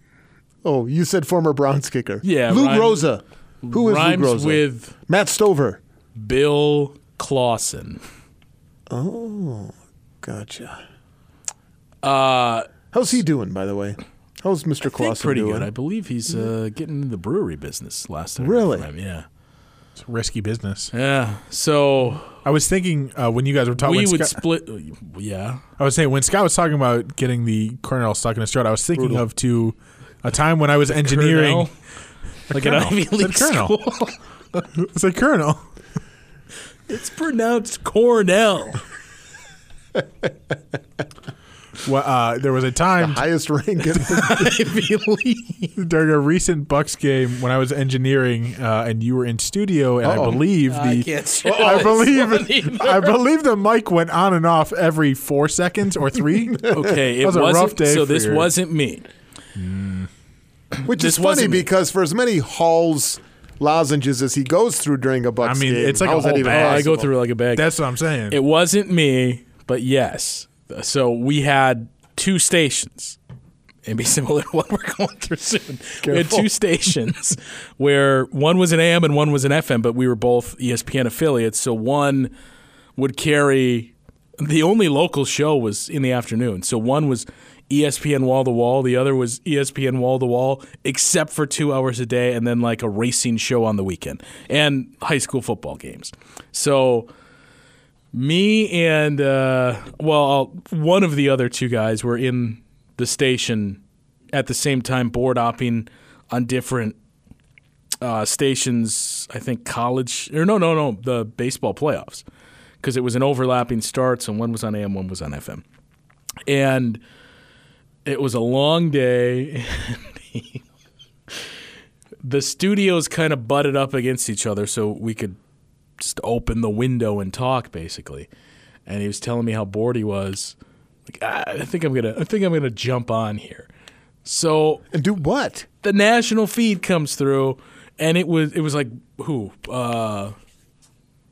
Speaker 4: oh, you said former Browns kicker.
Speaker 1: Yeah,
Speaker 4: Lou
Speaker 1: rhyme-
Speaker 4: Rosa. Who is
Speaker 1: rhymes
Speaker 4: Lou Rosa?
Speaker 1: with
Speaker 4: Matt Stover.
Speaker 1: Bill Clausen.
Speaker 4: Gotcha. Uh, How's he doing, by the way? How's Mr.
Speaker 1: I think
Speaker 4: Clausen
Speaker 1: pretty
Speaker 4: doing?
Speaker 1: good. I believe he's uh, getting into the brewery business last time.
Speaker 4: Really?
Speaker 1: Yeah.
Speaker 3: It's risky business.
Speaker 1: Yeah. So
Speaker 3: I was thinking uh, when you guys were talking.
Speaker 1: we
Speaker 3: when
Speaker 1: would
Speaker 3: Scott-
Speaker 1: split. oh, Yeah.
Speaker 3: I was saying when Scott was talking about getting the Cornell stuck in his throat, I was thinking of to a time when I was engineering.
Speaker 1: Cornell? Like an Ivy League
Speaker 3: Colonel.
Speaker 1: school.
Speaker 3: It's like Colonel.
Speaker 1: It's pronounced Cornell.
Speaker 3: Well, uh, there was a time
Speaker 4: Highest rank. in
Speaker 1: Ivy League.
Speaker 3: during a recent Bucks game when I was engineering uh, and you were in studio, and I
Speaker 4: Uh-oh.
Speaker 3: believe the
Speaker 1: Uh, I can't share
Speaker 3: I
Speaker 1: this one
Speaker 3: believe
Speaker 1: either.
Speaker 3: I believe the mic went on and off every four seconds or three.
Speaker 1: Okay, it
Speaker 3: That was a
Speaker 1: not
Speaker 3: rough day
Speaker 1: so
Speaker 3: for
Speaker 1: this
Speaker 3: your-
Speaker 1: wasn't me.
Speaker 4: Which
Speaker 1: This
Speaker 4: is funny
Speaker 1: wasn't me.
Speaker 4: because for as many hauls lozenges as he goes through during a Bucks
Speaker 3: I mean,
Speaker 4: game,
Speaker 3: it's like a
Speaker 4: how's that
Speaker 3: whole
Speaker 4: even
Speaker 3: bag.
Speaker 1: I go
Speaker 4: possible?
Speaker 1: through like a bag.
Speaker 3: That's what I'm saying.
Speaker 1: It wasn't me, but yes. So we had two stations. And be similar to what we're going through soon. We had two stations where one was an AM and one was an FM, but we were both E ESPN affiliates. So one would carry the only local show was in the afternoon. So one was E ESPN wall to wall, the other was E ESPN wall to wall, except for two hours a day and then like a racing show on the weekend and high school football games. So me and uh, well, one of the other two guys were in the station at the same time, board opping on different uh, stations. I think college or no, no, no, the baseball playoffs because it was an overlapping start. So one was on AM, one was on FM, and it was a long day. the studios kind of butted up against each other, so we could just open the window and talk basically. And he was telling me how bored he was. Like "Ah, I think I'm gonna, I think I'm gonna jump on here. So
Speaker 4: And do what?
Speaker 1: the national feed comes through, and it was it was like who, uh,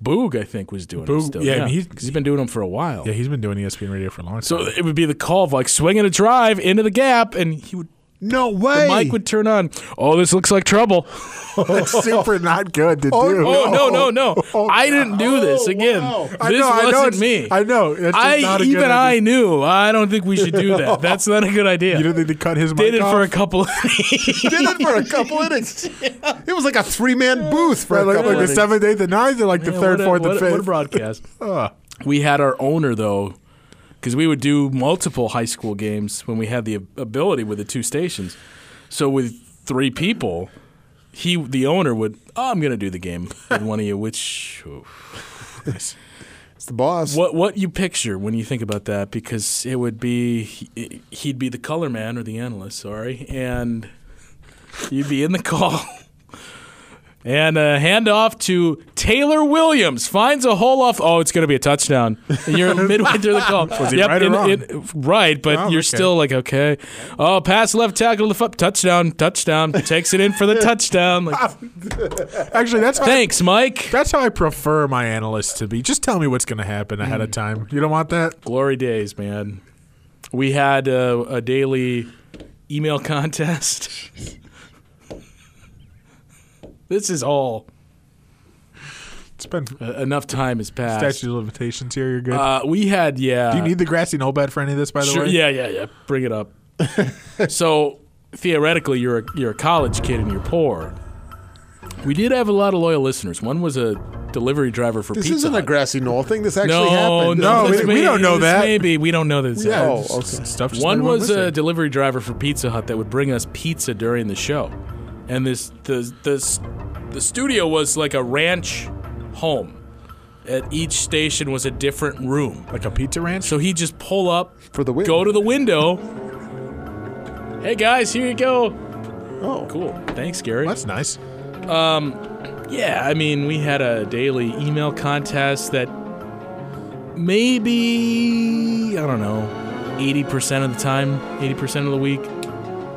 Speaker 1: Boog I think was doing
Speaker 3: Boog,
Speaker 1: it still.
Speaker 3: yeah, I mean, he's-
Speaker 1: 'cause he's been doing them for a while.
Speaker 3: E yeah, he's been doing ESPN radio for a long time.
Speaker 1: So it would be the call of like swinging a drive into the gap, and he would
Speaker 4: No way.
Speaker 1: Mike would turn on. Oh, this looks like trouble.
Speaker 4: That's super not good to do.
Speaker 1: Oh no no no! I didn't do this again. This
Speaker 4: oh, I know, I know
Speaker 1: wasn't
Speaker 4: it's-
Speaker 1: me.
Speaker 4: I know. That's just
Speaker 1: I
Speaker 4: not a good
Speaker 1: even I
Speaker 4: idea.
Speaker 1: knew. I don't think we should do that. That's not a good idea.
Speaker 4: You didn't think they cut his mic
Speaker 1: Did it for a
Speaker 4: off?
Speaker 1: couple.
Speaker 4: did it for a couple innings. It was like a three man booth for
Speaker 3: Right,
Speaker 4: a
Speaker 3: like,
Speaker 4: couple
Speaker 3: like the
Speaker 4: innings.
Speaker 3: seventh, eighth, and ninth, or like the
Speaker 1: Man,
Speaker 3: third,
Speaker 1: what a-
Speaker 3: fourth,
Speaker 1: what
Speaker 3: and
Speaker 1: a-
Speaker 3: fifth.
Speaker 1: What a broadcast. we had our owner though, because we would do multiple high school games when we had the ab- ability with the two stations. So with three people, he the owner would. Oh, I'm going to do the game with one of you. Which
Speaker 4: It's the boss.
Speaker 1: what what you picture when you think about that? Because it would be he- he'd be the color man or the analyst. Sorry, and you'd be in the call. And a handoff to Taylor Williams finds a hole off. Oh, it's going to be a touchdown. And you're midway through the call. Was
Speaker 3: he right or wrong?
Speaker 1: right, but
Speaker 3: Oh,
Speaker 1: you're
Speaker 3: okay.
Speaker 1: still like, okay. Oh, pass left tackle to the foot. Touchdown, touchdown. Takes it in for the touchdown. Like,
Speaker 3: Actually, that's how, I,
Speaker 1: thanks, Mike.
Speaker 3: that's how I prefer my analysts to be. Just tell me what's going to happen ahead
Speaker 1: Mm.
Speaker 3: of time. You don't want that.
Speaker 1: Glory days, man. We had uh, a daily email contest. this is all. uh,
Speaker 3: It's been
Speaker 1: Enough time has passed.
Speaker 3: statute of limitations here. You're good.
Speaker 1: Uh, we had, yeah.
Speaker 3: Do you need the grassy knoll bed for any of this? By the
Speaker 1: Sure.
Speaker 3: way,
Speaker 1: Yeah, yeah, yeah. Bring it up. so theoretically, you're a, you're a college kid and you're poor. We did have a lot of loyal listeners. One was a delivery driver for
Speaker 4: this
Speaker 1: Pizza
Speaker 4: isn't a
Speaker 1: Hut.
Speaker 4: grassy knoll thing. This actually
Speaker 1: no,
Speaker 4: happened.
Speaker 1: no,
Speaker 3: No,
Speaker 1: this
Speaker 3: we-
Speaker 1: may-
Speaker 3: we don't know
Speaker 1: this
Speaker 3: that.
Speaker 1: Maybe we don't know this.
Speaker 4: Yeah. Oh,
Speaker 3: Just-
Speaker 4: okay.
Speaker 3: Stuff just
Speaker 1: One
Speaker 3: been
Speaker 1: was a
Speaker 3: missing.
Speaker 1: delivery driver for Pizza Hut that would bring us pizza during the show, and this the the the studio was like a ranch home. At each station was a different room,
Speaker 3: like a pizza ranch.
Speaker 1: so he'd just pull up
Speaker 4: For the win.
Speaker 1: Go to the window. hey guys, here you go.
Speaker 4: Oh,
Speaker 1: Cool. Thanks, Gary.
Speaker 3: that's nice.
Speaker 1: Yeah, I mean, we had a daily email contest that maybe, I don't know, 80% of the time, 80% of the week,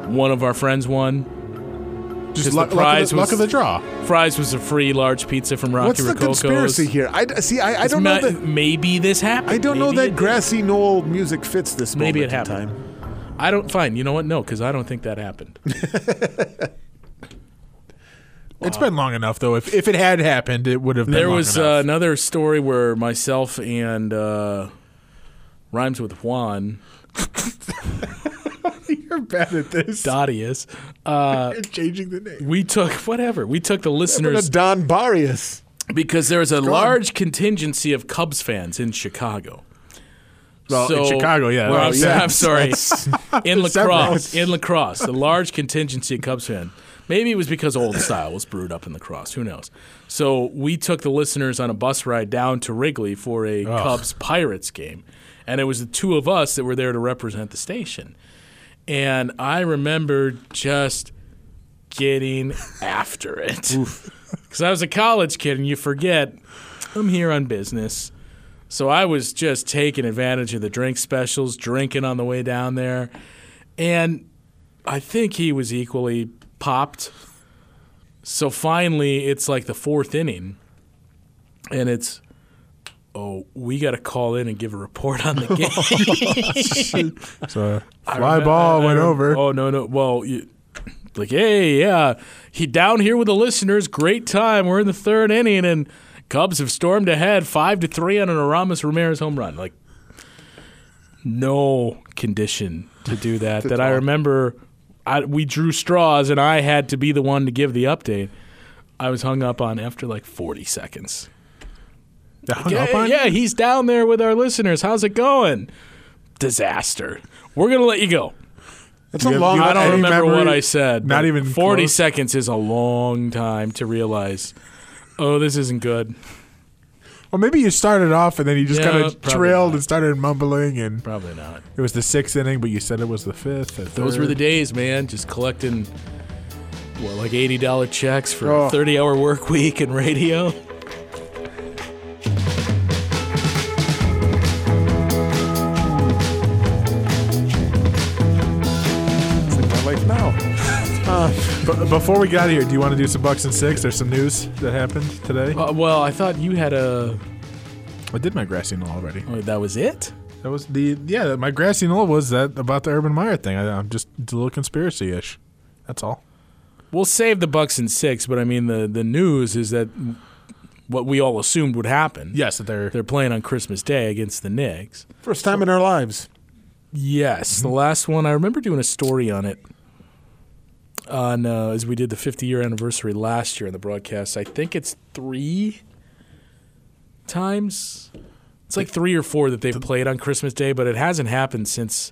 Speaker 1: one of our friends won.
Speaker 3: Just
Speaker 1: the
Speaker 3: luck, luck, of
Speaker 1: prize
Speaker 3: the, luck
Speaker 1: was-
Speaker 3: of the draw.
Speaker 1: Fries was a free large pizza from Rocky
Speaker 4: what's the
Speaker 1: Rococo's.
Speaker 4: conspiracy here? I d- see. I, I
Speaker 1: It's
Speaker 4: don't know
Speaker 1: ma-
Speaker 4: that.
Speaker 1: maybe this happened.
Speaker 4: I don't know
Speaker 1: Maybe it
Speaker 4: that
Speaker 1: did.
Speaker 4: grassy knoll music fits this
Speaker 1: Maybe
Speaker 4: moment
Speaker 1: it
Speaker 4: in
Speaker 1: happened.
Speaker 4: time.
Speaker 1: I don't. Fine. You know what? No, because I don't think that happened.
Speaker 3: It's been long enough though. If if it had happened, it would have been.
Speaker 1: There
Speaker 3: long
Speaker 1: was uh,
Speaker 3: enough.
Speaker 1: another story where myself and uh, rhymes with Juan
Speaker 3: You're bad at this.
Speaker 1: Dadius.
Speaker 3: You're changing the name.
Speaker 1: We took whatever. We took the
Speaker 4: But a
Speaker 1: listeners
Speaker 4: Don Barrios.
Speaker 1: because there was a large contingency of Cubs fans in Chicago.
Speaker 3: Well, in Chicago, yeah,
Speaker 1: Well, I'm,
Speaker 3: that makes
Speaker 1: I'm sorry. in lacrosse,
Speaker 3: Separate.
Speaker 1: in lacrosse, a large contingency of Cubs fan. Maybe it was because old style was brewed up in lacrosse. Who knows? So we took the listeners on a bus ride down to Wrigley for a Cubs Pirates game, and it was the two of us that were there to represent the station. And I remember just getting after it because I was a college kid, and you forget I'm here on business. So I was just taking advantage of the drink specials, drinking on the way down there. And I think he was equally popped. So finally, it's like the fourth inning. And it's, oh, we got to call in and give a report on the game.
Speaker 3: So
Speaker 1: uh, I
Speaker 3: fly
Speaker 1: remem-
Speaker 3: ball
Speaker 1: I- I
Speaker 3: went
Speaker 1: rem-
Speaker 3: over.
Speaker 1: Oh, no, no. Well, you, like, hey, yeah. He down here with the listeners. Great time. We're in the third inning, and Cubs have stormed ahead 5 to 3 on an Aramis Ramirez home run. Like, no condition to do that that I remember. I, we drew straws, and I had to be the one to give the update. I was hung up on after like 40 seconds.
Speaker 3: They hung
Speaker 1: Yeah,
Speaker 3: up on you?
Speaker 1: yeah, he's down there with our listeners. How's it going? Disaster. We're gonna let you go.
Speaker 4: That's a
Speaker 3: have-
Speaker 4: long.
Speaker 3: you
Speaker 1: I
Speaker 3: have
Speaker 1: don't
Speaker 3: any
Speaker 1: remember what
Speaker 3: memory?
Speaker 1: I said.
Speaker 3: Not
Speaker 1: but
Speaker 3: even
Speaker 1: 40
Speaker 3: close?
Speaker 1: seconds is a long time to realize, oh, this isn't good.
Speaker 3: Well, maybe you started off and then you just
Speaker 1: Yeah,
Speaker 3: kind of
Speaker 1: probably
Speaker 3: trailed
Speaker 1: not.
Speaker 3: and started mumbling, and
Speaker 1: Probably not.
Speaker 3: it was the sixth inning, but you said it was the fifth. the
Speaker 1: Those were the
Speaker 3: third.
Speaker 1: days, man, just collecting, what, like $80 checks for
Speaker 4: Oh.
Speaker 1: a 30 hour work week and radio?
Speaker 4: It's like my life now.
Speaker 3: Uh, But before we got here, do you want to do some bucks and six? There's some news that happened today.
Speaker 1: Uh, well, I thought you had a.
Speaker 3: I did my grassy knoll already.
Speaker 1: Oh, that was it?
Speaker 3: That was the yeah. My grassy knoll was that about the Urban Meyer thing. I, I'm just it's a little conspiracy ish. That's all.
Speaker 1: We'll save the Bucks in six, but I mean the the news is that what we all assumed would happen.
Speaker 3: Yes, that they're,
Speaker 1: They're playing on Christmas Day against the Knicks.
Speaker 4: First time in our lives.
Speaker 1: Yes,
Speaker 3: Mm-hmm.
Speaker 1: the last one I remember doing a story on it on uh, as we did the 50 year anniversary last year in the broadcast. I think it's three times. It's like three or four that they've played on Christmas Day, but it hasn't happened since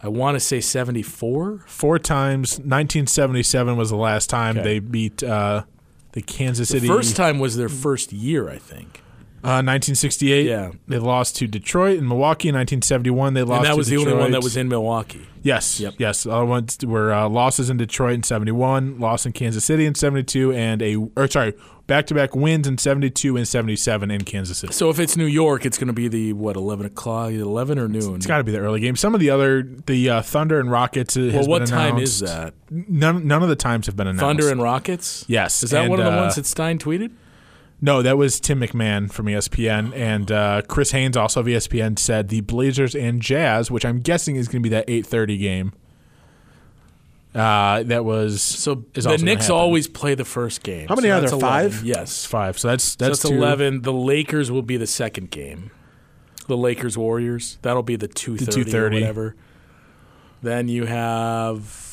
Speaker 1: I want to say 74.
Speaker 3: four times. 1977 was the last time
Speaker 1: Okay.
Speaker 3: they beat uh, the Mm. Kansas City.
Speaker 1: First time was their first year, I think.
Speaker 3: uh, 1968.
Speaker 1: Yeah.
Speaker 3: they lost to Detroit and Milwaukee. In 1971, they lost.
Speaker 1: And that
Speaker 3: to
Speaker 1: was the only one that
Speaker 3: Detroit.
Speaker 1: was in Milwaukee.
Speaker 3: Yes.
Speaker 1: Yep.
Speaker 3: Yes. The other ones were uh, losses in Detroit in 71, loss in Kansas City in 72, and a, or sorry, back to back wins in 72 and 77 in Kansas City.
Speaker 1: So if it's New York, it's going to be the, what, 11 o'clock, 11 or noon?
Speaker 3: It's got to be the early game. Some of the other, the uh, Thunder and Rockets. uh, Has
Speaker 1: well,
Speaker 3: been
Speaker 1: what time
Speaker 3: announced.
Speaker 1: is that?
Speaker 3: None, none of the times have been announced.
Speaker 1: Thunder and Rockets?
Speaker 3: Yes,
Speaker 1: Is that
Speaker 3: and,
Speaker 1: one of the
Speaker 3: uh,
Speaker 1: ones that Stein tweeted?
Speaker 3: No, that was Tim McMahon from E ESPN, and uh, Chris Haynes, also of ESPN, said the Blazers and Jazz, which I'm guessing is going to be that 8:30 game. Uh, that was
Speaker 1: So
Speaker 3: is
Speaker 1: the
Speaker 3: also gonna
Speaker 1: Knicks
Speaker 3: happen.
Speaker 1: always play the first game.
Speaker 4: How many
Speaker 1: so
Speaker 4: are
Speaker 1: that's
Speaker 4: there,
Speaker 1: 11.
Speaker 4: five?
Speaker 1: Yes.
Speaker 3: It's five. So that's
Speaker 1: So
Speaker 3: that's,
Speaker 1: that's
Speaker 3: two.
Speaker 1: 11. The Lakers will be the second game. The Lakers Warriors. That'll be the 230,
Speaker 3: 2:30.
Speaker 1: or whatever. Then you have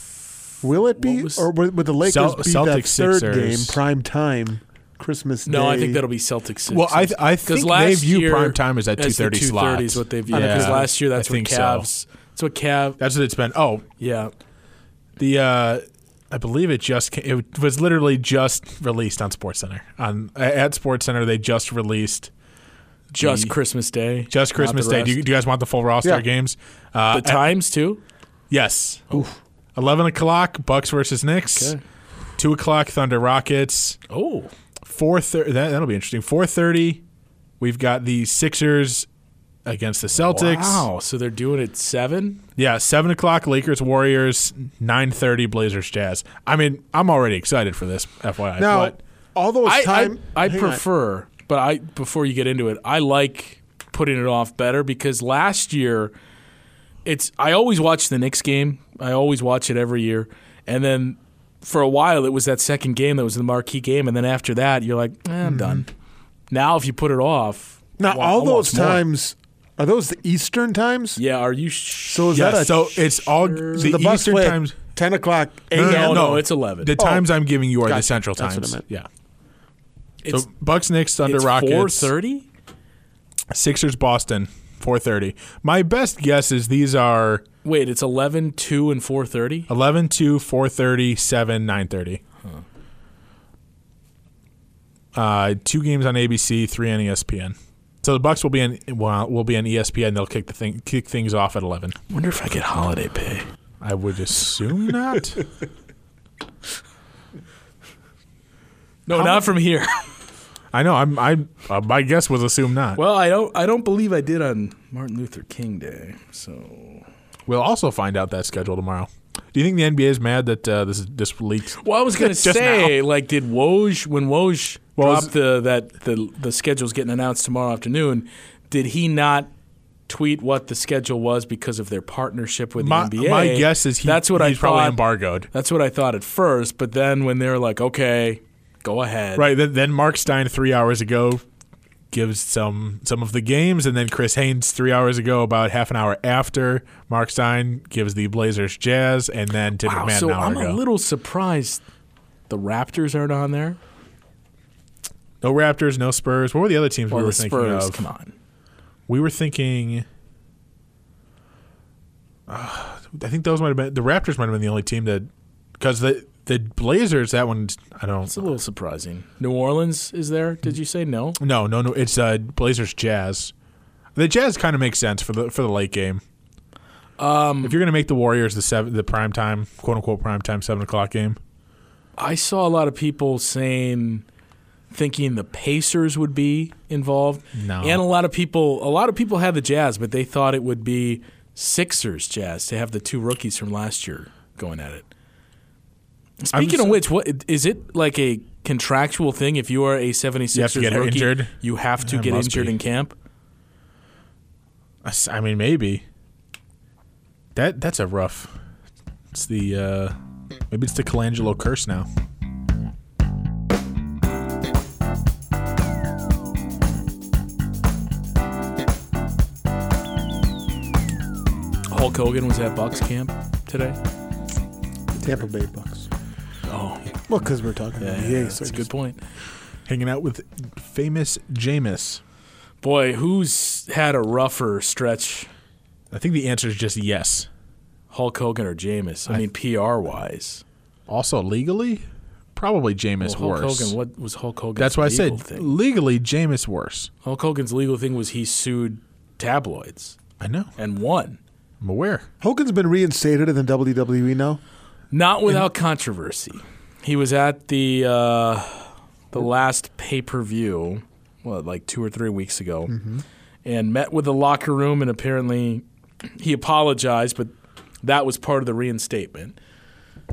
Speaker 4: Will it be,
Speaker 1: What was-
Speaker 4: or would would the Lakers
Speaker 3: Cel-
Speaker 4: be that
Speaker 3: Celtics,
Speaker 4: third
Speaker 3: Sixers.
Speaker 4: game, prime time, Christmas
Speaker 1: No,
Speaker 4: Day?
Speaker 1: I think that'll be Celtics. Sixers.
Speaker 3: Well, I th- I
Speaker 1: 'Cause
Speaker 3: think
Speaker 1: last
Speaker 3: they view
Speaker 1: year
Speaker 3: prime time as that
Speaker 1: as the
Speaker 3: 2:30 slot.
Speaker 1: 2:30 is what they view.
Speaker 3: Yeah.
Speaker 1: Because last year, that's
Speaker 3: I
Speaker 1: what
Speaker 3: think so.
Speaker 1: Cavs. That's what Cav.
Speaker 3: That's what it's been. Oh,
Speaker 1: Yeah.
Speaker 3: the uh, I believe it just ca it was literally just released on SportsCenter. On at SportsCenter, they just released
Speaker 1: Just
Speaker 3: The-
Speaker 1: Christmas Day.
Speaker 3: just
Speaker 1: not
Speaker 3: Christmas
Speaker 1: the
Speaker 3: Day. Do
Speaker 1: rest.
Speaker 3: you, do you guys want the full roster
Speaker 4: Yeah.
Speaker 3: of games? Uh,
Speaker 1: the times, too?
Speaker 3: yes. Eleven o'clock, Bucks versus Knicks.
Speaker 1: Okay.
Speaker 3: Two o'clock, Thunder Rockets.
Speaker 1: Oh.
Speaker 3: Four thirty. That, that'll be interesting. Four thirty, we've got the Sixers against the Celtics.
Speaker 1: Wow. So they're doing it 7?
Speaker 3: Yeah, seven o'clock Lakers Warriors, nine thirty Blazers Jazz. I mean, I'm already excited for this. FYI,
Speaker 4: Now,
Speaker 3: but
Speaker 4: although it's
Speaker 1: I,
Speaker 4: time.
Speaker 1: I, I
Speaker 4: hang on.
Speaker 1: prefer, but I before you get into it, I like putting it off better because last year, it's I always watch the Knicks game. I always watch it every year, and then for a while it was that second game that was the marquee game, and then after that you're like, eh, I'm done. Now if you put it off,
Speaker 4: Now,
Speaker 1: wa- I'll
Speaker 4: all
Speaker 1: watch
Speaker 4: those
Speaker 1: more.
Speaker 4: times, are those the Eastern times?
Speaker 1: yeah, are you? Sh-
Speaker 4: So is
Speaker 3: yeah,
Speaker 4: that a,
Speaker 3: so it's all
Speaker 4: so
Speaker 3: the,
Speaker 4: the bus
Speaker 3: Eastern
Speaker 4: play at
Speaker 3: times.
Speaker 4: 10 o'clock
Speaker 1: no,
Speaker 4: a.m.?
Speaker 1: no, no, it's 11.
Speaker 3: The times I'm giving you are the
Speaker 4: Oh, gotcha.
Speaker 3: Central
Speaker 4: That's
Speaker 3: times.
Speaker 4: what I meant.
Speaker 3: Yeah.
Speaker 1: it's
Speaker 3: so Bucks Knicks Thunder
Speaker 1: it's four
Speaker 3: Rockets
Speaker 1: thirty.
Speaker 3: Sixers Boston four thirty. My best guess is these are
Speaker 1: Wait, it's 11, 2, and four thirty.
Speaker 3: 11, 2, 4.30, 7, 9.30. Uh, two games on ABC, three on E ESPN. So the Bucks will be in well, will be on E ESPN. They'll kick the thing kick things off at eleven.
Speaker 1: Wonder if I get holiday pay.
Speaker 3: I would assume not.
Speaker 1: No, not from here.
Speaker 3: I know. I'm. I uh, my guess was assume not.
Speaker 1: Well, I don't. I don't believe I did on Martin Luther King Day. So.
Speaker 3: We'll also find out that schedule tomorrow. Do you think the NBA is mad that uh, this this leaks?
Speaker 1: Well, I was gonna
Speaker 3: Just
Speaker 1: say, like, did Woj when Woj
Speaker 3: Well,
Speaker 1: dropped
Speaker 3: is-
Speaker 1: the that the the schedule's getting announced tomorrow afternoon? Did he not tweet what the schedule was because of their partnership with
Speaker 3: My,
Speaker 1: the NBA?
Speaker 3: my guess is he,
Speaker 1: that's what
Speaker 3: he's
Speaker 1: I
Speaker 3: probably
Speaker 1: thought.
Speaker 3: embargoed.
Speaker 1: That's what I thought at first, but then when they were like, "Okay, go ahead,"
Speaker 3: Right. Then, then Mark Stein three hours ago gives some some of the games, and then Chris Haynes three hours ago, about half an hour after Mark Stein gives the Blazers Jazz, and then Tim
Speaker 1: Wow,
Speaker 3: McMahon
Speaker 1: so
Speaker 3: an hour
Speaker 1: I'm
Speaker 3: ago.
Speaker 1: a little surprised the Raptors aren't on there.
Speaker 3: no Raptors, no Spurs. What were the other teams
Speaker 1: Or
Speaker 3: we were
Speaker 1: the
Speaker 3: thinking
Speaker 1: Spurs,
Speaker 3: of?
Speaker 1: come on.
Speaker 3: We were thinking. uh, I think those might have been the Raptors. Might have been the only team that because the the Blazers that one I don't.
Speaker 1: It's a little surprising. New Orleans is there? Did you say no?
Speaker 3: No, no, no. It's uh, Blazers Jazz. The Jazz kind of makes sense for the for the late game. Um, if you're gonna make the Warriors the seven, the prime time, quote unquote prime time seven o'clock game.
Speaker 1: I saw a lot of people saying thinking the Pacers would be involved.
Speaker 3: No.
Speaker 1: And a lot of people a lot of people had the Jazz, but they thought it would be Sixers Jazz to have the two rookies from last year going at it. Speaking
Speaker 3: so-
Speaker 1: of which, what is it like a contractual thing if you are a 76ers
Speaker 3: get
Speaker 1: rookie,
Speaker 3: injured?
Speaker 1: you have to
Speaker 3: It
Speaker 1: get
Speaker 3: must
Speaker 1: injured
Speaker 3: be.
Speaker 1: in camp?
Speaker 3: I s- I mean, maybe. That that's a rough. It's the uh, maybe it's the Colangelo curse now.
Speaker 1: Hulk Hogan was at Bucks camp today.
Speaker 4: Tampa Bay Bucks.
Speaker 1: Oh,
Speaker 4: Well, because we're talking
Speaker 1: yeah,
Speaker 4: about the NBA,
Speaker 1: that's
Speaker 4: so
Speaker 1: a
Speaker 4: just-
Speaker 1: good point.
Speaker 3: Hanging out with famous Jameis.
Speaker 1: Boy, who's had a rougher stretch,
Speaker 3: I think the answer is just yes.
Speaker 1: Hulk Hogan or Jameis? I, mean, PR wise,
Speaker 3: Also legally, probably Jameis
Speaker 1: Hulk
Speaker 3: worse.
Speaker 1: Hogan. What was Hulk Hogan's
Speaker 3: that's why I
Speaker 1: legal
Speaker 3: said
Speaker 1: thing?
Speaker 3: legally Jameis worse.
Speaker 1: Hulk Hogan's legal thing was he sued tabloids
Speaker 3: I know.
Speaker 1: and won,
Speaker 3: I'm aware.
Speaker 4: Hogan's been reinstated in the WWE now.
Speaker 1: not without controversy. He was at the uh, the last pay per view, what like two or three weeks ago, and met with the locker room, and apparently he apologized, but that was part of the reinstatement.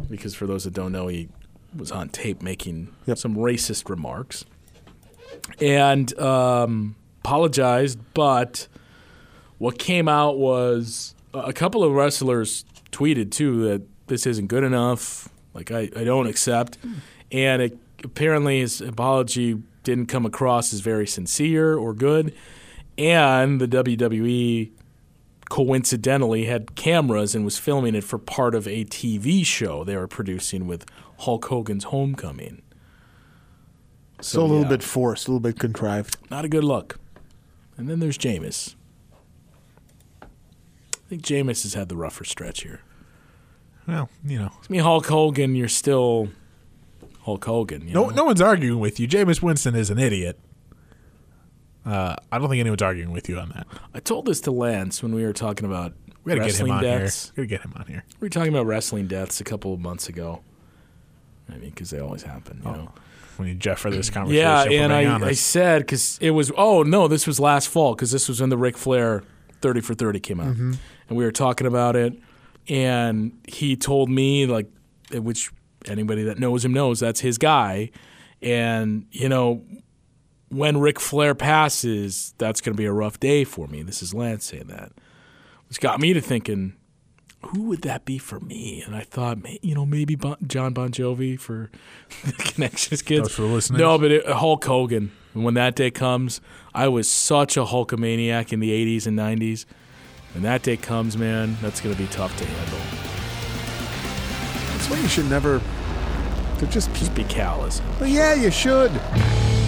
Speaker 1: Because for those that don't know, he was on tape making
Speaker 4: Yep.
Speaker 1: some racist remarks and um, apologized, but what came out was a- a couple of wrestlers tweeted too that this isn't good enough. Like I, I don't accept, and it, apparently his apology didn't come across as very sincere or good, and the WWE coincidentally had cameras and was filming it for part of a TV show they were producing with Hulk Hogan's homecoming.
Speaker 4: So a little
Speaker 1: yeah.
Speaker 4: bit forced, a little bit contrived.
Speaker 1: Not a good look. And then there's Jameis. I think Jameis has had the rougher stretch here.
Speaker 3: Well, you know,
Speaker 1: I mean, Hulk Hogan, you're still Hulk Hogan. You
Speaker 3: no,
Speaker 1: know?
Speaker 3: no one's arguing with you. Jameis Winston is an idiot. Uh, I don't think anyone's arguing with you on that.
Speaker 1: I told this to Lance when we were talking about
Speaker 3: We gotta
Speaker 1: wrestling
Speaker 3: get him on
Speaker 1: deaths.
Speaker 3: here. We gotta get him on here.
Speaker 1: We were talking about wrestling deaths a couple of months ago. I mean, because they always happen, you
Speaker 3: Oh.
Speaker 1: know.
Speaker 3: We need Jeff for this conversation.
Speaker 1: Yeah,
Speaker 3: if we're
Speaker 1: and
Speaker 3: being
Speaker 1: I, I
Speaker 3: honest.
Speaker 1: said because it was oh no, this was last fall because this was when the Ric Flair thirty for thirty came out,
Speaker 3: Mm-hmm.
Speaker 1: and we were talking about it, and he told me like, eh, which anybody that knows him knows that's his guy, and you know. When Ric Flair passes, that's going to be a rough day for me. This is Lance saying that, which got me to thinking, who would that be for me? And I thought, ma- you know, maybe bon- John Bon Jovi for the Connections Kids.
Speaker 3: Those for listeners.
Speaker 1: No, but it, Hulk Hogan. When that day comes, I was such a Hulkamaniac in the 80s and 90s. When that day comes, man, that's going to be tough to handle.
Speaker 4: That's why you should never. They're just people.
Speaker 1: Be callous.
Speaker 4: But yeah, you should.